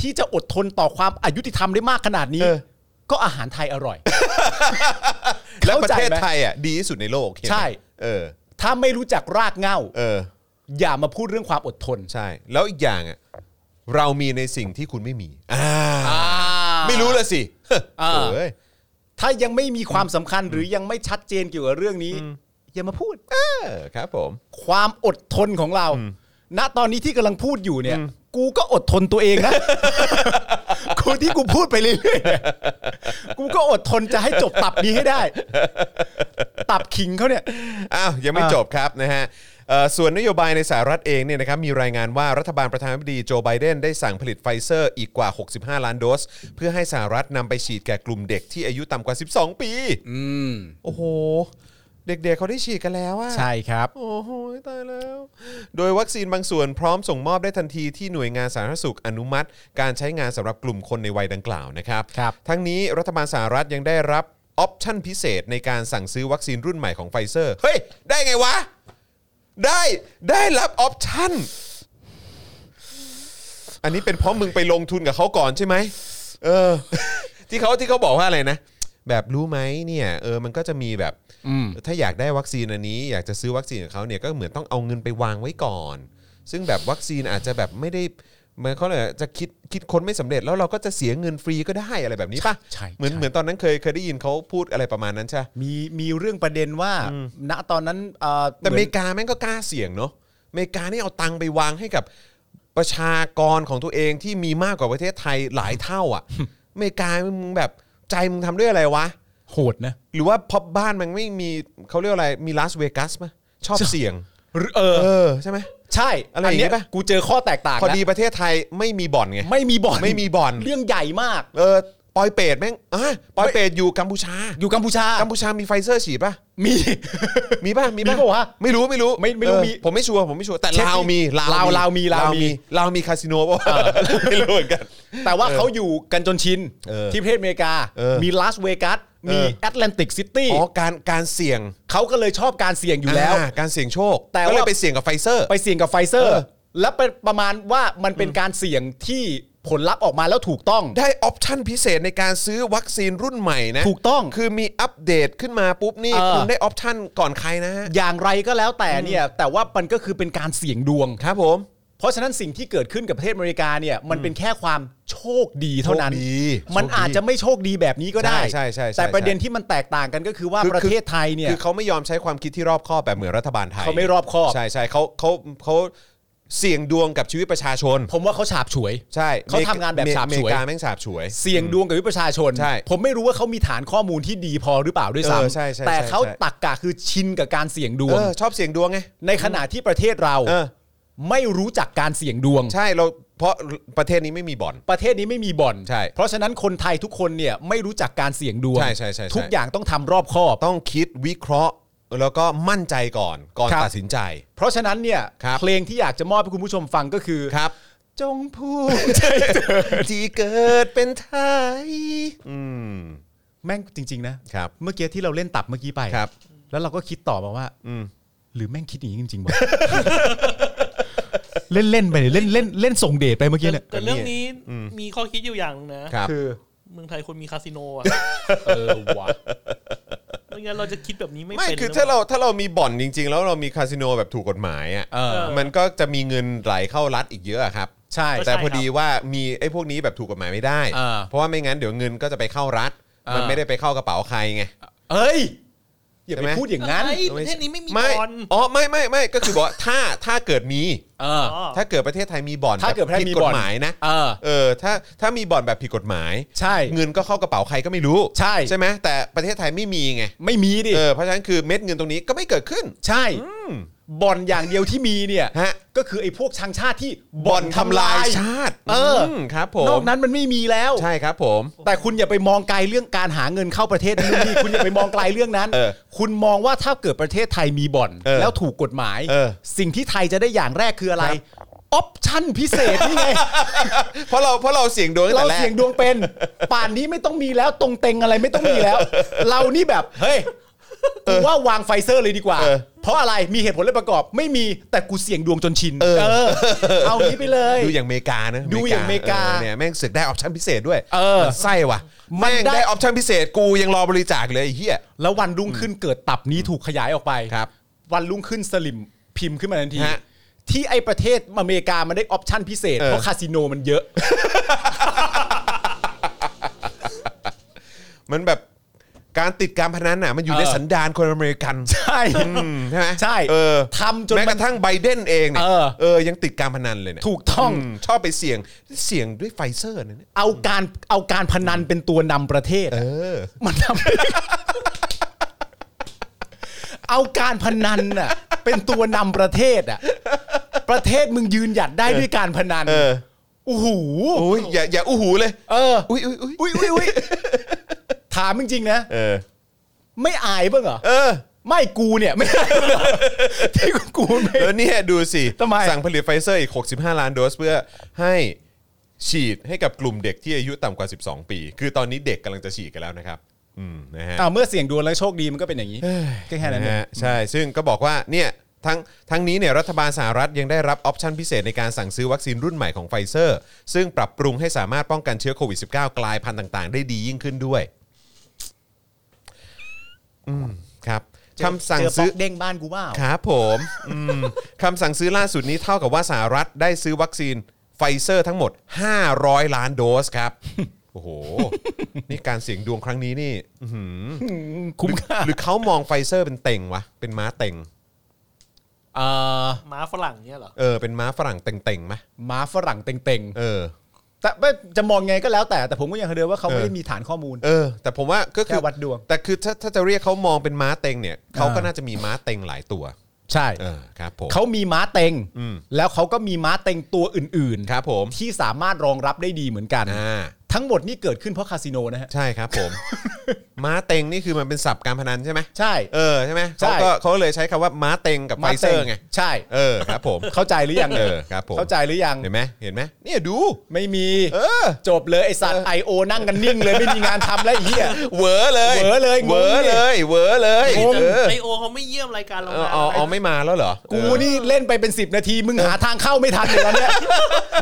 ที่จะอดทนต่อความอายุติธรรมได้มากขนาดนี้
เออ
ก็อาหารไทยอร่อย
และประเทศ
เข้าใจไหม
ไทยอ่ะดีที่สุดในโลกเห็นไหม
ใช่
เออ
ถ้าไม่รู้จักรากเหง้า
เออ
อย่ามาพูดเรื่องความอดทน
ใช่ แล้วอีกอย่างอ่ะเรามีในสิ่งที่คุณไม่มีอ่า
อ่า
ไม่รู้ละสิ
อ่า
โอ้ย
ถ้ายังไม่มีความสำคัญหรือยังไม่ชัดเจนเกี่ยวกับเรื่องนี้ อย่ามาพูด
เออครับผม
ความอดทนของเรา ณ ตอนนี้ที่กำลังพูดอยู่เนี่ย กูก็อดทนตัวเอง นะ กูที่กูพูดไปเรื่อยๆเนี่ยกูก็อดทนจะให้จบตับนี้ให้ได้ ตับขิงเขาเนี่ย
อ้าวยังไม่
อ่ะ
จบครับนะฮะเอ่อส่วนนโยบายในสหรัฐเองเนี่ยนะครับมีรายงานว่ารัฐบาลประธานาธิบดีโจไบเดนได้สั่งผลิตไฟเซอร์อีกกว่า 65 ล้านโดส เพื่อให้สหรัฐนำไปฉีดแก่กลุ่มเด็กที่อายุต่ำกว่า 12 ปี โอ้โห เด็กๆเขาได้ฉีดกันแล้วอะ
ใช่ครับ
โอ้โหตายแล้ว โดยวัคซีนบางส่วนพร้อมส่งมอบได้ทันทีที่หน่วยงานสาธารณสุขอนุมัติ การใช้งานสำหรับกลุ่มคนในวัยดังกล่าวนะครับ
ครับ
ทั้งนี้รัฐบาลสหรัฐยังได้รับออปชั่นพิเศษในการสั่งซื้อวัคซีนรุ่นใหม่ของไฟเซอร์ เฮ้ย ได้ไงวะ ได้ได้รับออปชั่น อันนี้เป็นเพราะมึงไปลงทุนกับเขาก่อนใช่ไหมเออ ที่เขาที่เขาบอกว่าอะไรนะ แบบรู้ไหมเนี่ยเออมันก็จะมีแบบ ถ้าอยากได้วัคซีนอันนี้ อยากจะซื้อวัคซีนของเขาเนี่ยก็เหมือนต้องเอาเงินไปวางไว้ก่อน ซึ่งแบบวัคซีนอาจจะแบบไม่ได้เหมือนเขาเลยกอะไรจะคิดคิดค้นไม่สำเร็จแล้วเราก็จะเสียเงินฟรีก็ได้อะไรแบบนี้ป่ะ
ใช่ใช่
เหมือนเหมือนตอนนั้นเคยเคยได้ยินเขาพูดอะไรประมาณนั้นใช่ปะ
มีมีเรื่องประเด็นว่า ณ ตอนนั้นเอ่อ
แต่อ
เห
เม
มือน
ริกาแม่งก็กล้าเสี่ยงเนาะอเมริกานี่เอาตังค์ไปวางให้กับประชากรของตัวเองที่มีมากกว่าประเทศไทยหลายเท่า อ่ะ อเมริกามึงแบบใจมึงทำด้วยอะไรวะ
โหดนะ
หรือว่าเพอบ้านมันไม่มีเขาเรียกอะไรมีลาสเวกัสมั้ยชอบเสี่ยง
หรือเออ
เออใช่ไหม
ใช่
อะไรอย่างงี้
เนี้ย
ปะ
กูเจอข้อแตกต่าง
พอ
แล้ว
ดีประเทศไทยไม่มีบ่อนไง
ไม่มีบ่อน
ไม่มีบ่อน
เรื่องใหญ่มาก
เออปอยเปตแม่งอ่ะปอยเปตอยู่กัมพูชา
อยู่กัมพูชา
กัมพูชามีไฟเซอร์ฉีดป่ะ
มี
มีป่ะ มีป่ะ
มีปะวะ
ไม่รู้ไม่รู้
ไม่ไม่รู้
เออ
มี
ผมไม่ชัวร์ผมไม่ชัวร์แต่
เช็ค
ลาว
ดิ
มี
ลาวลาวมีลาวมี
ลาวมีคาสิโนป่ะไม่รู้เหมือนกัน
แต่ว่าเขาอยู่กันจนชิน
เออ
ที่ประเทศอเมริกา
เออ
มีลาสเวกัส มี
เออ
แอตแลนติกซิตี้
อ๋อการการเสี่ยง
เขาก็เลยชอบการเสี่ยงอยู่แล้ว
าการเสี่ยงโชค
แต่
ก็เลย
ว่า
ไปเสี่ยงกับไฟเซอร์
ไปเสี่ยงกับไฟเซอ
เอ
ร์
อ
และเป็นประมาณว่ามันเป็นการเสี่ยงที่ผลลัพธ์ออกมาแล้วถูกต้อง
ได้ออปชั่นพิเศษในการซื้อวัคซีนรุ่นใหม่นะ
ถูกต้อง
คือมีอัปเดตขึ้นมาปุ๊บนี่
เออ
คุณได้ออปชั่นก่อนใครนะฮะ
อย่างไรก็แล้วแต่เนี่ย แต่ว่ามันก็คือเป็นการเสี่ยงดวง
ครับผม
เพราะฉะนั้นสิ่งที่เกิดขึ้นกับประเทศอเมริกาเนี่ย มันเป็นแค่ความโชคดีเท่านั้น
โชคดี
มัน
โชคดี
อาจจะไม่โชคดีแบบนี้ก็ได้
ใช่ใช่ใช่ใช่
แต่ประเด็นที่มันแตกต่างกันก็คือว่า
คือ
ประเทศไทยเนี่ย
คือเขาไม่ยอมใช้ความคิดที่รอบคอบแบบเหมือนรัฐบาลไทย
เขาไม่รอบคอบ
ใช่ใช่เขาเขาเขา เสี่ยงดวงกับชีวิตประชาชน
ผมว่าเขาฉาบฉวย
ใช่
เขาทำงานแบบฉาบฉวย
อเมริกาแม่งฉาบฉวย
เสี่ยงดวงกับวิประชาชน
ใช่
ผมไม่รู้ว่าเขามีฐานข้อมูลที่ดีพอหรือเปล่าด้วยซ้
เออใช่ใช่
ำแต่เขา
ใช่ใช่
ตักกะคือชินกับการเสี่ยงดว
เอง อชอบเสี่ยงดวงไง
ในขณะที่ประเทศเรา
เออ
ไม่รู้จักการเสี่ยงดวง
ใช่เราเพราะประเทศนี้ไม่มีบ่อน
ประเทศนี้ไม่มีบ่อน
ใช่
เพราะฉะนั้นคนไทยทุกคนเนี่ยไม่รู้จักการเสี่ยงดวง
ใช่ใช่ใช่ใช่
ทุกอย่างต้องทำรอบคอบ
ต้องคิดวิเคราะห์ แล้วก็มั่นใจก่อนก่อน
ครับ
ตัดสินใจ
เพราะฉะนั้นเนี่ย
ครับ
เพลงที่อยากจะมอบให้คุณผู้ชมฟังก็คือ
ครับ
จงภูมิใจเถิด
ที่เกิดเป็นไทย อืม
แม่งจริง ๆ นะ
ครับ
เมื่อกี้ที่เราเล่นตับเมื่อกี้ไป
ครับ
แล้วเราก็คิดต่อมาว่า
อืม
หรือแม่งคิดอย่างนี้จริงๆบ่ เล่นเล่นๆไปเนี่ยเล่นเล่นเล่นส่งเดทไปเมื่อกี้เนี่ย
แต่เรื่องนี้
อืม
มีข้อคิดอยู่อย่างหนึงนะ
ครับ
คือ
เมืองไทยควรมีคาสิโน อ่ะ
เออวะ
ไม่งั้นเราจะคิดแบบนี้ไม่
ไม่
เป็น
คือ
นะ
ถ้าเราถ้าเรามีบ่อนจริง ๆ แล้วเรามีคาสิโนแบบถูกกฎหมายอ่ะ
เออ
มันก็จะมีเงินไหลเข้ารัฐอีกเยอะอะครับ
ใช่
แต่พอดีว่ามีไอ้พวกนี้แบบถูกกฎหมายไม่ได้
อ่า
เพราะว่าไม่งั้นเดี๋ยวเงินก็จะไปเข้ารัฐ
อ่ามั
มันไม่ได้ไปเข้ากระเป๋าใครไง
เอ้ย อย่า
ใช่
ไป
ไหม
พูดอย่างนั้น
ไอ้ประเทศนี้ไม่มี
ไม่
บอล
อ๋อ ไม่ไม่ไม่ก็คือบอกว่าถ้าถ้าเกิดมี
เออ
อ๋อ
ถ้าเกิดประเทศไทยมีบ่อน
ถ้าเกิดประเทศ
ผิ
มี
ก
บ่อ
ฎ
น
หมายนะ
เออ
เออ ถ้าถ้ามีบ่อนแบบผิดกฎหมาย
ใช่
เงินก็เข้ากระเป๋าใครก็ไม่รู้
ใช่
ใช่ไหมแต่ประเทศไทยไม่มีไง
ไม่มีดิ
เออ เพราะฉะนั้นคือเม็ดเงินตรงนี้ก็ไม่เกิดขึ้น
ใช่บ่อนอย่างเดียวที่มีเนี่ย
ฮะ
ก็คือไอ้พวกชังชาติที่
บ่อนทำลายช
ชาติ
าติ
เอออื
มครับผม
นอกนั้นมันไม่มีแล้ว
ใช่ครับผม
แต่คุณอย่าไปมองไกลเรื่องการหาเงินเข้าประเทศนู่นนี่ คุณอย่าไปมองไกลเรื่องนั้น
เออ
คุณมองว่าถ้าเกิดประเทศไทยมีบ่อน
เออ
แล้วถูกกฎหมาย
เออ
สิ่งที่ไทยจะได้อย่างแรกคืออะไร ออปชั่นพิเศษนี่ไง
เพราะเราเพราะเราเสี่ยงดวงตั้ง
เรา
แต่แรก
เสี่ยงดวงเป็น ป่านนี้ไม่ต้องมีแล้วตรงเต็งอะไรไม่ต้องมี แล้ว เรานี่แบบเฮ้ยกูว่าวางไฟเซอร์เลยดีกว่า
เออ
เพราะอะไรมีเหตุผลอะไรประกอบ ไม่มีแต่กูเสี่ยงดวงจนชิน เออ เอานี้ไปเลย
ดูอย่างอเมริกานะ
ดูอย่างอเมริกา
เออเนี่ยแม่งเสือกได้ออปชั่นพิเศษด้วย
เออ
มันไส้ว่ะ
มั
แม่
น
ง
ได้
ได้ออปชั่นพิเศษกูยังรอบริจาคเลยไอ้เฮีย
แล้ววันรุ่งขึ้นเกิดตับนี้ถูกขยายออกไป
ครับ
วันรุ่งขึ้นสลิมพิมพ์ขึ้นมาทันที
ฮะ
ที่ไอประเทศอเมริกามันได้ออปชั่นพิเศษ
เออ
เพราะคาสิโนมันเยอะ
มันแบบการติดการพนันน่ะมันอยู่ใน
เออ
สันดานคนอเมริกัน
ใช่
อืมใช่ไหม
ใช่
เออ
ทำจน
แม้กระทั่งไบเดนเองเนี่ย
เออ
เออยังติดการพนันเลยเนี่ย
ถูกต้อง
มชอบไปเสี่ยงเสี่ยงด้วยไฟเซอร์นะเนี่ย
เอาการเอาการพนันเป็นตัวนำประเทศ
เอ
อะ
อ
มันทำ เอาการพนันน่ะ เป็นตัวนำประเทศอ่ะ ประเทศมึงยืนหยัดได้ด้วยการพนัน
เออ
โอ้โห
อุ้ยอย่าอย่าอู้หูเลย
เออ
อุ้ยอุ้ยอุ้ย
อุ้ยอุ้ยอุ้ยถามจริงๆนะ
เออ
ไม่อายบ้างเหรอ
เออ
ไม่กูเนี่ย ไม่อายบ้างเหรอที่กูไม่
แล้วเนี่ยดูสิ
ทำไม
สั่งผลิตไฟเซอร์อีก 65 ล้านโดสเพื่อให้ฉีดให้กับกลุ่มเด็กที่อายุต่ำกว่า 12 ปี คือตอนนี้เด็กกำลังจะฉีดกันแล้วนะครับ อืมนะฮะ
อ้าวเมื่อเสี่ยงดวงแล้วโชคดีมันก็เป็นอย่างนี้ก็แค่นั้นเอ
นะ
ง
ฮะใช่ ซึ่งก็บอกว่าเนี่ยทั้งทั้งนี้เนี่ยรัฐบาลสหรัฐยังได้รับออปชันพิเศษในการสั่งซื้อวัคซีนรุ่นใหม่ของไฟเซอร์ ซึ่งปรับปรุงให้สามารถป้องกันเชื้อโควิด -19 กลายพันธุ์ต่างๆ ได้ดียิ่งขึ้นด้วย อืมครับคำสั่ง
เจอป๊
ซื้
อ
อ
กเด้งบ้านกูว่า
ครับผมอืมคำสั่งซื้อล่าสุดนี้เท่ากับว่าสหรัฐได้ซื้อวัคซีนไฟเซอร์ทั้งหมด 500 ล้านโดส ครับ โอ้โห นี่การเสี่ยงดวงครั้งนี้นี่ อื้อหือ
คุ้มค่า
หรือเขามองไฟเซอร์เป็นเต็งวะ เป็นม้าเต็ง
เออ
ม้าฝรั่งเนี่ยเหรอ
เออ เป็นม้าฝรั่งเต็งๆไหม
ม้าฝรั่งเต็ง
เออ
ๆแต่ไม่จะมองไงก็แล้วแต่แต่ผมก็ยังเดิมว่าเขาไม่ได้มีฐานข้อมูล
เออ แต่ผมว่าก็คือ
แค่วัดดวง
แต่คือถ้าถ้าจะเรียกเขามองเป็นม้าเต็งเนี่ยเขาก็น่าจะมีม้าเต็งหลายตัว
ใช่
เออ ครับผม
เขามีม้าเต็ง
อืม
แล้วเขาก็มีม้าเต็งตัวอื่น
ครับผม
ที่สามารถรองรับได้ดีเหมือนกัน
อ่า
ทั้งหมดนี่เกิดขึ้นเพราะคาสิโนนะฮะ
ใช่ครับ ผม ม้าเต็งนี่คือมันเป็นศัพท์การพนันใช่ไหม
ใช่
เออใช่ไหม
ใช่
เขาก็เขาเลยใช้คำว่าม้าเต็งกับไฟ
ม้า
เซอร์ไง
ใช่
เออครับผม
เข้าใจหรือยัง
เออครับผม
เข้าใจหรือยัง
เห็นไหมเห็นไหมเนี่ยดู
ไม่มี
เออ
จบเลยไอสัตว์ไอโอนั่งกันนิ่งเลยไม่มีงานทำแล้วไอ้เหี้ย
เหวอเลย
เหวอเลย
เหวอเลยเหวอเลย
งง
เออ
ไอโอเขาไม่เยี่ยมรายการเรา
เออ
นะ
อ๋ออ๋อไม่มาแล้วเหรอ
กู
เออ
นี่เล่นไปเป็น 10 นาที มึงหาทางเข้าไม่ทันเดี๋ยวนี้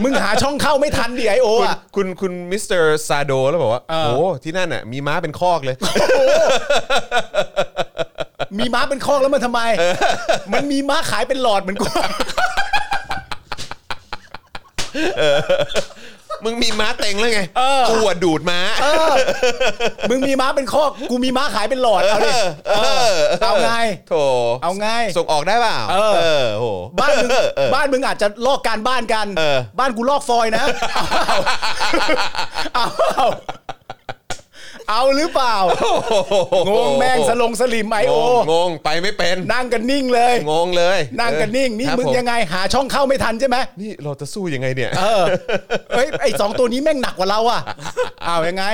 มึงหาช่องเข้าไม่ทันดิไอโอ
คุณ
อะ
คุณคุณมิสเตอร์ซาโดแล้วบอกว่า
เออ
โอ้ที่นั่นน่ะมีม้าเป็นคอกเลย
มีม้าเป็นคอกแล้วมันทำไม มันมีม้าขายเป็นหลอดเหมือนกู
มึงมีม้าเต็งแล้วไงกูอะดูดม้า
มึงมีม้าเป็นคอกกูมีม้าขายเป็นหลอดเอาดิ
เออ
เอาไง
โถ
เอาไง
ส่งออกได้เปล่า
เออ
อโห
บ้านมึงบ้านมึงอาจจะลอกการบ้านกัน
เออ
บ้านกูลอกฟอยนะ เอาเอาเอาหรือเปล่า งงแม่งสลงสลิมไอโอ
งงงงไปไม่เป็น
นั่งกันนิ่งเลย
งงเลย
นั่งกันนิ่ง นี่
ครับ
มึง
ผ
ยังไงหาช่องเข้าไม่ทันใช่ไหม
นี่เราจะสู้ยังไงเนี่ย
เออเฮ้ยไอสองตัวนี้แม่งหนักกว่าเราอ่ะเอายังไง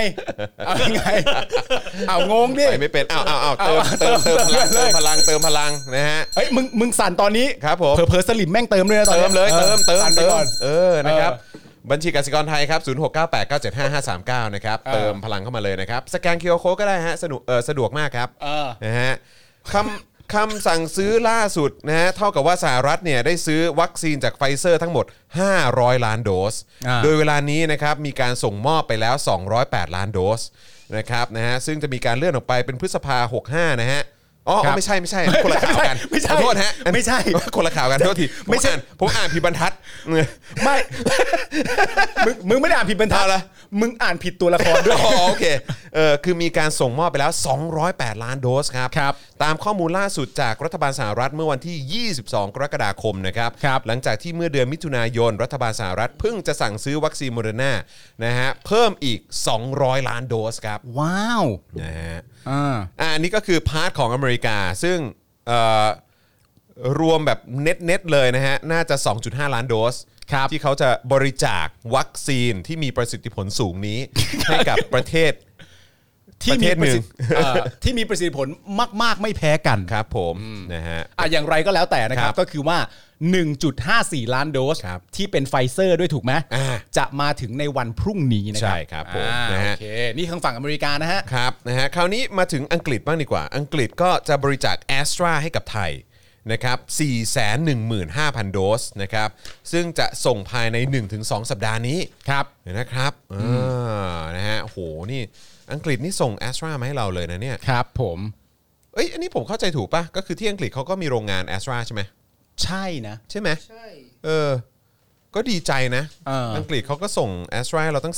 เอายังไง เอางงดิ
ไปไม่เป็นอ้าวอ้าวอ้าวเติมเติมเติมพลังเติมพลังเติมพลังนะฮะ
เฮ้ยมึงมึงสั่นตอนนี้
ครับผม
เผลอๆสลิมแม่งเติมเลยนะตอน
เติ
นี้
มเลยเติมเติม
สั่นไป
เติม
ก่อน
เออนะครับบัญชีกสิกรไทยครับ0698975539นะครับ
เออ
เติมพลังเข้ามาเลยนะครับสแกน QR Code ก็ได้ฮะสนุกเออสะดวกมากครับ
เออ
นะฮะคำคำสั่งซื้อล่าสุดนะฮะเท่ากับว่าสหรัฐเนี่ยได้ซื้อวัคซีนจากไฟเซอร์ทั้งหมด 500 ล้านโดส
อ่า
โดยเวลานี้นะครับมีการส่งมอบไปแล้ว 208 ล้านโดสนะครับนะฮะซึ่งจะมีการเลื่อนออกไปเป็นพฤษภา 65 นะฮะอ๋ออ๋อไม่ใช่ไม่ใช่คนละข่าวกัน
ไม่ใช่
ขอโทษฮะ
ไม่ใช่
คนละข่าว กันโทษที
ไม่
ไม่
ใช่
ใช่านผมอ่านผิดบรรทัด
ไม่มึงมึงไม่ได้อ่านผิดบรรทัด
เอาละ
มึงอ่านผิดตัวละครด้วย
อ๋อโอเคเออคือมีการส่งมอบไปแล้ว 208 ล้านโดสครับ
ครับ
ตามข้อมูลล่าสุดจากรัฐบาลสหรัฐเมื่อวันที่ 22 กรกฎาคมนะครับ
ครับ
หลังจากที่เมื่อเดือนมิถุนายน รัฐบาลสหรัฐเพิ่งจะสั่งซื้อวัคซีนโมเดอร์นานะฮะเพิ่มอีก 200 ล้านโดสครับ
ว้าว
นะฮะ
อ่า
อ่าอันนี้ก็คือพาร์ทของอเมริกา ซึ่งเอ่อรวมแบบเน็ตเน็ตๆเลยนะฮะ น่าจะ 2.5 ล้านโดส
ครับ
ที่เขาจะบริจาควัคซีนที่มีประสิทธิผลสูง นี้ ให้กับประเทศ
ที่
ประ
มี
เทศ
ประสิท
หนึ่
ธิ
ง
เอ่อที่มีประสิทธิผลมาก ๆ ไม่แพ้กัน
ครับผมนะฮะ
อ่ะอย่างไรก็แล้วแต่นะครั
ครับ บ
ก็คือว่า 1.54 ล้านโดส
ครับ
ที่เป็นไฟเซอร์ด้วยถูกไหม
อ่า
จะมาถึงในวันพรุ่งนี้นะครั
ใช่ครับผม
อ่า
นะฮะ
โอเคนี่ทางฝั่งอเมริกานะฮะ
ครับนะฮะคราวนี้มาถึงอังกฤษบ้างดีกว่า อังกฤษก็จะบริจาคแอสตราให้กับไทยนะครับ 415,000 โดสนะครับ ซึ่งจะส่งภายใน 1-2 สัปดาห์นี้
ครับ
นะครับอ่านะฮะโหนี่อังกฤษนี่ส่งแอสตรามาให้เราเลยนะเนี่ย
ครับผม
เอ้ยอันนี้ผมเข้าใจถูกปะก็คือที่อังกฤษเขาก็มีโรงงานแอสตราใช่ไหม
ใช่นะ
ใช่ไหม
ใช่
เออ ก็ดีใจนะ
เอออั
งกฤษเขาก็ส่งแอสตราเราตั้ง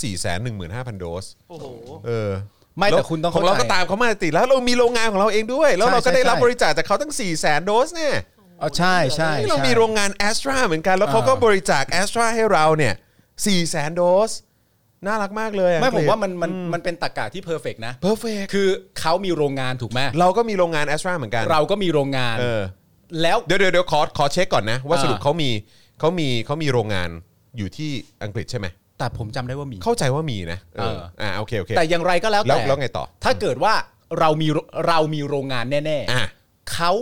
415,000 โดส
โอ้โห
เออ
ไม่แต่คุณต้อง
ของเรา
เข้าใจ
ก็ตามเขามาติดแล้วเรามีโรงงานของเราเองด้วย แล้ว
ใช่
เราก็ได้รับ
ใช่
บริจาคจากเขาตั้ง4ี่แสนโดสเนี่ย
อ๋อใช่ใช่
นี่เรา
ใช่
มีโรงงานแอสตราเหมือนกัน แล้วเขาก็
เออ
บริจาคแอสตราให้เราเนี่ยสี่แสนโดส น่ารักมากเลย
ไม่ผมว่ามันมันมันเป็นตรรกะที่เพอร์เฟกนะ
เพอร์เฟก
คือเขามีโรงงานถูกไหม
เราก็มีโรงงานแอสตราเหมือนกัน
เราก็มีโรงงาน
เออ
แล้ว
เดี๋ยวเดี๋ยวเดี๋ยวขอขอเช็คก่อนนะ ว่า
อ่า
สรุปเขามีเขามีเขามีโรงงานอยู่ที่อังกฤษใช่ไหม
แต่ผมจำได้ว่ามี
เข้าใจว่ามีนะ
เออ
อ่าโอเคโอเค
แต่อย่างไรก็แล้ว
แล้ว
แต่
แล้วไงต่อ
ถ้าเกิดว่าเรามีเรามีโรงงานแน่
อ่ะ
ๆเขา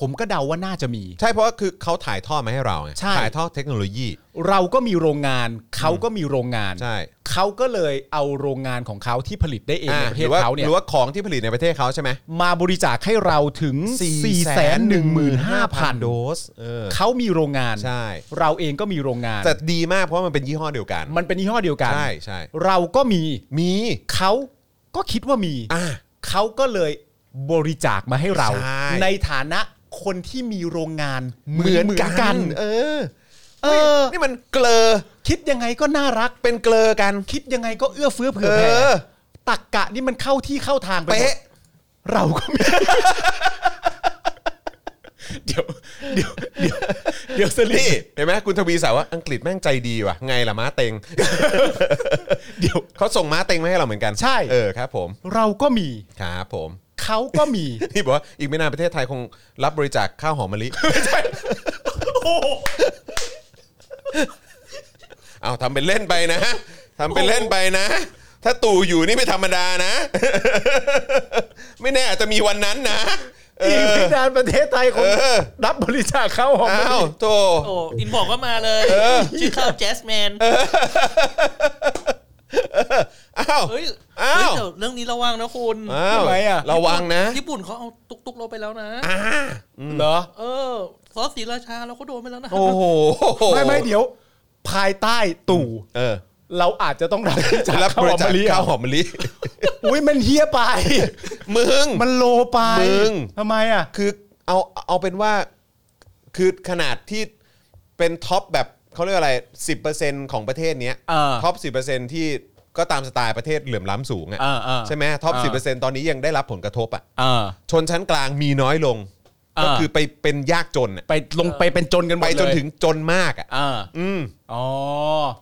ผมก็เดาว่าน่าจะมี
ใช่เพราะว่าคือเขาถ่ายทอดมาให้เราไง
ใช่
ถ่ายทอดเทคโนโลยี
เราก็มีโรงงานเขาก็มีโรงงาน
ใช่
เขาก็เลยเอาโรงงานของเขาที่ผลิตได้เองในประเทศเขาเนี่ย
หรือว่าของที่ผลิตในประเทศเขาใช่ไหม
มาบริจาคให้เราถึง 4 1 5 0 0 0
โดสเออ
เขามีโรงงาน
ใช่
เราเองก็มีโรงงาน
แต่ดีมากเพราะว่ามันเป็นยี่ห้อเดียวกัน
มันเป็นยี่ห้อเดียวกัน
ใช่ใช่
เราก็มี
มี
เขาก็คิดว่ามี
อ่ะ
เขาก็เลยบริจาคมาให้เรา
ใช่
ฐานะคนที่มีโรงงาน
เหมือนกัน เออ
เออ
นี่มันเกลอ
คิดยังไงก็น่ารัก
เป็นเกลอกัน
คิดยังไงก็เอื้อเฟื้อเผื่
เอ
อแผ่
อ
ตักกะนี่มันเข้าที่เข้าทางไปหมด
เป๊ะ
เราก็มี เดี๋ยว เดี๋ยว เดี๋ยวเดี๋ยวสลิ
นี่
ม
เห็นไหมคุณทวีสาวว่าอังกฤษแม่งใจดีว่ะ ไงล่ะม้าเต็ง
เดี๋ยว
เขาส่งม้าเต็งมาให้เราเหมือนกัน
ใช่
เออครับผม
เราก็มี
ครับผม
เขาก็มี
นี่บอกว่าอีกไม่นานประเทศไทยคงรับบริจาคข้าวหอมมะลิ เอาทำเป็นเล่นไปนะทำเป็นเล่นไปนะ ถ้าตู่อยู่นี่ไม่ธรรมดานะ ไม่แน่อาจจะมีวันนั้นนะเอ
อีก
อ
ไม่นานประเทศไทยคง
เออ
รับบริจาคเข้าหอมมะ
อ้าว
ลิ
โต
โอ้ อินบอกก็มาเลยชื่อข้าวแจสแมน
อ้าว
เฮ้ย
อ้าว
เฮ้ยเดี๋ยวเรื่องนี้ระวังนะคุณ
อ้าว
ทำไมอ่ะ
ระวังนะ
ญี่ปุ่นเขาเอาตุกตุกเราไปแล้วนะ
อ่า
เหรอ
เออซอสสีราชาเราก็โดนไปแล้วนะ
โอ้โห
ไม่ไม่เดี๋ยว ภายใต้ตู่
เออ
เราอาจจะต้องรับบริจาค
รับบ
ข้าวหอม
ริจาค
มะลิอ่ะ
ข้าวหอมมะลิ
อุ้ยมันเฮี้ยไป
มึง
มันโลไป
มึง
ทำไมอ่ะ
คือเอาเอาเป็นว่าคือขนาดที่เป็นท็อปแบบ เขาเรียกอะไร 10%ของประเทศเนี้ย
เออ
ท็อป10%ที่ก็ตามสไตล์ประเทศเหลื่อมล้ำสูงอ่ะ
เออเออ
ใช่ไหมท็อป
เออ
10%ตอนนี้ยังได้รับผลกระทบอ่ะ
เออ
ชนชั้นกลางมีน้อยลง
เออ
ก็คือไปเป็นยากจนอะ
ไปลงไปเป็นจนกันหมด
ไป
เลย
จนถึงจนมากอ่ะ
อ่า
อืม
อ๋อ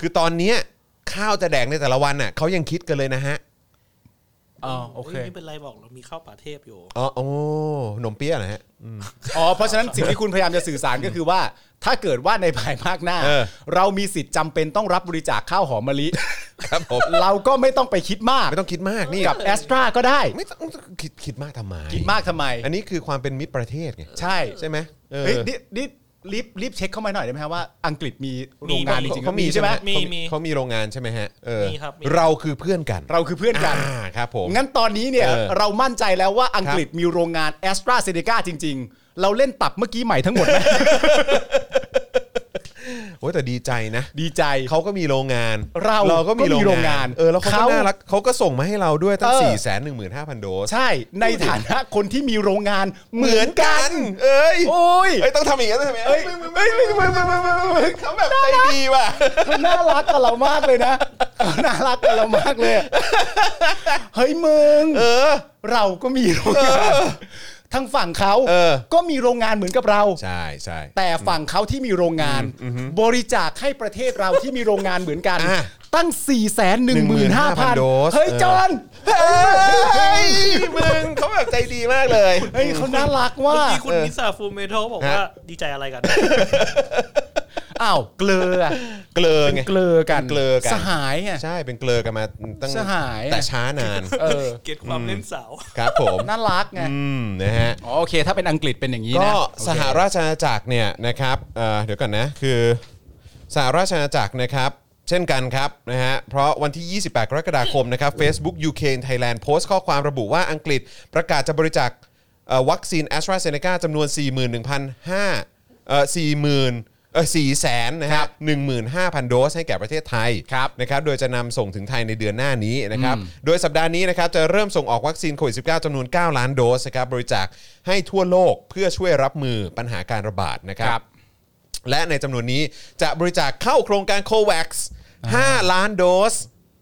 คือตอนเนี้ยข้าวจะแดกในแต่ละวันอ่ะเขายังคิดกันเลยนะฮะ
อ๋อโอเค
ฮ้ยไม่เป็นไรบอกเรามีข้าวป่าเทพอยู่
อ๋อโอ้หนมเปี๊ยะนะฮะ
อ๋อ เพราะฉะนั้นสิ่งที่คุณพยายามจะสื่อสารก็คือว่า ถ้าเกิดว่าในภายภาคหน้า
เออ
เรามีสิทธิ์จำเป็นต้องรับบริจาคข้าวหอมม ะลิ
ครับผม
เราก็ไม่ต้องไปคิดมาก
ไม่ต้องคิดมากนี่
กับแอสตราก็ได้
ไม่ต้องคิดคิดมากทำไม
คิดมากทำไม
อันนี้คือความเป็นมิตรประเทศไง
ใช่
ใช่ไหมเออ
เฮ้ยนี่นี่รีบรีบเช็คเข้ามาหน่อยได้ไหมฮะว่าอังกฤษมีโรงงาน
มี
จริงๆ
เขา
เขา
มี
มีใช่ไหม
ฮะ
มี
เขา
มี
เขามีโรงงานใช่ไหมฮะเออ
มีครับมี
เราคือเพื่อนกัน
เราคือเพื่อนกัน
อ่าครับผม
งั้นตอนนี้เนี่ย
เออ
เรามั่นใจแล้วว่าอังกฤษมีโรงงานแอสตราเซเนกาจริง ๆ เราเล่นตับเมื่อกี้ใหม่ทั้งหมดไหม
โอ้ยแต่ดีใจนะ
ดีใจ
เขาก็มีโรงงาน
เรา
ก็มี
ก็มี
โร
โรง
งาง
งาน น
เออแล้วเขาก็
เขา
น่ารักเขาก็ส่งมาให้เราด้วยตั้ง
เออ
4ี่แสนหนึ่งหมื่นห้าพันโดส
ใช่ในฐานะคนที่มีโรงงานเหมือนกัน
เอ้ย
โอ้ย
เอ้ยต้องทำอย่างนี้ต้องทำอย่างนี้เอ้ยมึงมึงมึงมึงมึงมึงมึงมึงมึงเขาแบบใจดีว่ะ
เขาน่ารักกับเรามากเลยนะเขาน่ารักกับเรามากเลย เฮ้ยมึง
เออ
เราก็มีโรงงาน ทางฝั่งเขา
เออ
ก็มีโรงงานเหมือนกับเรา
ใช่ใช่
แต่ฝั่งเขาที่มีโรงงาน บริจาคให้ประเทศเราที่มีโรงงานเหมือนกัน
อ่ะ
ตั้ง 4 1 5 0 0 0
โดส
เฮ้ยจอน
เฮ้ยมึงเขาแบบใจดีมากเลย
เฮ้ยเขาน่ารักว่า
เมื่อกี้คุณ
เออ
มิซาฟูเมโทะบอกว่า
ฮะ
ดีใจอะไรกัน
อ้าวเกลืออะ
เกลอ
เป็น
ไง
เกลือกัน
เป็นเกลอกัน
สหายอ่ะ
ใช่เป็นเกลอกันมาตั้ง
สหายอะ
แต่ช้านาน
เออ
เกลียดความเล่นสาว
ครับผม
น่ารักไง
อืมนะฮะ
อ๋อโอเค ถ้าเป็นอังกฤษเป็นอย่างนี้
ก็
นะ
สหราชอาณาจักรเนี่ยนะครับเอ่อเดี๋ยวก่อนนะคือ สหราชอาณาจักรนะครับ เช่นกันครับนะฮะเพราะวันที่ 28 กรกฎาคมนะครับ Facebook UK in Thailand โพสต์ข้อความระบุว่าอังกฤษประกาศจะบริจาคเอ่อวัคซีน a s t r a z เซ e c a จำนวน 41,500เอ่อ40,000เอ่อ4แสนนะฮะ15,000 โดสให้แก่ประเทศไทยนะครับโดยจะนำส่งถึงไทยในเดือนหน้านี้นะครับโดยสัปดาห์นี้นะครับจะเริ่มส่งออกวัคซีนโควิด -19 จำนวน 9 ล้านโดสนะครับบริจาคให้ทั่วโลกเพื่อช่วยรับมือปัญหาการระบาดนะค
ค
รั
รับ บ
และในจำนวนนี้จะบริจาคเข้าโครงการโควัคซ์5ล้านโดส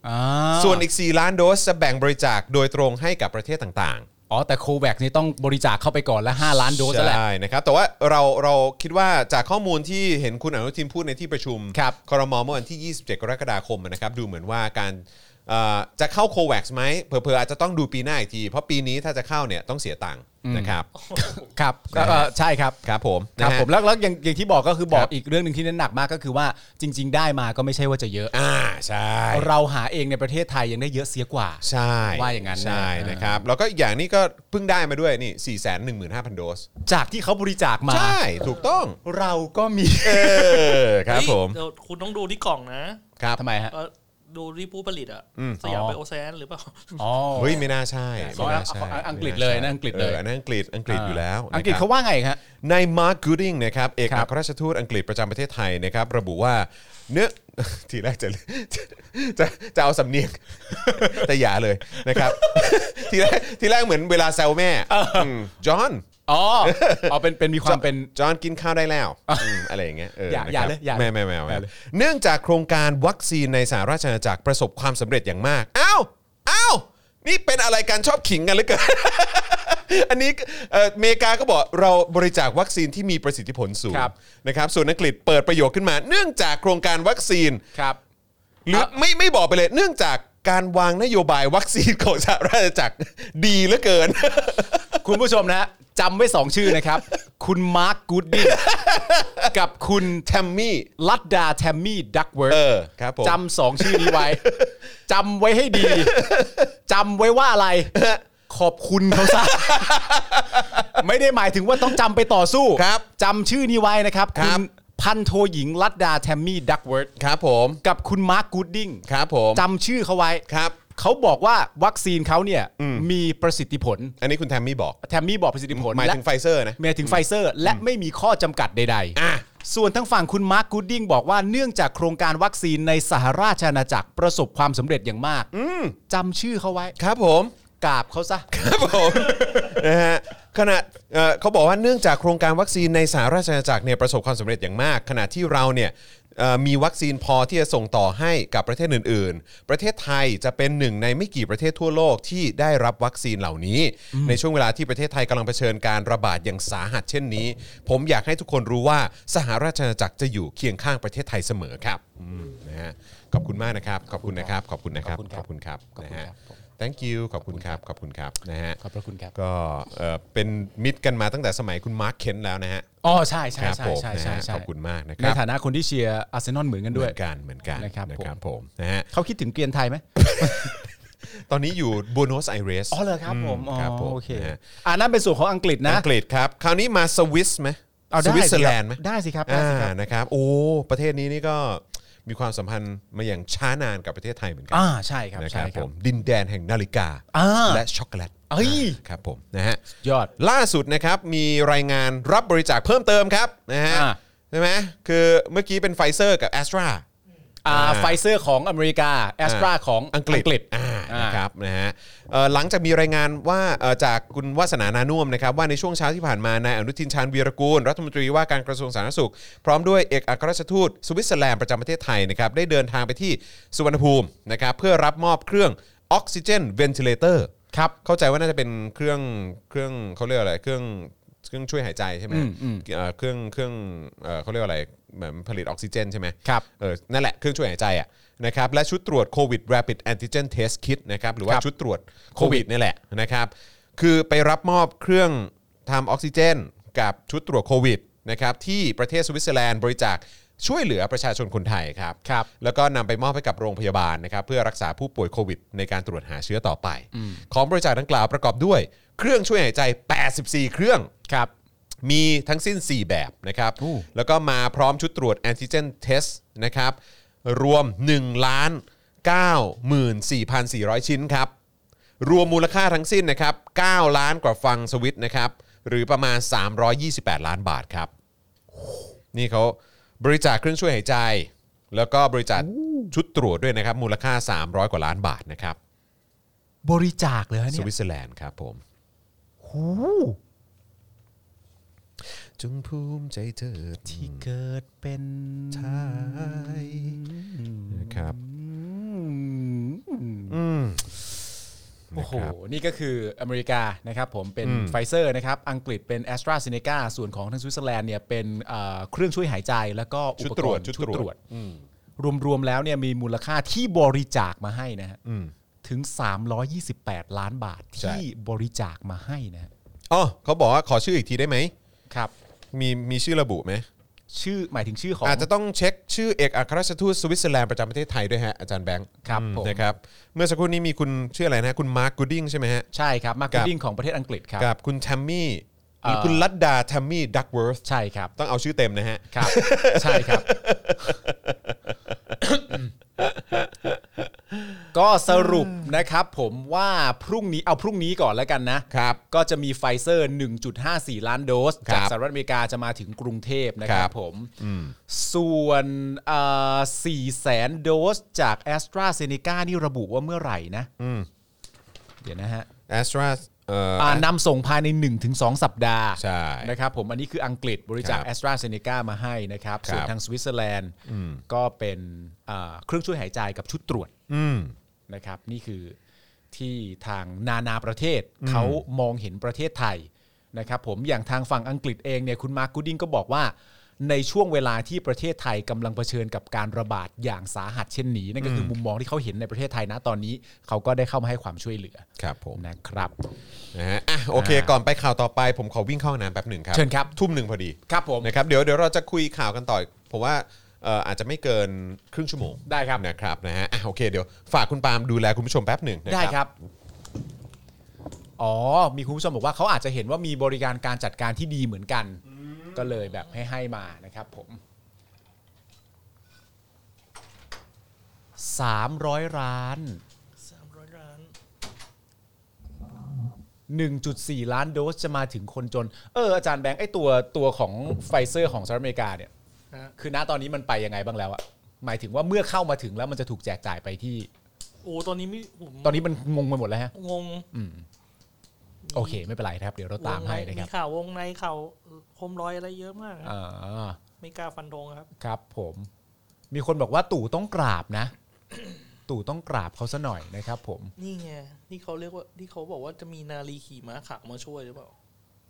อ่า
ส่วนอีก 4 ล้านโดสจะแบ่งบริจาคโดยตรงให้กับประเทศต่าง
อ๋อ แต่โควัคนี่ต้องบริจาคเข้าไปก่อนละ5ล้าน
ๆ
โดสแล้วแหละ
ใช่นะครับแต่ว่าเราเราคิดว่าจากข้อมูลที่เห็นคุณอนุทินพูดในที่ประชุม
ครับ
ครมเมื่อวันที่ 27 กรกฎาคมนะครับดูเหมือนว่าการเอ่อจะเข้าโควัคซ์ไหมเผลอๆอาจจะต้องดูปีหน้าอีกที เพราะปีนี้ถ้าจะเข้าเนี่ยต้องเสียตังค์นะครับ
ครับก็เอ่อใช่ครับ
ครับผม
ครับ
นะฮะ
ผมแล้วแล้วอย่างอย่างที่บอกก็คือบอ
ค
ก
รับ
อีกเรื่องหนึ่งที่เน้นหนักมากก็คือว่าจริง ๆ ได้มาก็ไม่ใช่ว่าจะเยอะ
อ่าใช่
เราหาเองในประเทศไทยยังได้เยอะเสียกว่า
ใช่
ว่าอย่างนั้นนะ
ใช่
เออ
นะครับแล้วก็อีกอย่างนี้ก็เพิ่งได้มาด้วยนี่ 4 1 5 0 0 0 โดส
จากที่เขาบริจาคมา
ใช่ถูกต้อง
เราก็มี
เออครับ
เฮ้ย
ผม
เดี๋ยวคุณต้องดูที่กล่องนะครับ
ทำไมฮะ
เอ่อดูที่ผู้ผลิตอะ
อืม
สยาม
อ๋อ
ไบโอไซแอนซ์หรือเปล่า
อ๋อ
เฮ้ยไม่น่าใช่ไม่น่าใช่
เอาอังกฤษเลยนะอังกฤษเลย
อออันนั้นอังกฤษอังกฤษอยู่แล้ว
อังกฤษ
นะครับ
เขาว่าไงครับ
นายมาร์กกูดิงนะครับเอก
ครั
อั
บ
ครราชทูตอังกฤษประจำประเทศไทยนะครับ ระบุว่าเนื้อ ทีแรกจะจะจะจะเอาสำเนียง แต่อย่าเลยนะครับ ทีแรกทีแรกเหมือนเวลาแซวแม่จอห์น
อ๋ออ๋อเป็นเป็นมีความเป็น
จอห์นกินข้าวได้แล้วอืมอะไรอย่างเงี้ยเออ
อย่า
นะค
อ
รับ
ย่าเลยอย่าเลย
ไม่ไม่ไม่ไม่
อย่าเลย
เนื่องจากโครงการวัคซีนในสหราชอาณาจักรประสบความสำเร็จอย่างมากอ้าวอ้าวนี่เป็นอะไรการชอบขิงกันเหลือเกิน อันนี้เอ่ออเมริกาก็บอกเราบริจาควัคซีนที่มีประสิทธิผลสูง
ครับ
นะครับส่วนอังกฤษเปิดประโยคขึ้นมา เนื่องจากโครงการวัคซีน
ครับ
หรื
ค
อ
รับ
ไม่ไม่บอกไปเลย เนื่องจากการวางนโยบายวัคซีนของสหราชอาณาจักรดีเหลือเกิน
คุณผู้ชมนะฮะจำไว้สองชื่อนะครับ คุณมาร์คกูดดิ้งกับคุณ
แทมมี่
ลัดดาแทมมี่ดักเวิร์ธ
เออครับผม
จำสองชื่อนี้ไว้ จำไว้ให้ดี จำไว้ว่า อะไร ขอบคุณเขาซะ ไม่ได้หมายถึงว่าต้องจำไปต่อสู้
ครับ
จำชื่อนี้ไว้นะครับ
ค
คุ
รับ
ณพันโทหญิงลัดดาแทมมี่ดักเวิร์ด
ครับผม
กับคุณมาร์คกูดดิ้ง
ครับผม
จำชื่อเขาไว้
ครับ
เขาบอกว่าวัคซีนเขาเนี่ยมีประสิทธิผล
อันนี้คุณแทมมี่บอก
แทมมี่บอกประสิทธิผล
หมาย
และ
ถึงไฟเซอร์นะ
หมายถึงไฟเซอร์ และไม่มีข้อจำกัดใด ๆ
อ่ะ
ส่วนทั้งฝั่งคุณมาร์คกูดดิ้งบอกว่าเนื่องจากโครงการวัคซีนในสหราชอาณาจักรประสบความสำเร็จอย่างมากจำชื่อเขาไว้
ครับผม
กราบเขาซะ
ครับผม นะฮะขณะเอ่อเขาบอกว่าเนื่องจากโครงการวัคซีนในสหราชอาณาจักรเนี่ยประสบความสำเร็จอย่างมาก ขณะที่เราเนี่ย เอ่อมีวัคซีนพอที่จะส่งต่อให้กับประเทศอื่น ๆ ประเทศไทยจะเป็นหนึ่งในไม่กี่ประเทศทั่วโลกที่ได้รับวัคซีนเหล่านี้ ในช่วงเวลาที่ประเทศไทยกำลังเผชิญการระบาดอย่างสาหัสเช่นนี้ ผมอยากให้ทุกคนรู้ว่าสหราชอาณาจักรจะอยู่เคียงข้างประเทศไทยเสมอครับอืมนะฮะขอบคุณมากนะครับขอบคุณนะครับขอบคุณนะครับขอบคุณครับ
ขอบ
นะ
คุณค
ฮะ
รับผม
thank you ขอบคุณครับขอบคุณครับนะฮะ
ขอบพระคุณครับ
ก็เอ่อเป็นมิตรกันมาตั้งแต่สมัยคุณมาร์คเคนแล้วนะฮะ
อ๋อใช่ใช่
ครับ
ใช่
ผม
ใช่
นะ
ใช่
ฮะ
ใช่
ขอบคุณมากนะค
ใน
รับ
ฐานะคนที่เชียร์อาร์เซนอลเหมือนกันด้
เห
วย
มือนกันเหมือนกัน
นะครับผม
นะครับผมนะฮะ
เขาคิดถึงเกรียนไทยไหม
ตอนนี้อยู่บูโนสไอเรส
อ๋อเหรอครับผมอ๋อ
ครับผม
โอเค
นะฮะ
อ่านั่นเป็นส่วนของอังกฤษนะ
อังกฤษครับ คราวนี้มาสวิสไหม
เอา
ส
ได้
วิตเซอร์แลนด์ไหม
ได้สิครับได้
อ่า
สิครับ
นะครับ โอ้ ประเทศนี้นี่ก็มีความสัมพันธ์มาอย่างช้านานกับประเทศไทยเหมือนกั
อ่าใช่ครับ
นะค
ใช่
รับ
ค
ผ
รับ
มดินแดนแห่งนาฬิกา
อ่า
และช็อกโกแลต
เอ้ย
ครับผมนะฮะ
ยอด
ล่าสุดนะครับมีรายงานรับบริจาคเพิ่มเติมครับนะฮะ
อ่า
ใช่ไหมคือเมื่อกี้เป็นไฟเซอร์กับแอสตรา
อ่า
อ่า
ไฟเซอร์ของอเมริกาแอสตราของ
อังกฤษอ่านะครับนะฮะเอ่อหลังจากมีรายงานว่าเอ่อจากคุณวาสนานานุ่วมนะครับว่าในช่วงเช้าที่ผ่านมานายอนุทินชาญวีรกูล รัฐมนตรีว่าการกระทรวงสาธารณสุข พร้อมด้วยเอกอัครราชทูตสวิตเซอร์แลนด์ประจำประเทศไทยนะครับได้เดินทางไปที่สุวรรณภูมินะครับเพื่อรับมอบเครื่องออกซิเจนเวนทิเลเตอร์ครับเข้าใจว่าน่าจะเป็นเครื่องเครื่องเขาเรียกอะไรเครื่องเครื่องช่วยหายใจใช่ไหมเอ่อเครื่องเครื่องเอ่อเขาเรียกว่าอะไรเหมือนผลิตออกซิเจนใช่ไหม
ครับ
เออนั่นแหละเครื่องช่วยหายใจอ่ะนะครับและชุดตรวจโควิด rapid antigen test kit นะครับหรือว่า
ครับ
ชุดตรวจโค
โควิ
วิด
ด
นี่แหละนะครับคือไปรับมอบเครื่องทำออกซิเจน กับชุดตรวจโควิดนะครับที่ประเทศสวิตเซอร์แลนด์บริจาคช่วยเหลือประชาชนคนไทยครับ
ครับ
แล้วก็นำไปมอบให้กับโรงพยาบาลนะครับเพื่อรักษาผู้ป่วยโควิด ในการตรวจหาเชื้อต่อไป ของบริจาคดังกล่าวประกอบด้วย เครื่องช่วยหายใจ 84 เครื่อง
ครับ
มีทั้งสิ้น 4 แบบนะครับ
อู้
แล้วก็มาพร้อมชุดตรวจแอนติเจนเทสนะครับ รวม1ล้าน94,400 ชิ้นครับ รวมมูลค่าทั้งสิ้นนะครับ 9 ล้านกว่าฟังสวิตนะครับ หรือประมาณ 328 ล้านบาทครับ นี่เขาบริจาคเครื่องช่วยหายใจ แล้วก็บริจาคชุดตรวจด้วยนะครับ มูลค่า 300 กว่าล้านบาทนะครับ
บริจาคเลยฮะ
ส
เนี่ย
วิตเซอร์แลนด์ครับผม
หู
จงภูมิใจเถิด
ที่เกิดเป็น
ไทยนะครับ
โอ้โห นี่ก็คืออเมริกานะครับผมเป็นไฟเซอร์นะครับ อังกฤษเป็นแอสตราเซเนกาส่วนของทางสวิตเซอร์แลนด์เนี่ยเป็นเอ่อเครื่องช่วยหายใจแล้วก็อุปกรณ์
ชุดตรวจชุดตรวจ
รวมๆแล้วเนี่ยมีมูลค่าที่บริจาคมาให้นะฮะถึง 328 ล้านบาทที่บริจาคมาให้นะฮะ
อ๋อเขาบอกว่าขอชื่ออีกทีได้ไหม
ครับ
มีมีชื่อระบุไหม
ชื่อหมายถึงชื่อของ
อาจจะต้องเช็คชื่อเอกอัครราชทูตสวิตเซอร์แลนด์ประจำประเทศไทยด้วยฮะ อาจารย์แบงค์
ครับ
อืม
ผม
นะครับ เมื่อสักครู่นี้มีคุณชื่ออะไรนะ คุณมาร์กกูดิ้งใช่ไหมฮะ
ใช่ครับมาร์
ครั
เก็ต
บ
ติ้งของประเทศอังกฤษครับ
กับคุณแทมมี่ห
เอ่
รือ อคุณลัดดาแทมมี่ดักเวิร์ธ
ใช่ครับ
ต้องเอาชื่อเต็มนะฮะ
ครับ ใช่ครับ ก็สรุปนะครับผมว่าพรุ่งนี้เอาพรุ่งนี้ก่อนแล้วกันนะ
ครับ
ก็จะมีไฟเซอร์ 1.54 ล้านโดส
ค
จา
รับ
กสหรัฐอเมริกาจะมาถึงกรุงเทพนะค
ครั
รั
บบ
ผมส่วน4แสนโดสจากแอสตราเซเนกานี่ระบุว่าเมื่อไหร่นะ
อืม
เดี๋ยวนะฮะ
แอสตราเอ่อ
อ่านำส่งภายใน 1-2 สัปดาห์
ใช่
นะครับผมอันนี้คืออังกฤษบริจาค
ครับ
แอสตราเซเนกามาให้นะครับ
ครับ
ส่วนทางสวิตเซอร์แลนด์ก็เป็นอ่าเครื่องช่วยหายใจกับชุดตรวจ
อืม
นะครับ นี่คือที่ทางนานาประเทศเขามองเห็นประเทศไทยนะครับผมอย่างทางฝั่งอังกฤษเองเนี่ยคุณมาร์คกูดิงก็บอกว่า ในช่วงเวลาที่ประเทศไทยกำลังเผชิญกับการระบาดอย่างสาหัสเช่นนี้นั่นก็คือมุมมองที่เขาเห็นในประเทศไทยนะตอนนี้เขาก็ได้เข้ามาให้ความช่วยเหลือ
ครับผม
นะครับ
นะฮะอ่ะโอเค
อ่า
ก่อนไปข่าวต่อไป ผมขอวิ่งเข้าห้องน้ำแป๊บหนึ่งครับ
เชิญครับ
ทุ่มหนึ่งพอดี
ครับผม
นะครับเดี๋ยวเดี๋ยวเราจะคุยข่าวกันต่ออีกผมว่าเอ่ออาจจะไม่เกินครึ่งชั่วโมง
ได้ครับ
นะครับนะฮะอ่ะโอเคเดี๋ยวฝากคุณปาล์มดูแลคุณผู้ชมแป๊บหนึ่งนะ
ได้ครับ อ๋อ มีคุณผู้ชมบอกว่าเขาอาจจะเห็นว่ามีบริการการจัดการที่ดีเหมือนกัน ก็เลยแบบให้ให้มานะครับผม 300ร้าน
สามร้อยล้าน
1.4 ล้านโดสจะมาถึงคนจน เออ อาจารย์แบงค์ไอตัวตัวของไฟเซอร์ของสหรัฐอเมริกาเนี่ย
ฮะ
คือณตอนนี้มันไปยังไงบ้างแล้วอะหมายถึงว่าเมื่อเข้ามาถึงแล้วมันจะถูกแจกจ่ายไปที่
โอ้ตอนนี้ไม่ผม
ตอนนี้มันงงไปหมดแล้วฮะ
งง
โอเค ไม่เป็นไรครับ เดี๋ยวเราตามให้นะครับ
มีข่าววงในข่าวโคมลอยอะไรเยอะมากครับ
อ่า
ไม่กล้าฟันธงครับ
ครับผม มีคนบอกว่าตู่ต้องกราบนะ ตู่ต้องกราบเขาซะหน่อยนะครับ ผม
นี่ไงที่เขาเรียกว่าที่เขาบอกว่าจะมีนาลีขี่ม้าขาวมาช่วยหรือเปล่า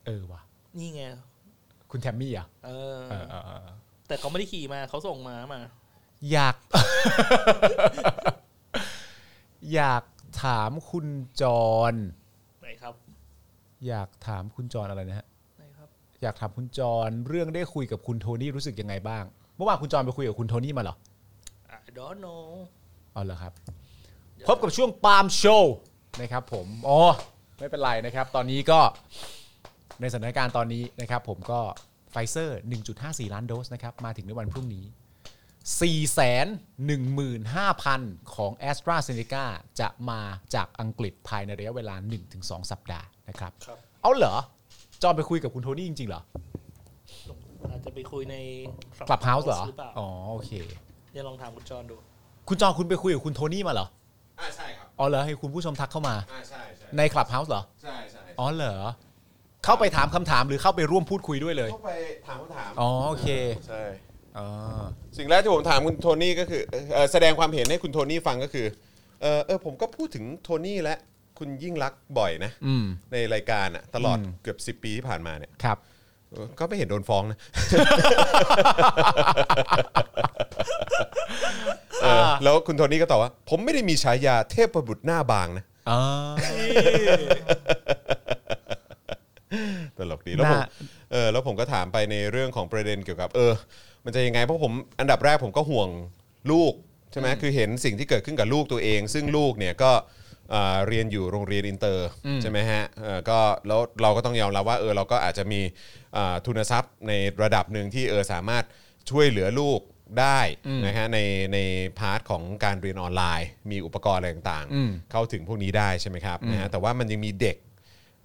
เออว่ะ
นี่ไง
คุณแทมมี่เหรอ่ะ
เออ
เออเออเออ
แต่เขาไม่ได้ขี่มาเขาส่งม้ามา
อยาก อยากถามคุณจร
ไหนครับ
อยากถามคุณจรอะไรนะฮะ
ไหนครับ
อยากถามคุณจรเรื่องได้คุยกับคุณโทนี่รู้สึกยังไงบ้าง เมื่อวานคุณจรไปคุยกับคุณโทนี่มาเหรอ
I don't know
อ๋อเหรอครับ พบกับช่วงปาล์มโชว์นะครับผมอ๋อไม่เป็นไรนะครับ ตอนนี้ก็ในสถานการณ์ตอนนี้นะครับ ผมก็ไฟเซอร์ 1.54 ล้านโดสนะครับ มาถึงในวันพรุ่งนี้ 415,000 ของ a s t r a z e ซ e c a จะมาจากอังกฤษภายในระยะเวลา 1-2 สัปดาห์นะครับ
ครับ
เอาเหรอ จอนไปคุยกับคุณโทนี่จริงๆเหรอ
อาจจะไปคุยใน
กลับเฮาส์เหรอ
Clubhouse ปล่า
อ๋อโอเค
เดี๋ยวลองถามคุณจอนดู
คุณจอนคุณไปคุยกับคุณโทนี่มาเหรอ
อ่าใช่ครับ
อ๋อเหรอให้คุณผู้ชมทักเข้ามา
อ่าใช่ใช่
ในคลับเฮาส์เหรอ
ใช่ใช่
อ๋อเหรอ เข้าไปถามคำถามหรือเข้าไปร่วมพูดคุยด้วยเลย
เข้าไปถามคำถาม
อ๋อโอเค
ใช่
อ๋อ
สิ่งแรกที่ผมถามคุณโทนี่ก็คือเอ่อแสดงความเห็นให้คุณโทนี่ฟังก็คือเออเออผมก็พูดถึงโทนี่และคุณยิ่งรักษณ์บ่อยนะ
อืม
ในรายการอะตลอด
อืม
เกือบ 10 ปีที่ผ่านมาเนี่ย
ครับ
เออก็ไม่เห็นโดน ฟ้องนะ เออแล้วคุณโทนี่ก็ตอบว่า ผมไม่ได้มีฉายาเทพบุตรหน้าบางนะ
อ๋อ
ตลกดีแล้วผม
น่า
เออแล้วผมก็ถามไปในเรื่องของประเด็นเกี่ยวกับ เออ มันจะยังไงเพราะผมอันดับแรกผมก็ห่วงลูกใช่ไหมคือเห็นสิ่งที่เกิดขึ้นกับลูกตัวเอง ซึ่งลูกเนี่ยก็เอ่อเรียนอยู่โรงเรียนอินเตอร์ใช่ไหมฮะเออก็แล้วเราก็ต้องยอมรับว่าเออเราก็อาจจะมีอ่าทุนทรัพย์ในระดับหนึ่งที่เออสามารถช่วยเหลือลูกได้นะฮะในในพาร์ทของการเรียนออนไลน์ มีอุปกรณ์อะไรต่าง
อืม
ๆ เข้าถึงพวกนี้ได้ใช่ไหมครับนะฮะแต่ว่ามันยังมีเด็ก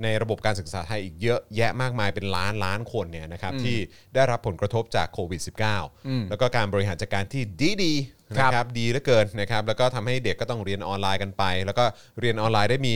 ในระบบการศึกษาไทยอีกเยอะแยะมากมายเป็นล้านล้านคนเนี่ยนะครับที่ได้รับผลกระทบจากโควิด -19 แล้วก็การบริหารจัดการที่ดีดีๆ
ครับ
นะครับดีเหลือเกินนะครับแล้วก็ทำให้เด็กก็ต้องเรียนออนไลน์กันไป แล้วก็เรียนออนไลน์ได้มี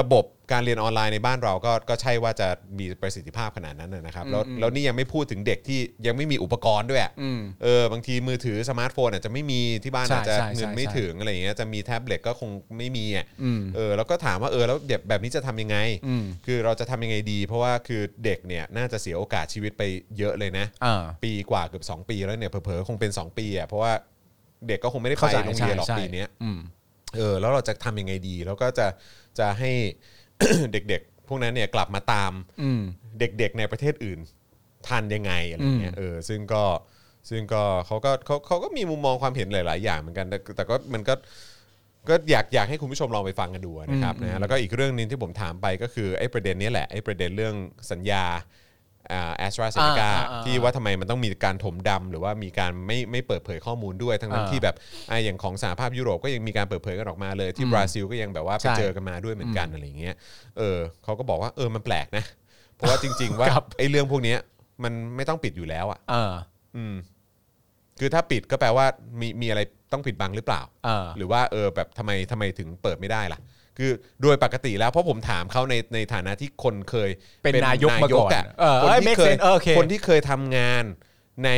ระบบการเรียนออนไลน์ในบ้านเราก็ก็ใช่ว่าจะมีประสิทธิภาพขนาดนั้นนะนะครับแล้วแล้วนี่ยังไม่พูดถึงเด็กที่ยังไม่มีอุปกรณ์ด้วยอะ
อืม
เออบางทีมือถือสมาร์ทโฟนอาจจะไม่มีที่บ้าน
ใช่
อาจจะ
ใช่
เงิน
ใช่
ไม่
ใช่
ถึงอะไรอย่างเงี้ยจะมีแท็บเล็ตก็คงไม่มีอ่ะ
อืม
เออแล้วก็ถามว่าเออแล้วแบบแบบนี้จะทำยังไง
อืม
คือเราจะทำยังไงดี เพราะว่าคือเด็กเนี่ยน่าจะเสียโอกาสชีวิตไปเยอะเลยนะ
อ่า
ปีกว่าเกือบ2 ปีแล้วเนี่ยเผลอๆคงเป็น 2 ปีอ่ะเพราะว่าเด็กก็คงไม่ได้ไป
เข้าใจ
โรงเรียนหรอก
ใช่ใช่
ปีเนี้ย
อืม
เออแล้วเราจะทำยังไงดี แล้วก็จะจะให้ เด็กๆ พวกนั้นเนี่ยกลับมาตาม
อืม
เด็กๆในประเทศอื่นทันยังไงอะไรเงี้ย
อืม
เออซึ่งก็ซึ่งก็เขาก็เขาเขาก็มีมุมมองความเห็นหลาย ๆ อย่างเหมือนกันแต่แต่ก็มันก็ก็อยากอยากให้คุณผู้ชมลองไปฟังกันดูนะครับ
อืม
นะฮะแล้วก็อีกเรื่องหนึงที่ผมถามไปก็คือไอ้ประเด็นเนี้ยแหละไอ้ประเด็นเรื่องสัญญาแอสตราเซเนกา
อ่าอ่าอ่า
ที่ว่าทำไมมันต้องมีการถมดำหรือว่ามีการไม่ไม่เปิดเผยข้อมูลด้วย ทั้งนั้น
อ่า
ที่แบบอ่ะอย่างของสหภาพยุโรปก็ยังมีการเปิดเผยกันออกมาเลยที่
อืม
บราซิลก็ยังแบบว่าไป
ใช่
เจอกันมาด้วยเหมือนกันอะไรอย่างเงี้ย เออเขาก็บอกว่าเออมันแปลกนะ เพราะว่าจริง ๆ ว่า
ครับ
ไอ้เรื่องพวกเนี้ยมันไม่ต้องปิดอยู่แล้วอ่ะ
อ่า
อืม คือถ้าปิดก็แปลว่ามีมีอะไรต้องปิดบังหรือเปล่า
อ่า
หรือว่าเออแบบทำไมทำไมถึงเปิดไม่ได้ล่ะ คือโดยปกติแล้วเพราะผมถามเขาในในฐานะที่คนเคย
เป็นนายกมาก่อนะ เออ
คน
เอ้ย
ที่
make
เคย
sense เออโอเค
คนที่เคยทำงานใน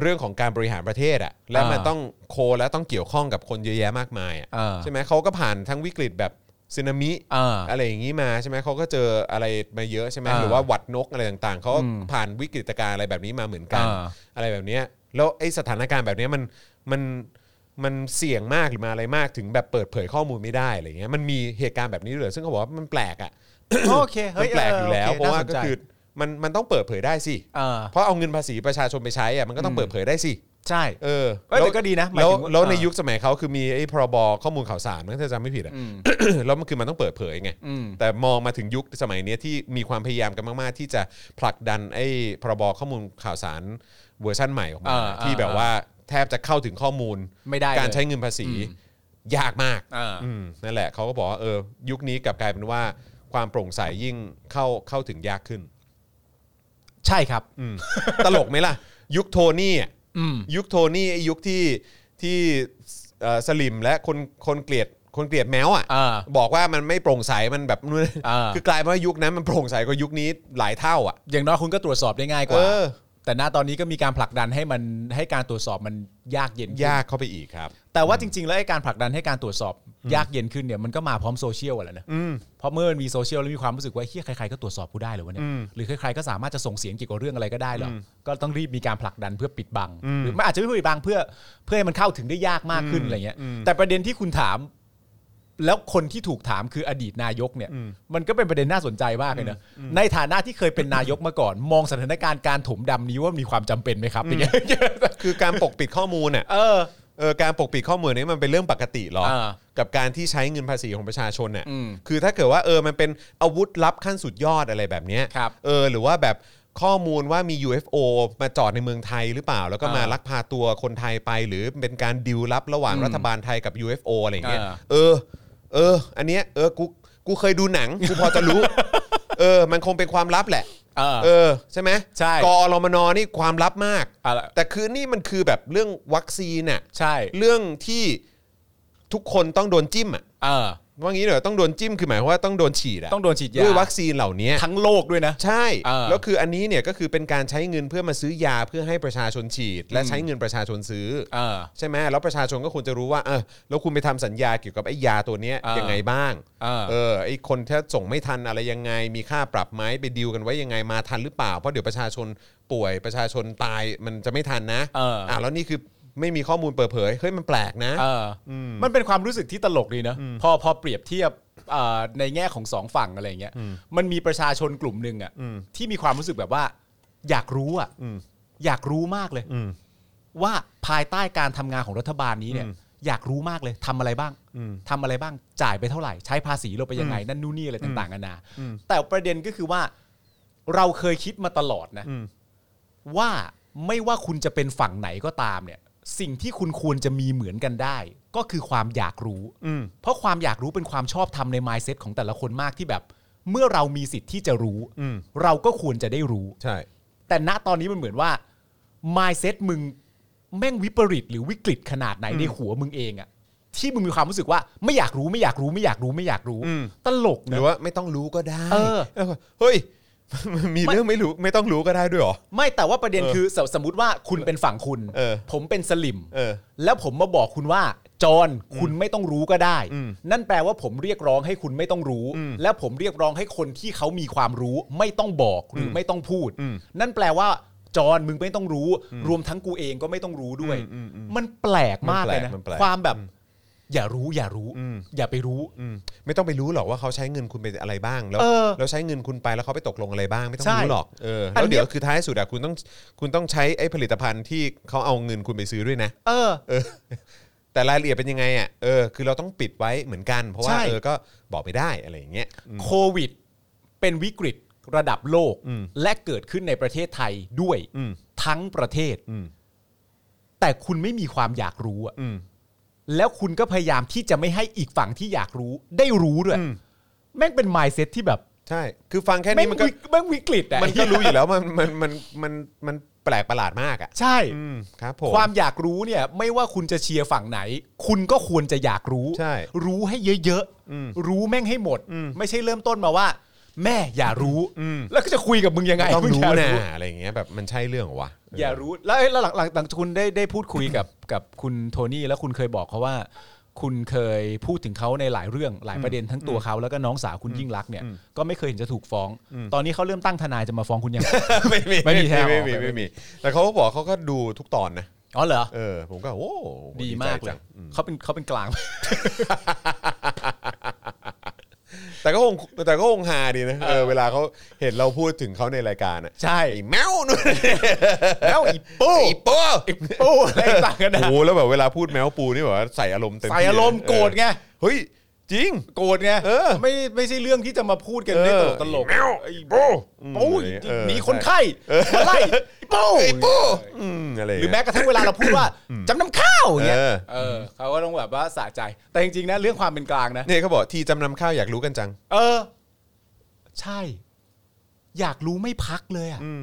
เรื่องของการบริหารประเทศอ่ะ แล้วมัน
อ่า
ต้องโคและต้องเกี่ยวข้องกับคนเยอะแยะมากมายอ่ะ
อ่า
ใช่ไหมเขาก็ผ่านทั้งวิกฤตแบบสึนามิ
อ่า
อะไรอย่างนี้มาใช่ไหมเขาก็เจออะไรมาเยอะใช่ไหม
อ่า
หรือว่าหวัดนกอะไรต่างๆ เขาก็
อืม
ผ่านวิกฤตการณ์อะไรแบบนี้มาเหมือนกัน
อ่า
อะไรแบบเนี้ยแล้วไอสถานการณ์แบบเนี้ยมันมันมันเสี่ยงมากหรือมาอะไรมากถึงแบบเปิดเผยข้อมูลไม่ได้อะไรเงี้ยมันมีเหตุการณ์แบบนี้ด้วยเหรอซึ่งเขาบอกว่ามันแปลกอ่ะ
โอเค
มั
เฮ้ย
แปลกอยู่แล้ว
โค
เพราะว่า
น่สน
ก็
ใจ
คือมันมันต้องเปิดเผยได้สิ
อ่า
เพราะเอาเงินภาษีประชาชนไปใช้อ่ะมันก็ต้อ
อื
ง
ม
เปิดเผยได้สิ
ใช่
เออ
เอ้ยแต่ก็ดีนะหมาย
แล้ว
ถึงว่า
แล้ว
เออ
ในยุคสมัยเขาคือมีไอ้พรบข้อมูลข่าวสารมั้งถ้าจำไม่ผิดอ่ะ
อืม
แล้วมันคือมันต้องเปิดเผยไง
อืม
แต่มองมาถึงยุคสมัยเนี้ยที่มีความพยายามกันมาก ๆ ที่จะผลักดันไอ้พรบข้อมูลข่าวสารเวอร์ชั่นใหม่ออกมา
อ่าอ่า
ที่แบบว่าแทบจะเข้าถึงข้อมูล
ไม่ได้เลย
การใช้เงินภาษี
อืม
ยากมาก
อ่า
อืมนั่นแหละเขาก็บอกว่าเออยุคนี้กลับกลายเป็นว่าความโปร่งใสยิ่งเข้าเข้าถึงยากขึ้น
ใช่ครับ
อืม ตลกไหมล่ะ ยุคโทนี่อะ
อืม
ยุคโทนี่ไอ้ยุคที่ที่เอ่อสลิมและคนคนเกลียดคนเกลียดแมวอ่ะ
อ่า
บอกว่ามันไม่โปร่งใสมันแบบนู่น
อ่า
คือกลายเป็นว่ายุคนั้นมันโปร่งใสกว่ายุคนี้หลายเท่าอ่ะ
อย่างน้อยคุณก็ตรวจสอบได้ง่ายก
เอ
ว่า
อ
แต่หน้าตอนนี้ก็มีการผลักดันให้มันให้การตรวจสอบมันยากเย็นขึ้น
ยากเข้าไปอีกครับ
แต่ว่าจริง ๆ แล้วไอ้การผลักดันให้การตรวจสอบยากเย็นขึ้นเนี่ยมันก็มาพร้อมโซเชียลอะแหละนะเพราะเมื่อมันมีโซเชียลแล้วมีความรู้สึกว่าเฮียใครๆก็ตรวจสอบกูได้เหรือวะเนี่ยหรือใครๆก็สามารถจะส่งเสียงเกี่ยวกับเรื่องอะไรก็ได้เหรอก็ต้องรีบมีการผลักดันเพื่อปิดบังหรือไม่อาจจะไม่ปิดบังเพื่อเพื่อให้มันเข้าถึงได้ยากมากขึ้นอะไรเงี้ย แต่ประเด็นที่คุณถาม แล้วคนที่ถูกถามคืออดีตนายกเนี่ย มันก็เป็นประเด็นน่าสนใจมากเลยนะในฐานะที่เคยเป็นนายกมาก่อน มองสถานการณ์การถมดำนี้ว่ามีความจำเป็นไหมครับอย่างเงี้ย
คือการปกปิดข้อมูลอ่ะ
เออ
เออการปกปิดข้อมูลนี้มันเป็นเรื่องปกติเหรอ
อ่า
กับการที่ใช้เงินภาษีของประชาชนเนี่ย
อืม
คือถ้าเกิดว่าเออมันเป็นอาวุธลับขั้นสุดยอดอะไรแบบเนี้ย
ครับ
เออหรือว่าแบบข้อมูลว่ามี UFO มาจอดในเมืองไทยหรือเปล่า แล้วก็มา
อ่า
ลักพาตัวคนไทยไป หรือเป็นการดิวลับระหว่าง
อืม
รัฐบาลไทยกับ UFO อะไรอย่างเงี้ย
อ่า
เออ เออ อันเนี้ยเออกูกูเคยดูหนังกูพอจะรู้ เออ มันคงเป็นความลับแหละ
เออ
เออใช่ไหม
ใช่
กอรมนนี่ความลับมาก
อะไร
แต่คือนี่มันคือแบบเรื่องวัคซีนน่ะ
ใช่
เรื่องที่ทุกคนต้องโดนจิ้มอ่ะ
เออ
ว่างี้เดี๋ยวต้องโดนจิ้มคือหมายความว่าต้องโดนฉีดอ่ะ
ต้องโดนฉีดยา
ด้วยวัคซีนเหล่านี้
ทั้งโลกด้วยนะ
ใช่
เออ
แล้วคืออันนี้เนี่ยก็คือเป็นการใช้เงินเพื่อมาซื้อยาเพื่อให้ประชาชนฉีด และ
อืม
ใช้เงินประชาชนซื้อ
เออ
ใช่ไหมแล้วประชาชนก็ควรจะรู้ว่าเออแล้วคุณไปทำสัญญาเกี่ยวกับไอ้ยาตัวเนี้ย
เออ
ยังไงบ้าง
เออ
เออไอ้คนถ้าส่งไม่ทันอะไรยังไง มีค่าปรับไหมไปดีลกันไว้ยังไงมาทันหรือเปล่า เพราะเดี๋ยวประชาชนป่วยประชาชนตายมันจะไม่ทันนะ
เอออ่
ะแล้วนี่คือไม่มีข้อมูลเปิดเผยเฮ้ยมันแปลกนะ
เอออมันเป็นความรู้สึกที่ตลกดีนะพอพอเปรียบเทียบเอ่อในแง่ของสองฝั่งอะไรอย่างเงี้ยมันมีประชาชนกลุ่มหนึ่งอ่ะที่มีความรู้สึกแบบว่า อยากรู้อ่ะ
อืม
อยากรู้มากเลย
อืม
ว่าภายใต้การทำงานของรัฐบาลนี้เนี่ย อยากรู้มากเลยทำอะไรบ้าง
อืม
ทำอะไรบ้างจ่ายไปเท่าไหร่ ใช้ภาษีเราไปยังไง นั่นนู่นนี่อะไรต่างๆนานาแต่ประเด็นก็คือว่า เราเคยคิดมาตลอดนะ
อืม
ว่าไม่ว่าคุณจะเป็นฝั่งไหนก็ตามเนี่ย สิ่งที่คุณควรจะมีเหมือนกันได้ ก็คือความอยากรู้
อืม
เพราะความอยากรู้เป็นความชอบทำใน mindset ของแต่ละคนมากที่แบบ เมื่อเรามีสิทธิ์ที่จะรู้
อืม
เราก็ควรจะได้รู้
ใช่
แต่ณตอนนี้มันเหมือนว่า mindset มึงแม่งวิปริตหรือวิกฤตขนาดไหนในหัวมึงเองอะที่มึงมีความรู้สึกว่าไม่อยากรู้ไม่อยากรู้ไม่อยากรู้ไม่อยากรู้
อืม
ตลก
ห
นะ
รือว่าไม่ต้องรู้ก็ได้
เออ
เเฮ้ย มันมีเรื่องไม่รู้ไม่ต้องรู้ก็ได้ด้วยเหรอ
ไม่แต่ว่าประเด็น
เออ
คือสสมมติว่าคุณเป็นฝั่งคุณ
เออ
ผมเป็นสลิม
เออ
แล้วผมมาบอกคุณว่า จอห์นคุณไม่ต้องรู้ก็ได้
อืม
นั่นแปลว่าผมเรียกร้องให้คุณไม่ต้องรู้
อืม
และผมเรียกร้องให้คนที่เขามีความรู้ ไม่ต้องบอกหรืออ
ม
ไม่ต้องพูด
อืม
นั่นแปลว่า จอห์นมึงไม่ต้องรู้ รวมทั้งกูเองก็ไม่ต้องรู้ด้วย
อืมอืมอืม
มันแปลกมากเลยนะ
มันแปลก
ความแบบ
อืม
อย่ารู้อย่ารู้
อืม
อย่าไปรู้
อืมไม่ต้องไปรู้หรอกว่าเขาใช้เงินคุณไปอะไรบ้าง แล้ว
เออ
แล้วใช้เงินคุณไปแล้วเขาไปตกลงอะไรบ้างไม่ต้อง
ใช่
รู้หรอกเอออน แล้ว
เนี้
เดี๋
ย
ยวคือท้ายสุดอะคุณต้องคุณต้องใช้ไอ้ผลิตภัณฑ์ที่เขาเอาเงินคุณไปซื้อด้วยนะ
เออ
แต่รายละเอียดเป็นยังไงอะเออคือเราต้องปิดไว้เหมือนกันเพราะว่า
ใช่
เออก็บอกไม่ได้อะไรอย่างเงี้ยอืม
โควิด เป็นวิกฤตระดับโลก
อืม
และเกิดขึ้นในประเทศไทยด้วย
อืม
ทั้งประเทศ
อืม
แต่คุณไม่มีความอยากรู้อะ
อืม
แล้วคุณก็พยายามที่จะไม่ให้อีกฝั่งที่อยากรู้ ได้รู้ด้วย
อืม
แม่งเป็น mindset ที่แบบ
ใช่ คือฟังแค่
แม่ง
นี้มันก็
วิแม่งวิกฤตอะ
มันก็รู้อยู่แล้วมันมันมันมันมันแปลกประหลาดมากอะ
ใช่
อืมครับผม
ความอยากรู้เนี่ย ไม่ว่าคุณจะเชียร์ฝั่งไหน คุณก็ควรจะอยากรู้
ใช่
รู้ให้เยอะ
อืม
ๆรู้แม่งให้หมด
อืม
ไม่ใช่เริ่มต้นมาว่า แม่อย่ารู้
อืม
แล้วก็จะคุยกับมึงยังไง
ต้อง
มึ
รู้
ย่า
นะอะไรอย่างเงี้ยแบบมันใช่เรื่องเหรอวะ
อย่ารู้แล้วแล้วหลังหลังหลังจากคุณได้ได้พูดคุยกับกับคุณโทนี่แล้วคุณเคยบอกเขาว่า คุณเคยพูดถึงเขาในหลายเรื่องหลายประเด็นทั้งตัวเขาแล้วก็น้องสาวคุณยิ่งรักษณ์เนี่ยก็ไม่เคยเห็นจะถูกฟ้อง ตอนนี้เขาเริ่มตั้งทนายจะมาฟ้องคุณยัง
ไม่มี
ไม่
ไม่
มี
มี
ทางออก
ไม่มีไม่มีแต่เขาก็บอกเขาก็ดูทุกตอนนะ
อ๋อเหรอ
เออผมก็โอ้
ดีมาก
ใจ
เล
จั
ย
งอืม
เขาเป็นเขาเป็น กลาง
แต่ก็คงแต่ก็คงฮาดีนะเออเวลาเขาเห็นเราพูดถึงเขาในรายการอ่ะ
ใช่
ไอ้แมวนู่น
แล้วอีปู
ไอ้โป้
ปูอะไรต่างกันนะ
โอ้แล้วแบบเวลาพูดแมวปูนี่แบบว่าใส่อารมณ์เต็มที่
ใส่อารมณ์
เ
โกรธไง
เฮ้ยจริง
โกรธไง
เออ
ไม่ไม่ใช่เรื่องที่จะมาพูดกันด้วยต
เอ
ล
อก
ตลก
ไอ้แมว
ไอ้ปูปู
อืม
หนี
เออ
หนีคน
ใช่
ไข้มาไล่ไอ้ปู
อืมอะไร
ห
ย่าง
รือ
เงี้ย
แม้กระทั่งเวลาเราพูดว่าจำนำข้าวอย่างเงี้ย
เออ
เออเขาก็ต้องแบบว่าสะใจ แต่จริงๆนะเรื่องความเป็นกลางนะ
เนี่ยเขาบอกทีจำนำข้าวอยากรู้กันจัง
เออ ใช่ อยากรู้ไม่พักเลยอ่ะ
อืม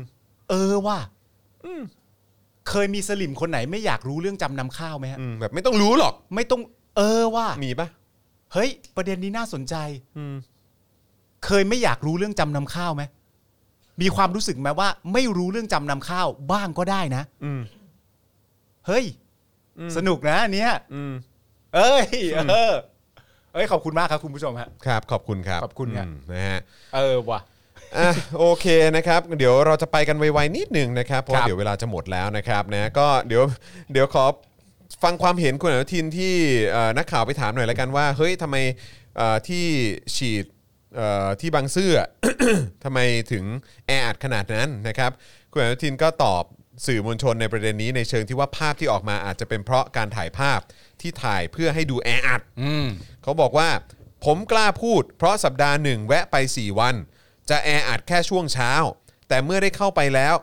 เออว่ะเคยมีสลิมคนไหนไม่อยากรู้เรื่องจำนำข้าวไหมฮะ
อืมแบบไม่ต้องรู้หรอก
ไม่ต้อง เออว่ะ
มีปะ
เฮ้ย ประเด็นนี้น่าสนใจ
อืม
เคยไม่อยากรู้เรื่องจำนำข้าวไหม มีความรู้สึกไหมว่า ไม่รู้เรื่องจำนำข้าวบ้างก็ได้นะ
อืม
เฮ้ย
อืม
สนุกนะอันเนี้ย
อืม
เอ้ยเออเอ้ยขอบคุณมากครับคุณผู้ชมฮะ
ครับขอบคุณครับ
ขอบคุณครับ
มนะฮะ
เออว่ะ
อ่ะโอเคนะครับเดี๋ยวเราจะไปกันไวๆนิดหนึ่งนะครับเพราะ
ครับ
เดี๋ยวเวลาจะหมดแล้วนะครับนะก็เดี๋ยว เดี๋ยวขอฟังความเห็นคุณอนุทินที่เอ่อนักข่าวไปถามหน่อยละกันว่าเฮ้ยทำไมเอ่อที่ฉีดเอ่อที่บางซื่อ ทำไมถึงแออัดขนาดนั้นนะครับคุณอนุทินก็ตอบสื่อมวลชนในประเด็นนี้ในเชิงที่ว่าภาพที่ออกมาอาจจะเป็นเพราะการถ่ายภาพที่ถ่ายเพื่อให้ดูแออัด เขาบอกว่าผมกล้าพูด เพราะสัปดาห์หนึ่งแวะไป 4 วัน จะแออัดแค่ช่วงเช้า แต่เมื่อได้เข้าไปแล้ว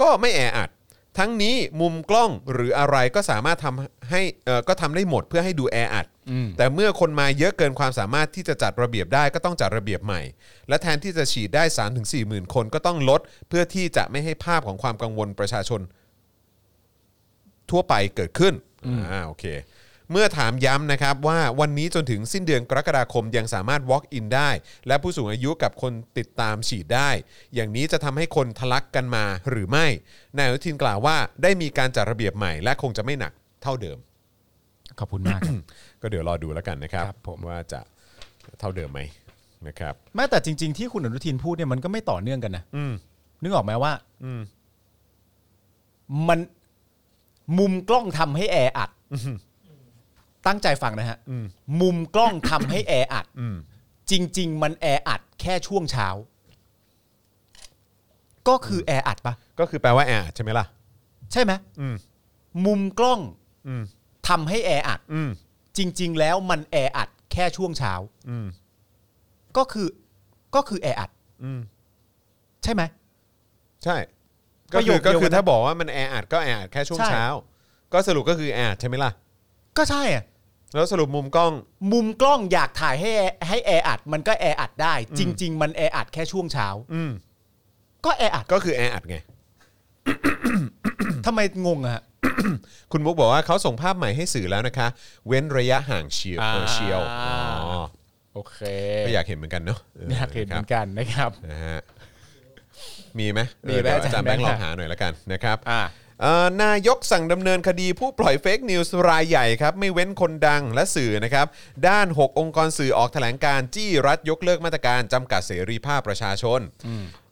ก็ไม่แออัด ทั้งนี้มุมกล้องหรืออะไรก็สามารถทำให้เอ่อก็ทำได้หมดเพื่อให้ดูแออัด
อืม
แต่เมื่อคนมาเยอะเกินความสามารถที่จะจัดระเบียบได้ก็ต้องจัดระเบียบใหม่ และแทนที่จะฉีดได้ 3-4หมื่นคนก็ต้องลด เพื่อที่จะไม่ให้ภาพของความกังวลประชาชน ทั่วไปเกิดขึ้น อ่า โอเค เมื่อถามย้ำนะครับว่าวันนี้จนถึงสิ้นเดือนกรกฎาคมยังสามารถ walk in ได้ และผู้สูงอายุกับคนติดตามฉีดได้ อย่างนี้จะทำให้คนทะลักกันมาหรือไม่ นายอนุทินกล่าวว่าได้มีการจัดระเบียบใหม่ และคงจะไม่หนักเท่าเดิม
ขอบคุณมาก
ก็เดี๋ยวรอดูแล้วกันนะครับ
ครับผม
ว่าจะเท่าเดิมไหมนะครับ
แม้แต่จริง ๆ ที่คุณอนุทินพูดเนี่ยมันก็ไม่ต่อเนื่องกันนะ
อืม
นึกออกไหมว่า
อืม
มันมุมกล้องทำให้แออัด ตั้งใจฟังนะฮะ
อืม
มุมกล้องทำให้แออัด
อืม
จริง ๆ มันแออัดแค่ช่วงเช้า ก็คือแออัดปะ
ก็คือแปลว่าแออัดใช่ไหมล่ะ
ใช่ไหม
อืม
มุมกล้อง
อืม
ทำให้แออัด
อืม
จริง ๆ แล้วมันแออัดแค่ช่วงเช้า
อืม
ก็คือก็คือแออัด
อืม
ใช่ไหม
ใช่
ป
ก็
ระโย
คือ
ค
ก็
เดียว
คือ
กันนะ
ถ้าบอกว่ามันแออัดก็แออัดแค่ช่วง
ใช่
เช้า ก็สรุปก็คือแออัดใช่ไหมล่ะ
ก็ใช่อะ
แล้วสรุปมุมกล้อง
มุมกล้องอยากถ่ายให้แอให้แออัด มันก็แออัดได้ จริง ๆ มันแออัดแค่ช่วงเช้า
อืม
ก็แออัด
ก็คือแออัดไง
ทำไมงงอะฮะ
คุณมุกบอกว่าเขาส่งภาพใหม่ให้สื่อแล้วนะคะ เว้นระยะห่างเชียว
อ่า
เออเชียวอ๋อ
โอเค
ก็อยากเห็นเหมือนกันเนาะ
อยากเห็นเหมือนกันนะครับ
ครับนะฮะมีไหม
มีไหม
เดี๋ยว
อาจารย์
อาจารย์แบงค์
แบ
ลอง
งค์
หาหน่อยละกันนะครับ
อ่า
เอ่อนายกสั่งดำเนินคดีผู้ปล่อยเฟกนิวส์รายใหญ่ครับไม่เว้นคนดังและสื่อนะครับ ด้าน 6 องค์กรสื่อออกแถลงการณ์จี้รัฐยกเลิกมาตรการจำกัดเสรีภาพประชาชน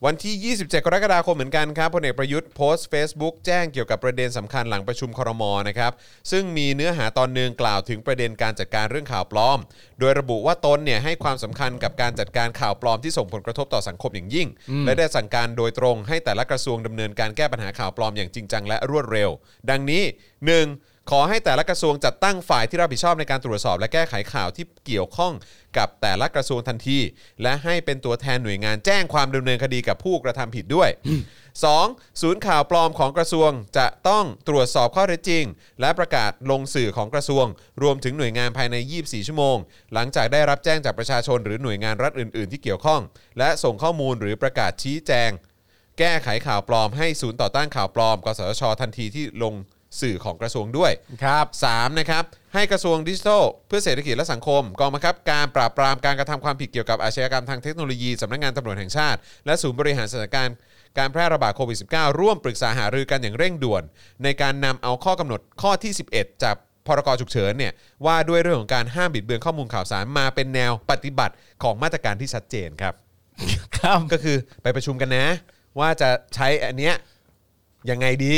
วันที่ 27 กรกฎาคมเหมือนกันครับพลเอกประยุทธ์โพสต์ Facebook แจ้งเกี่ยวกับประเด็นสำคัญหลังประชุมครมนะครับ ซึ่งมีเนื้อหาตอนหนึ่งกล่าวถึงประเด็นการจัดการเรื่องข่าวปลอม โดยระบุว่าตนเนี่ยให้ความสำคัญกับการจัดการข่าวปลอมที่ส่งผลกระทบต่อสังคมอย่างยิ่ง และได้สั่งการโดยตรงให้แต่ละกระทรวงดำเนินการแก้ปัญหาข่าวปลอมอย่างจริงจังและรวดเร็ว ดังนี้ 1. ขอให้แต่ละกระทรวงจัดตั้งฝ่ายที่รับผิดชอบในการตรวจสอบ และแก้ไขข่าวที่เกี่ยวข้องกับแต่ละกระทรวงทันที และให้เป็นตัวแทนหน่วยงานแจ้งความดำเนินคดีกับผู้กระทำผิดด้วย 2. ศูนย์ข่าวปลอมของกระทรวงจะต้องตรวจสอบข้อเท็จจริง และประกาศลงสื่อของกระทรวง รวมถึงหน่วยงานภายใน 24 ชั่วโมง หลังจากได้รับแจ้งจากประชาชนหรือหน่วยงานรัฐอื่น ๆ ที่เกี่ยวข้อง และส่งข้อมูลหรือประกาศชี้แจง แก้ไขข่าวปลอมให้ศูนย์ต่อต้านข่าวปลอม กสทช ทันทีที่ลงสื่อของกระทรวงด้วย
ครับ
3นะครับให้กระทรวงดิจิทัลเพื่อเศรษฐกิจและสังคม กองบังคับการปราบปรามการกระทำความผิดเกี่ยวกับอาชญากรรมทางเทคโนโลยีสำนักงานตำรวจแห่งชาติ และศูนย์บริหารสถานการณ์การแพร่ระบาดโควิด -19 ร่วมปรึกษาหารือกันอย่างเร่งด่วน ในการนำเอาข้อกำหนดข้อที่ 11 จากพรกฉุกเฉินเนี่ยว่าด้วยเรื่องของการห้ามบิดเบือนข้อมูลข่าวสารมาเป็นแนวปฏิบัติของมาตรการที่ชัดเจนครับ
ครับ
ก็คือไปประชุมกันนะ ว่าจะใช้อันเนี้ยยังไงดี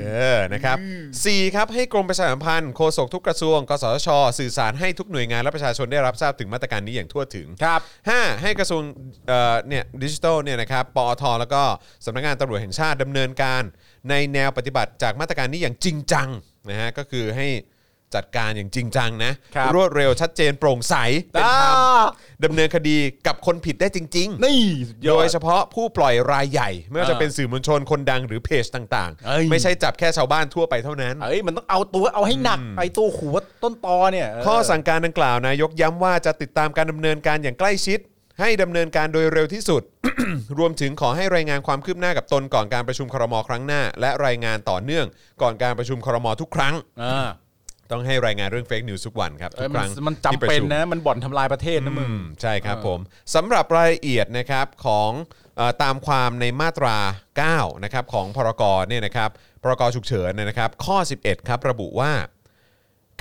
เออนะครับสี่ครับให้กรมประชาสัมพันธ์โฆษกทุกกระทรวง กสทช สื่อสารให้ทุกหน่วยงานและประชาชนได้รับทราบถึงมาตรการนี้อย่างทั่วถึง
ครับ
ห้าให้กระทรวงเอ่อเนี่ยดิจิทัลเนี่ยนะครับปอท แล้วก็สำนักงานตำรวจแห่งชาติดำเนินการในแนวปฏิบัติจากมาตรการนี้อย่างจริงจังนะฮะก็คือให้จัดการอย่างจริงจังนะครับ วดเร็วชัดเจนโปร่งใสเป็นธรรม
อ่า
ดำเนินคดีกับคนผิดได้จริง ๆ
นี่สุยอ
โดยเฉพาะผู้ปล่อยรายใหญ่ ไม่ว่าจะ
อ่า
เป็นสื่อมวลชนคนดังหรือเพจต่าง
เอ้ย
ๆ ไม่ใช่จับแค่ชาวบ้านทั่วไปเท่านั้น
เอ้ยมันต้องเอาตัวเอาให้หนักไปตัวหัวต้นตอเนี่ยเ
ข้อสั่งการดังกล่าวนายกย้ำว่าจะติดตามการดำเนินการอย่างใกล้ชิด ให้ดำเนินการโดยเร็วที่สุด รวมถึงขอให้รายงานความคืบหน้ากับตนก่อนการประชุมครมครั้งหน้า และรายงานต่อเนื่องก่อนการประชุมครมทุกครั้ง
อ่า
ต้องให้รายงานเรื่องเฟกนิวส์ทุกวันครับทุ
เอ้ย
กค
มัน
รั้ง
มัน
ที่
จำ
ระ
เป็น
ชุม
นะ มันบ่อนทำลายประเทศนะมึง
อืมใช่ครับ
เออ
ผมสำหรับรายละเอียดนะครับของ เอ่อตามความในมาตรา 9 นะครับของพรกเนี่ยนะครับพรกฉุกเฉินเนี่ยนะครับ ข้อ 11 ครับระบุว่า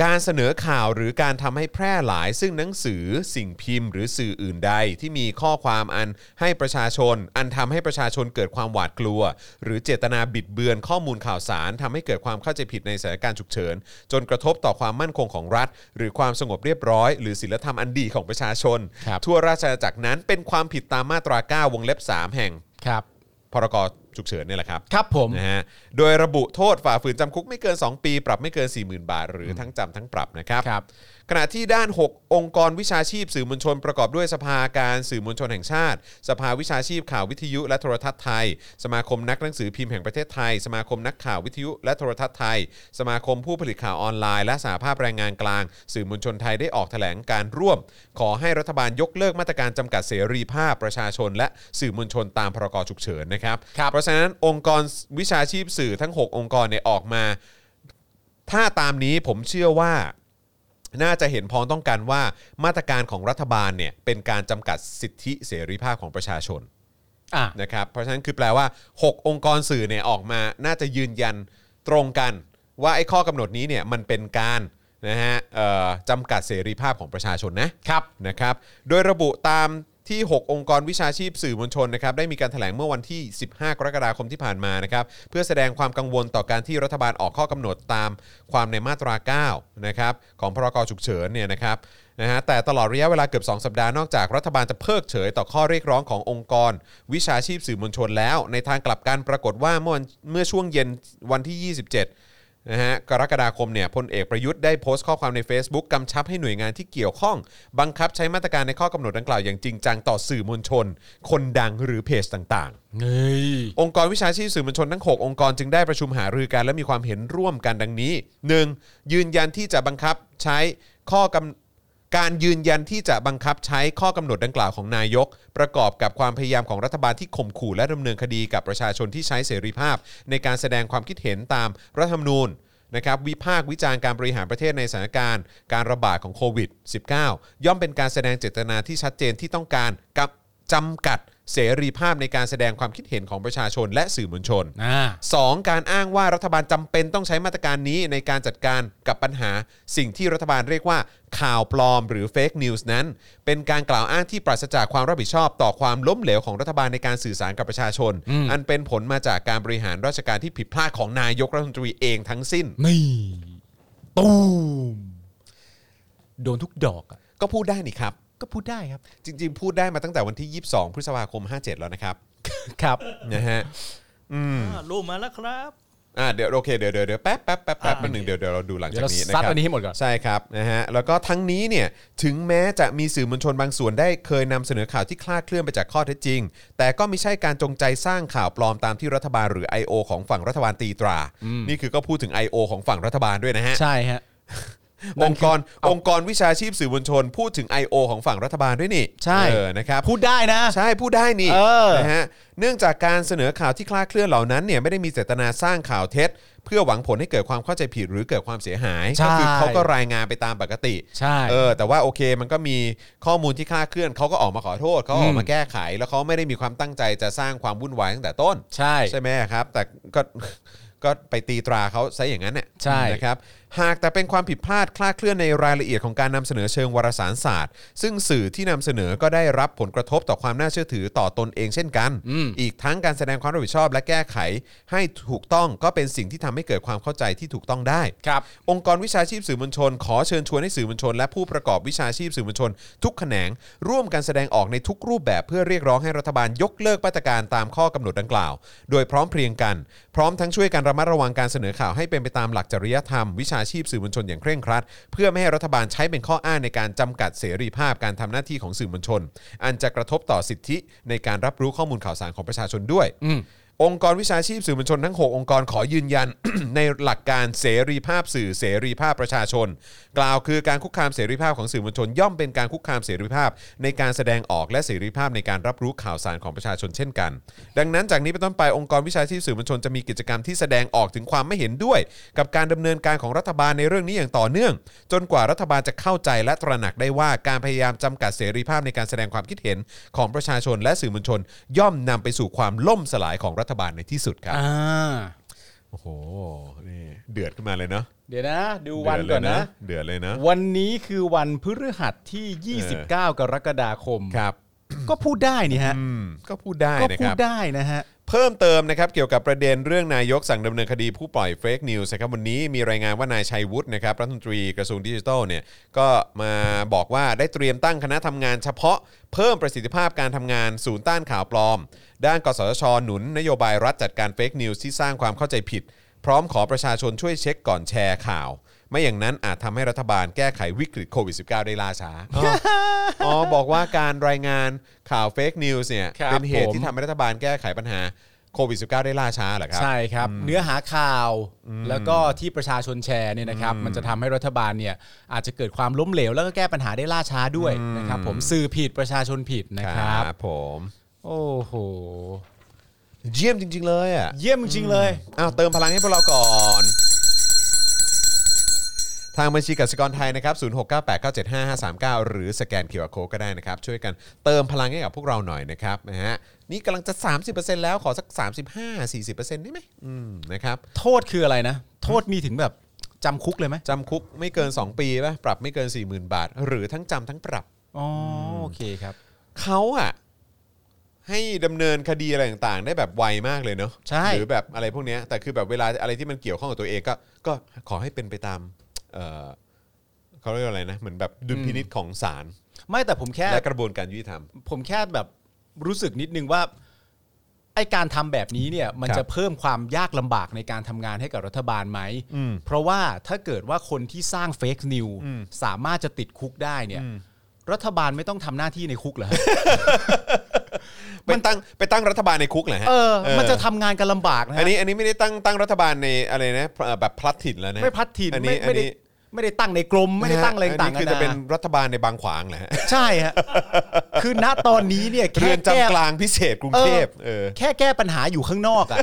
การเสนอข่าวหรือการทำให้แพร่หลายซึ่งหนังสือสิ่งพิมพ์ หรือสื่ออื่นใด ที่มีข้อความอันให้ประชาชน อันทำให้ประชาชนเกิดความหวาดกลัว หรือเจตนาบิดเบือนข้อมูลข่าวสารทำให้เกิดความเข้าใจผิดในสถานการณ์ฉุกเฉิน จนกระทบต่อความมั่นคงของรัฐ หรือความสงบเรียบร้อย หรือศีลธรรมอันดีของประชาชน
ครับ
ทั่วราชอาณาจักรนั้นเป็นความผิดตามมาตรา 9 วงเล็บ 3 แห่ง
ครับ
พรกฉุกเฉินเนี่ยแหละครับ
ครับผม
นะฮะ โดยระบุโทษฝ่าฝืนจำคุกไม่เกิน 2 ปี ปรับไม่เกิน 40,000 บาท หรือทั้งจำทั้งปรับนะครับ
ครับ
ขณะที่ด้าน 6 องค์กรวิชาชีพสื่อมวลชนประกอบด้วยสภาการสื่อมวลชนแห่งชาติ สภาวิชาชีพข่าววิทยุและโทรทัศน์ไทย สมาคมนักหนังสือพิมพ์แห่งประเทศไทย สมาคมนักข่าววิทยุและโทรทัศน์ไทย สมาคมผู้ผลิตข่าวออนไลน์และสหภาพแรงงานกลาง สื่อมวลชนไทยได้ออกแถลงการร่วม ขอให้รัฐบาลยกเลิกมาตรการจำกัดเสรีภาพประชาชน และสื่อมวลชนตามพรกฉุกเฉินนะครับ
ครับ
เพราะฉะนั้นองค์กรวิชาชีพสื่อทั้ง 6 องค์กรเนี่ยออกมา ถ้าตามนี้ผมเชื่อว่า น่าจะเห็นพ้องต้องกันว่ามาตรการของรัฐบาลเนี่ยเป็นการจำกัดสิทธิเสรีภาพของประชาชน
อ่ะ
นะครับเพราะฉะนั้นคือแปลว่า 6 องค์กรสื่อเนี่ยออกมาน่าจะยืนยันตรงกัน ว่าไอ้ข้อกำหนดนี้เนี่ยมันเป็นการนะฮะเอ่อจำกัดเสรีภาพของประชาชนนะ
ครับ
นะครับ โดยระบุตามที่ 6 องค์กรวิชาชีพสื่อมวลชนนะครับได้มีการแถลงเมื่อวันที่ 15 กรกฎาคมที่ผ่านมานะครับเพื่อแสดงความกังวลต่อการที่รัฐบาลออกข้อกำหนดตามความในมาตรา 9 นะครับของพรกฉุกเฉินเนี่ยนะครับนะฮะแต่ตลอดระยะเวลาเกือบ 2 สัปดาห์นอกจากรัฐบาลจะเพิกเฉยต่อข้อเรียกร้องขององค์กร วิชาชีพสื่อมวลชนแล้ว ในทางกลับกันปรากฏว่าเมื่อวันเมื่อช่วงเย็นวันที่ 27 นะฮะกรกฎาคมเนี่ยพลเอกประยุทธ์ได้โพสต์ข้อความใน Facebook กำชับให้หน่วยงานที่เกี่ยวข้อง บังคับใช้มาตรการในข้อกำหนดดังกล่าวอย่างจริงจังต่อสื่อมวลชน คนดังหรือเพจต่างๆ
เฮ้ย
องค์กรวิชาชีพสื่อมวลชนทั้ง 6 องค์กรจึงได้ประชุมหารือกันและมีความเห็นร่วมกันดังนี้ 1. ยืนยันที่จะบังคับใช้ข้อกำการยืนยันที่จะบังคับใช้ข้อกำหนดดังกล่าวของนายก ประกอบกับความพยายามของรัฐบาลที่ข่มขู่และดำเนินคดีกับประชาชนที่ใช้เสรีภาพ ในการแสดงความคิดเห็นตามรัฐธรรมนูญ นะครับวิพากษ์วิจารณ์การบริหารประเทศในสถานการณ์ การระบาดของโควิด -19 ย่อมเป็นการแสดงเจตนาที่ชัดเจนที่ต้องการกับจำกัดเสรีภาพในการแสดงความคิดเห็นของประชาชนและสื่อมวลชน
อ่า
2. การอ้างว่ารัฐบาลจำเป็นต้องใช้มาตรการนี้ในการจัดการกับปัญหา สิ่งที่รัฐบาลเรียกว่าข่าวปลอมหรือเฟกนิวส์นั้น เป็นการกล่าวอ้างที่ปราศจากความรับผิดชอบต่อความล้มเหลวของรัฐบาลในการสื่อสารกับประชาชน อันเป็นผลมาจากการบริหารราชการที่ผิดพลาดของนายกรัฐมนตรีเองทั้งสิ้น
นี่ตูมโดนทุกดอกอ่ะ
ก็พูดได้นี่ครับ
ก็พูดได้ครับ
จริงๆ พูดได้มาตั้งแต่วันที่ 22 พฤษภาคม 57 แล้วนะครับ
ครับ
นะฮะ
อ่ารูปมาแล้วครับ
อ่าเดี๋ยวโอเคเดี๋ยวเดี๋ยวเดี๋ยวแป๊บแป๊บแป๊บแป๊บแป๊บหนึ่งเดี๋ยวเดี๋ยวเราดูหลัง
เดี๋ย
จาว ก
เรา
นี้นะ
ซัด
ครับ
อันนี้ให้หมดก่อน
ใช่ครับนะฮะแล้วก็ทั้งนี้เนี่ยถึงแม้จะมีสื่อมวลชนบางส่วนได้เคยนำเสนอข่าวที่คลาดเคลื่อนไปจากข้อเท็จจริง แต่ก็ไม่ใช่การจงใจสร้างข่าวปลอมตามที่รัฐบาลหรือ I.O. ของฝั่งรัฐบาลตีตรา นี่คือก็พูดถึง I.O. ของฝั่งรัฐบาลด้วยนะฮะ
ใช่ฮะ
องค์กรองค์กรวิชาชีพสื่อมวลชน พูดถึง I.O. ของฝั่งรัฐบาลด้วยนี่
ใช่
เออนะครับ
พูดได้นะ
ใช่ พูดได้นี่
เออ
นะฮะเนื่องจากการเสนอข่าวที่คลาดเคลื่อนเหล่านั้นเนี่ยไม่ได้มีเจตนาสร้างข่าวเท็จ เพื่อหวังผลให้เกิดความเข้าใจผิดหรือเกิดความเสียหาย
ใช่
ก็คือเขาก็รายงานไปตามปกติ
ใช่
เออแต่ว่าโอเคมันก็มีข้อมูลที่คลาดเคลื่อนเขาก็ออกมาขอโทษเขาออกมา
อืม
แก้ไข แล้วเขาไม่ได้มีความตั้งใจจะสร้างความวุ่นวายตั้งแต่ต้น
ใช่
ใช่ไหมครับ แต่ก็ ก็ไปตีตราเขาซะอย่างนั้นเนี่ย
ใช่
นะครับ หากแต่เป็นความผิดพลาดคลาดเคลื่อนในรายละเอียดของการนำเสนอเชิงวารสารศาสตร์ ซึ่งสื่อที่นำเสนอก็ได้รับผลกระทบต่อความน่าเชื่อถือต่อตนเองเช่นกัน
อืม
อีกทั้งการแสดงความรับผิดชอบและแก้ไข ให้ถูกต้องก็เป็นสิ่งที่ทำให้เกิดความเข้าใจที่ถูกต้องได้
ครับ
องค์กรวิชาชีพสื่อมวลชน ขอเชิญชวนให้สื่อมวลชน และผู้ประกอบวิชาชีพสื่อมวลชน ทุกแขนง ร่วมกันแสดงออกในทุกรูปแบบเพื่อเรียกร้องให้รัฐบาลยกเลิกมาตรการตามข้อกำหนดดังกล่าว โดยพร้อมเพรียงกัน พร้อมทั้งช่วยกันระมัดระวังการเสนอข่าวให้เป็นไปตามหลักจริยธรรม วิชาชีพสื่อมวลชนอย่างเคร่งครัด เพื่อไม่ให้รัฐบาลใช้เป็นข้ออ้างในการจำกัดเสรีภาพการทำหน้าที่ของสื่อมวลชน อันจะกระทบต่อสิทธิในการรับรู้ข้อมูลข่าวสารของประชาชนด้วย องค์กรวิชาชีพสื่อมวลชนทั้ง 6 องค์กรขอยืนยัน ในหลักการเสรีภาพสื่อเสรีภาพประชาชน กล่าวคือการคุกคามเสรีภาพของสื่อมวลชนย่อมเป็นการคุกคามเสรีภาพ ในการแสดงออกและเสรีภาพในการรับรู้ข่าวสารของประชาชนเช่นกัน ดังนั้นจากนี้เป็นต้นไปองค์กรวิชาชีพสื่อมวลชนจะมีกิจกรรมที่แสดงออกถึงความไม่เห็นด้วย กับการดำเนินการของรัฐบาลในเรื่องนี้อย่างต่อเนื่อง จนกว่ารัฐบาลจะเข้าใจและตระหนักได้ว่าการพยายามจำกัดเสรีภาพในการแสดงความคิดเห็นของประชาชนและสื่อมวลชน ย่อมนำไปสู่ความล่มสลายของรัฐบาลในที่สุดครับ
อ่า
โอ้โห นี่เดือดขึ้นมาเลยเนาะ
เดี๋ยวนะ ดูวันก่อนนะ
เดือดเลยนะ
วันนี้คือวันพฤหัสที่ 29 กรกฎาคม
ครับ
ก็พูดได้นี่ฮะ
อืม ก็พูดได้
ก็
นะค
พูด
รับ
ได้นะฮะ
เพิ่มเติมนะครับเกี่ยวกับประเด็นเรื่องนายกสั่งดำเนินคดีผู้ปล่อยเฟกนิวส์นะครับวันนี้มีรายงานว่านายชัยวุฒินะครับรัฐมนตรีกระทรวงดิจิทัลเนี่ยก็มาบอกว่าได้เตรียมตั้งคณะทำงานเฉพาะเพิ่มประสิทธิภาพการทำงานศูนย์ต้านข่าวปลอม ด้านกสทช หนุนนโยบายรัฐจัดการเฟกนิวส์ที่สร้างความเข้าใจผิด พร้อมขอประชาชนช่วยเช็คก่อนแชร์ข่าว ไม่อย่างนั้นอาจทำให้รัฐบาลแก้ไขวิกฤตโควิด -19 ได้ล่าช้าอ๋อ อ๋อบอกว่าการรายงานข่าวเฟกนิวส์เนี่ย
ครับ
เป็นเหตุ
ผม
ที่ทำให้รัฐบาลแก้ไขปัญหาโควิด -19 ได้ล่าช้าเหรอครับ
ใช่ครับ เนื้อหาข่าวแล้วก็ที่ประชาชนแชร์เนี่ยนะครับ มันจะทำให้รัฐบาลเนี่ยอาจจะเกิดความล้มเหลว แล้วก็แก้ปัญหาได้ล่าช้าด้วยนะครับผมสื่อผิดประชาชนผิดนะครับ
ผม
โอ้โห
เยี่ยมจริง ๆ เลยอ่ะ
เยี่ยมจริงๆเลย
อ้าวเติมพลังให้พวกเราก่อน ทางบัญชีกสิกรไทยนะครับ 0698975539 หรือสแกนเคอร์โคก็ได้นะครับ ช่วยกันเติมพลังให้กับพวกเราหน่อยนะครับนะฮะนี่กำลังจะ 30%แล้วขอสัก 35-40%ได้ไหมอืมนะครับ
โทษคืออะไรนะ โทษมีถึงแบบจำคุกเลยไหม
จำคุกไม่เกิน 2 ปีป่ะปรับไม่เกิน 40,000 บาท หรือทั้งจำทั้งปรับ
อ๋อโอเคครับ
เขาอะให้ดำเนินคดีอะไรต่างๆ ได้แบบไวมากเลยเนอะ
ใช่
หรือแบบอะไรพวกเนี้ยแต่คือแบบเวลาอะไรที่มันเกี่ยวข้องกับตัวเองก็ก็ขอให้เป็นไปตามเอ่อเขาเรียกว่าอะไรนะเหมือนแบบดุลพินิษของศาล
ไม่แต่ผมแค่
และกระบวนการยุติธรรม
ผมแค่แบบรู้สึกนิดนึงว่าไอการทำแบบนี้เนี่ยมัน
ครับ
จะเพิ่มความยากลำบากในการทำงานให้กับรัฐบาลไหม
อืม
เพราะว่าถ้าเกิดว่าคนที่สร้างเฟกนิวสามารถจะติดคุกได้เนี่ย รัฐบาลไม่ต้องทำหน้าที่ในคุกเหรอฮะ
ไปตั้งไปตั้งรัฐบาลในคุกเหรอฮะ
เออ
เออ
มันจะทำงานกันลำบากนะ
อัน
ฮะ
นี้อันนี้ไม่ได้ตั้งตั้งรัฐบาลในอะไรนะเอ่อแบบพลัดถิ่นแล้วนะ
ไม่พัดถิ่น
อัน
ไม่
นี้อั
ไม่
น
ได้
นี้
ไม่ได้ตั้งในกรมไม่ได้ตั้งอะไรต่างกั
นนี้คื
น
อจะเป็น
นะ
รัฐบาลในบางขวางเหรอฮะ
ใช่ ฮะ คือณตอนนี้เนี่ย
เรื
แค่
อน
แก้
จำกลางพิเศษกรุงเทพเออ
แค่แก้ปัญหาอยู่ข้างนอกอะ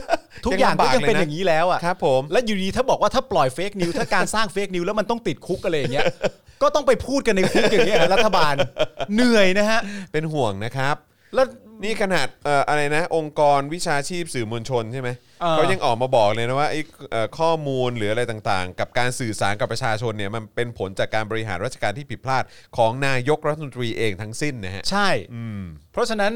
ทุกอย่างก็ยังเป็นอย่างนี้แล้วอะ
ครับผม
แล้วอยู่ดีถ้าบอกว่าถ้าปล่อยเฟกนิวถ้าการสร้างเฟกนิวแล้วมันต้องติดคุกอะไรอย่างเงี้ ย ก็ต้องไปพูดกันในคุกอย่างเงี้ย รัฐบาลเหนื่อยนะฮะ
เป็นห่วงนะครับ
แล้ว
นี่ขนาดเอ่ออะไรนะ องค์กรวิชาชีพสื่อมวลชนใช่ไหม
เออ
เขายังออกมาบอกเลยนะว่าไอ้เอ่อข้อมูลหรืออะไรต่างๆ กับการสื่อสารกับประชาชนเนี่ยมันเป็นผลจากการบริหารราชการที่ผิดพลาดของนายกรัฐมนตรีเองทั้งสิ้นนะฮะ
ใช่ เพราะฉะนั้น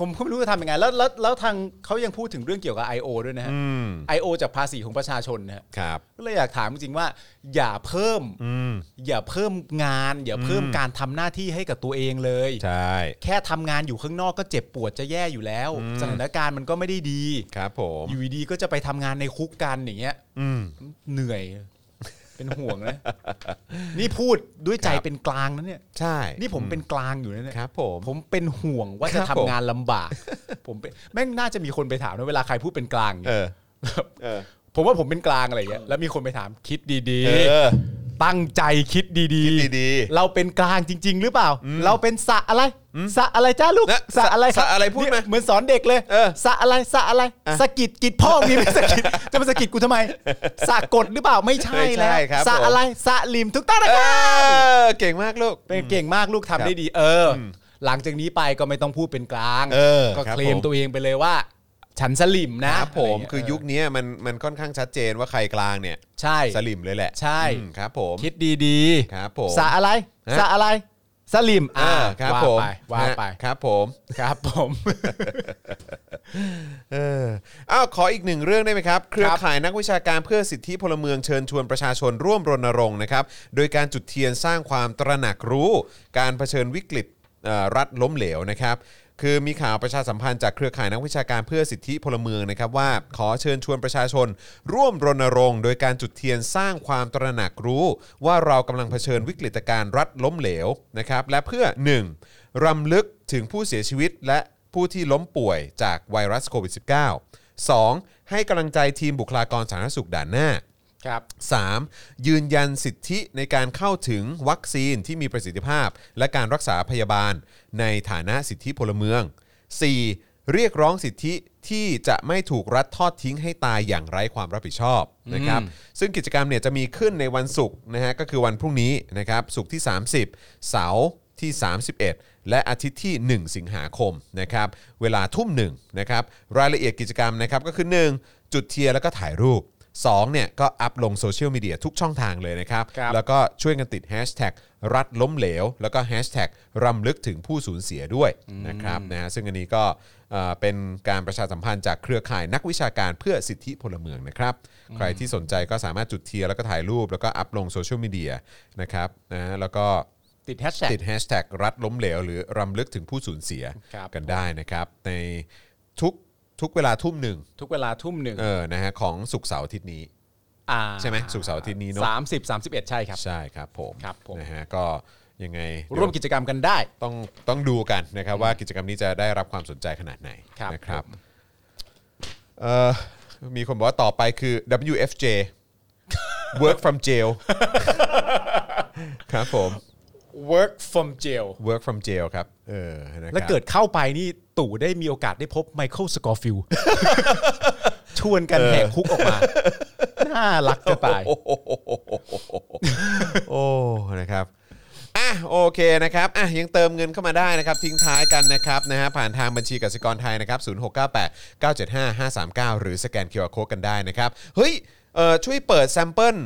ผมก็ไม่รู้จะทำยังไง แล้วแล้วแล้วทางเขายังพูดถึงเรื่องเกี่ยวกับ I.O. ด้วยนะฮะ
อืม
I.O. จากภาษีของประชาชนนะฮะ
ครับ
ก็เลยอยากถามจริงๆว่า อย่าเพิ่ม
อืม
อย่าเพิ่มงาน อย่าเพิ่ม
อืม
การทำหน้าที่ให้กับตัวเองเลย
ใช่
แค่ทำงานอยู่ข้างนอกก็เจ็บปวดจะแย่อยู่แล้ว
อืม
สถานการณ์มันก็ไม่ได้ดี
ครับผม
อยู่ดีๆก็จะไปทำงานในคุกกันอย่างเงี้ย
อืม
เหนื่อย เป็นห่วงนะ นี่พูดด้วยใจ
ครับ
เป็นกลางนะเนี่ย
ใช่
นี่ผมเป็นกลางอยู่นะเนี่ย
ครับผม
ผมเป็นห่วงว่า
ครั
จะ
บ
ทำ
ผม
งานลำบาก ผมเป็นแม่งน่าจะมีคนไปถามนะเวลาใครพูดเป็นกลาง
เอ
เนี่ย
อ เออ
ผมว่าผมเป็นกลางอะไรอย่างเงี้ยแล้วมีคนไปถามคิดดี
เออ
ๆ ตั้งใจคิดดี
คิดดีๆ
เราเป็นกลางจริง ๆ หรือเปล่า เราเป็นสระอะไรสระอะไรจ้าลูก
นะ
สระอะไรคบ
สระอะไรพูดมา
เหมือนสอนเด็กเลย
เออ
สระอะไรสระอะไร
อ่ะ
สะกิดกิดพ่อมีไหมสะกิดจะมาสะกิดกูทำไมสระกดหรือเปล่าไม่ใช่
ไม่ใช่
แล้ว
ครับ
สระ
ผม
อะไรสระริมทุกต้านนะค
เอ
รับ
อ เก่งมากลูก
เป็นเก่งมากลูกทำได้ดี เอออ หลังจากนี้ไปก็ไม่ต้องพูดเป็นกลาง
เออ
ก็
ครับ
เคลม
ผม
ตัวเองไปเลยว่า ฉันสลิมนะครับ
ผม
ะไรเงี้
คือยุคนี้มันมันค่อนข้างชัดเจนว่าใครกลางเนี่ย
ใช่
สลิมเลยแหละ
ใช่
อืมครับผม
คิดดี
ครับผม
สระอะไร
ฮะ
สระอะไร สลิม
อ่าครับ
ว่า
ผม
ไปว่าไป
ฮะครับผม
ครับผม
เอออ้าวขออีกหนึ่งเรื่องได้ไหมครับ เครือข่ายนักวิชาการเพื่อสิทธิพลเมืองเชิญชวนประชาชนร่วมรณรงค์นะครับโดยการจุดเทียนสร้างความตระหนักรู้ การเผชิญวิกฤตเอ่อรัฐล้มเหลวนะครับ คือมีข่าวประชาสัมพันธ์จากเครือข่ายนักวิชาการเพื่อสิทธิพลเมืองนะครับว่าขอเชิญชวนประชาชน ร่วมรณรงค์ โดยการจุดเทียนสร้างความตระหนักรู้ ว่าเรากำลังเผชิญวิกฤตการณ์รัฐล้มเหลวนะครับและเพื่อหนึ่งรำลึกถึงผู้เสียชีวิตและ ผู้ที่ล้มป่วยจากไวรัสโควิด -19 2. ให้กำลังใจทีมบุคลากรสาธารณสุขด่านหน้า
ครับ
3. ยืนยันสิทธิในการเข้าถึงวัคซีนที่มีประสิทธิภาพ และการรักษาพยาบาลในฐานะสิทธิพลเมือง 4. เรียกร้องสิทธิที่จะไม่ถูกรัฐทอดทิ้งให้ตายอย่างไร้ความรับผิดชอบนะครับซึ่งกิจกรรมเนี่ยจะมีขึ้นในวันศุกร์นะฮะก็คือวันพรุ่งนี้นะครับศุกร์ที่ 30 เสาร์ที่ 31 และอาทิตย์ที่ 1 สิงหาคมนะครับเวลาทุ่มหนึ่งนะครับรายละเอียดกิจกรรมนะครับก็คือ 1. จุดเทียนแล้วก็ถ่ายรูป 2เนี่ยก็อัพลงโซเชียลมีเดียทุกช่องทางเลยนะครับ
ครับ
แล้วก็ช่วยกันติดแฮชแท็กรัฐล้มเหลว แล้วก็แฮชแท็กรำลึกถึงผู้สูญเสียด้วยนะครับนะฮะซึ่งอันนี้ก็เอ่อเป็นการประชาสัมพันธ์จากเครือข่ายนักวิชาการเพื่อสิทธิพลเมืองนะครับ ใครที่สนใจก็สามารถจุดเทียร์แล้วก็ถ่ายรูป แล้วก็อัพลงโซเชียลมีเดียนะครับนะฮะแล้วก็
ติดแฮชแท็ก
ติดแฮชแท็กรัฐล้มเหลว หรือรำลึกถึงผู้สูญเสีย
ครับ
กันได้นะครับ ในทุกทุกเวลาทุ่มหนึ่ง
ทุกเวลาทุ่มหนึ่ง
เออนะฮะของสุกร์เสาร์อาทิตย์นี้
อ่า
ใช่ไหมศุกร์เสาร์อาทิตย์นี้เนอะ
สามสิบสามสิบเอ็ดใช่ครับ
ใช่ครับผม
ครับผม
นะฮะก็ยังไง
ร่วม
เดี๋ย
กิจกรรมกันได้
ต้องต้องดูกันนะครับว่ากิจกรรมนี้จะได้รับความสนใจขนาดไหน
ครับ
นะครับ
ผม
เอ่อมีคนบอกว่าต่อไปคือ WFJ work from jail ครับผม
work from jail
work from jail ครับเออนะครับ
แล้วเกิดเข้าไปนี่ตู่ได้มีโอกาสได้พบไมเคิลสกอร์ฟิ ล ชวนกันแหกคุกออกมา น่ารักจะตาย
โอ้โหโอ้นะครับ อ่ะโอเคนะครับอ่ะยังเติมเงินเข้ามาได้นะครับ ทิ้งท้ายกันนะครับนะฮะผ่านทางบัญชีกสิกรไทยนะครับ0698 975 539 หรือสแกน QR Code กันได้นะครับ เฮ้ยเอ่อช่วยเปิดแซมเปิล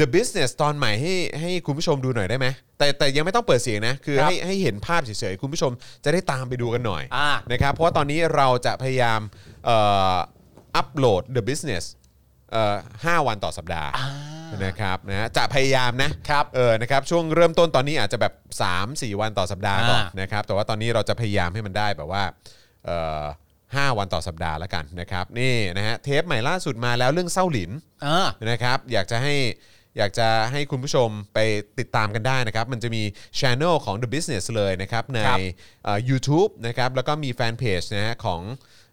The Business ตอนใหม่ให้ให้คุณผู้ชมดูหน่อยได้ไหมแต่แต่ยังไม่ต้องเปิดเสียงนะ คือ
ครับ
ให้ให้เห็นภาพเฉยๆ คุณผู้ชมจะได้ตามไปดูกันหน่อย
อ่า
นะครับเพราะว่าตอนนี้เราจะพยายามเอ่ออัปโหลด The Business เอ่อห้าวันต่อสัปดาห์นะครับนะฮะจะพยายามนะ
ครับ
เออ นะครับ ช่วงเริ่มต้นตอนนี้อาจจะแบบ 3-4 วันต่อสัปดาห์ก่อน
อ่าน
นะครับ แต่ว่าตอนนี้เราจะพยายามให้มันได้แบบว่าเอ่อห้าวันต่อสัปดาห์ละกันนะครับ นี่นะฮะ เทปใหม่ล่าสุดมาแล้วเรื่องเศร้าหลิน
อ่า
นะครับ อยากจะให้ อยากจะให้คุณผู้ชมไปติดตามกันได้นะครับ มันจะมีช ANNEL ของ The Business เลยนะครับ ใน
ครับ
เอ่อ YouTube นะครับ แล้วก็มีแฟนเพจนะฮะของ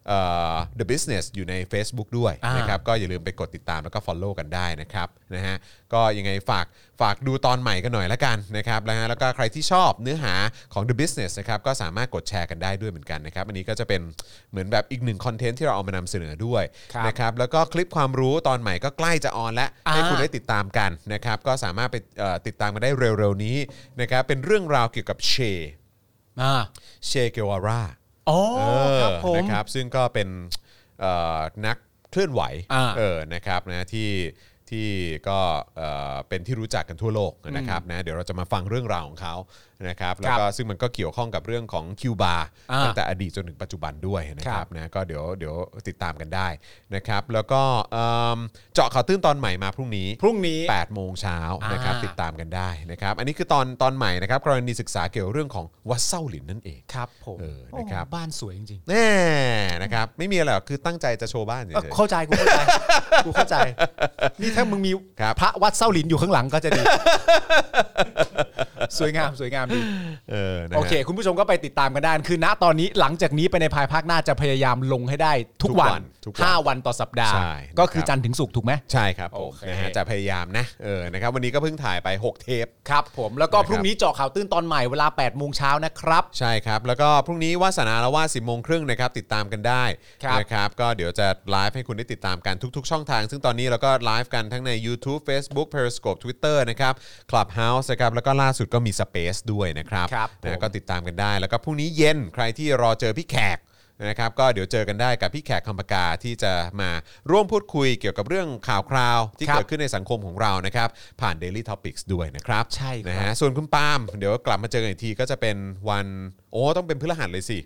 เอ่อ The Business อยู่ใน Facebook ด้วย
อ่าน
นะครับ นะครับก็อย่าลืมไปกดติดตามแล้วก็ Follow กันได้นะครับนะฮะก็ยังไงฝากฝากดูตอนใหม่กันหน่อยละกันนะครับนะฮะแล้วก็ใครที่ชอบเนื้อหาของ The Business นะครับก็สามารถกดแชร์กันได้ด้วยเหมือนกันนะครับอันนี้ก็จะเป็นเหมือนแบบอีกหนึ่งคอนเทนต์ที่เราเอามานำเสนอด้วย
ครับ
นะครับแล้วก็คลิปความรู้ตอนใหม่ก็ใกล้จะออนแล้ว
อ่า
ให้คุณได้ติดตามกันนะครับก็สามารถไปเอ่อติดตามมาได้เร็วๆนี้นะครับเป็นเรื่องราวเกี่ยวกับเช
อ่า
เชเกวารา
อ๋อ
เออ
ครับผม
นะครับซึ่งก็เป็นเอ่อนักเคลื่อนไหว
อ่า
เออนะครับนะที่ที่ก็เอ่อเป็นที่รู้จักกันทั่วโลกนะครับนะเดี๋ยวเราจะมาฟังเรื่องราวของเขานะครับแล้วก็ซึ่งมันก็เกี่ยวข้องกับเรื่องของคิวบา
อ่า
ตั้งแต่อดีตจนถึงปัจจุบันด้วยนะ
ค
ค
รั
รับบ นะก็เดี๋ยวเดี๋ยวติดตามกันได้นะครับแล้วก็เอิ่มเจาะข่าวตื้นตอนใหม่มาพรุ่งนี้
พรุ่งนี้
8โมงเช้านะครับ
อ่า
ติดตามกันได้นะครับอันนี้คือตอนตอนใหม่นะครับกรณีศึกษาเกี่ยวเรื่องของวัดเศร้าหลินนั่นเอง
ครับผม
เออนะครับ
โอ้บ้านสวยจริง
แน่นะครับไม่มีอะไรหรอกคือตั้งใจจะโชว์บ้าน
ๆ
เฉ
เออย เข้าใจกูเข้าใจกูเข้าใจ นี่ถ้ามึงมี
ครับ
พระวัดเส้าหลินอยู่ข้างหลังก็จะดี สวยงามสวยงามดี
ๆเออนะฮะ
โอเค คุณผู้ชมก็ไปติดตามกันได้ คือณตอนนี้หลังจากนี้ไปในภายภาคหน้าจะพยายามลงให้ได้ทุก
ทุกวั
วัน น
ทุกวัน
ห้าวันต่อสัปดาห์
ใช่
ก็คือ
นะครับ
จันทร์ถึงศุกร์ถูกไหม
ใช่ครับผม
โอเค
นะฮะจะพยายามนะเออนะครับวันนี้ก็เพิ่งถ่ายไป 6 เทป
ครับผมแล้วก็
นะครับ
พรุ่งนี้เจาะข่าวตื้นตอนใหม่เวลา8ปดโมงเช้านะครับ
ใช่ครับ แล้วก็พรุ่งนี้วาสนาละว่า10โมงครึ่งนะครับติดตามกันได้
ครับ
นะครับก็เดี๋ยวจะไลฟ์ให้คุณได้ติดตามกันทุกๆ ช่องทาง ซึ่งตอนนี้เราก็ไลฟ์กันทั้งใน YouTube Facebook Periscope Twitter นะครับ Clubhouse นะครับแล้วก็ล่าสุดก็มี Space ด้วยนะครับ
ครับผม
นะก็ติดตามกันได้ แล้วก็พรุ่งนี้เย็นใครที่รอเจอพี่แขกนะครับก็เดี๋ยวเจอกันได้กับพี่แขกคำปากาที่จะมาร่วมพูดคุยเกี่ยวกับเรื่องข่าวคราวที่
ครับ
เกิดขึ้นในสังคมของเรานะครับผ่าน Daily Topics ด้วยนะครับ
ใช่ครับ
นะฮะ นะส่วนคุณปาล์มเดี๋ยวกลับมาเจอกันอีกทีก็จะเป็นวัน โอ้ต้องเป็นพฤหัสเลยสิ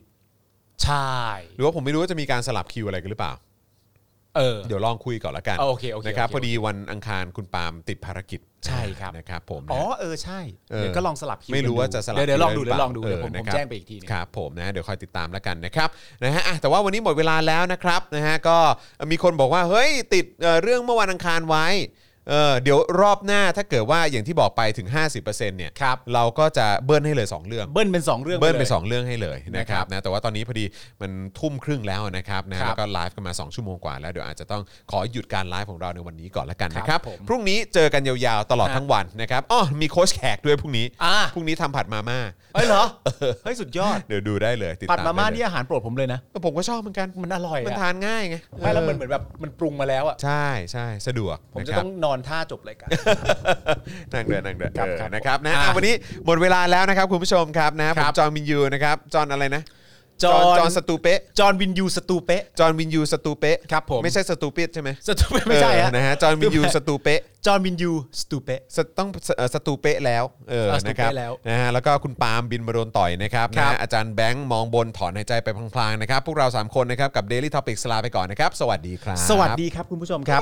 ใช่
หรือว่าผมไม่รู้ว่าจะมีการสลับคิวอะไรกันหรือเปล่า
เออ
เดี๋ยวลองคุยก่อนละกัน
เอาโอเคโอเค
นะครับ
โอเค
พอดีวันอังคารคุณปาล์มติดภารกิจ
ใช่ครับ
นะครับผม
อ๋อเออใช่
เออ
เดี๋ยวก็ลองสลับคิว
ไม่รู้
กัน
ว่าจะสลับ
เดี๋ยวเดี๋ยวลองดู
คิ
เดี๋ยวลองดู
หรื
เดี๋ยวผมผม
เปาเออนะครั
แจ้งไปอีกทีหนึง
ครับผมนะเดี๋ยวคอยติดตามแล้วกันนะครับนะฮะอ่ะแต่ว่าวันนี้หมดเวลาแล้วนะครับนะฮะก็มีคนบอกว่าเฮ้ยติดเอ่อเรื่องเมื่อวันอังคารไว้ เออเดี๋ยวรอบหน้าถ้าเกิดว่าอย่างที่บอกไปถึง 50%เนี่ย
ครับ
เราก็จะเบิ้ลให้เลย 2 เรื่อง
เบิ้ลเป็นสองเรื่อง
เบิ้ล
ไล
ไป
ย
สองเรื่องให้เลยนะ
นะค
ครั
รับ บ
นะแต่ว่าตอนนี้พอดีมันทุ่มครึ่งแล้วนะครับนะครับ แล้วก็ไลฟ์กันมา 2 ชั่วโมงกว่าแล้วเดี๋ยวอาจจะต้องขอหยุดการไลฟ์ของเราในวันนี้ก่อนละกันนะค
ครั
รับบ
ผม
พรุ่งนี้เจอกันยาวๆตลอด
ฮะ
ทั้งวันนะครับอ๋อมีโค้ชแขกด้วยพรุ่งนี้
อ่า
พรุ่งนี้ทำผัดมาม่า
เฮ้ยเหรอเฮ้ยสุดยอด
เดี๋ยวดูได้เลยติดตา
ผั
ม
ดมาม่า
ไล
นี่อาหารโปรดผมเลยนะ
เออผมก็ชอบเหมือนกัน
มันอร่อย
มัน
อะ
ทานง่ายไง
ไม่แล้วมันเหมือนแบบมันปรุงมาแล้วอ่ะ
ใช่ใช่สะดวก
ผม
น
จะ
ครับ
ต้องนอนท่าจบรายการ
นั่งเดือนั่งเดือ
ครับ
เออ
ครับ
นะครับนะ
อ่ะ
อ่ะวันนี้หมดเวลาแล้วนะครับคุณผู้ชมครับนะผ
ค
ม
รับ
จอห์นวินยูนะครับจอห์นอะไรนะ
จอ
จอห์
ห์
น
น
สตูเป๊ะ
จอห์นวินยูสตูเปะ
จอห์นวินยูสตูเป๊ะ
ครับผม
ไม่ใช่สตูปิดใช่ไหม
สตูเปะไม่ใช่
เอ
ฮะ
อนะฮะจอห์นวินยูสตูเป๊ะ
จอห์นวินยูสตูเปะ
สต้องเอ่อสตูเป๊ะแล้วเออ
เออสตู
นะ
เป๊ะ
ครับ
แล้ว
นะฮะแล้วก็คุณปาล์มบินมาโดนต่อยนะครับ
ค
นะ
รับ
ฮะอาจารย์แบงค์มองบนถอนหายใจไปพลางๆนะครับพวกเรา 3 คนนะครับกับ Daily Topics ลาไปก่อนนะครับ สวัสดีครับ
สวัสดีครับคุณผู้ชมครับ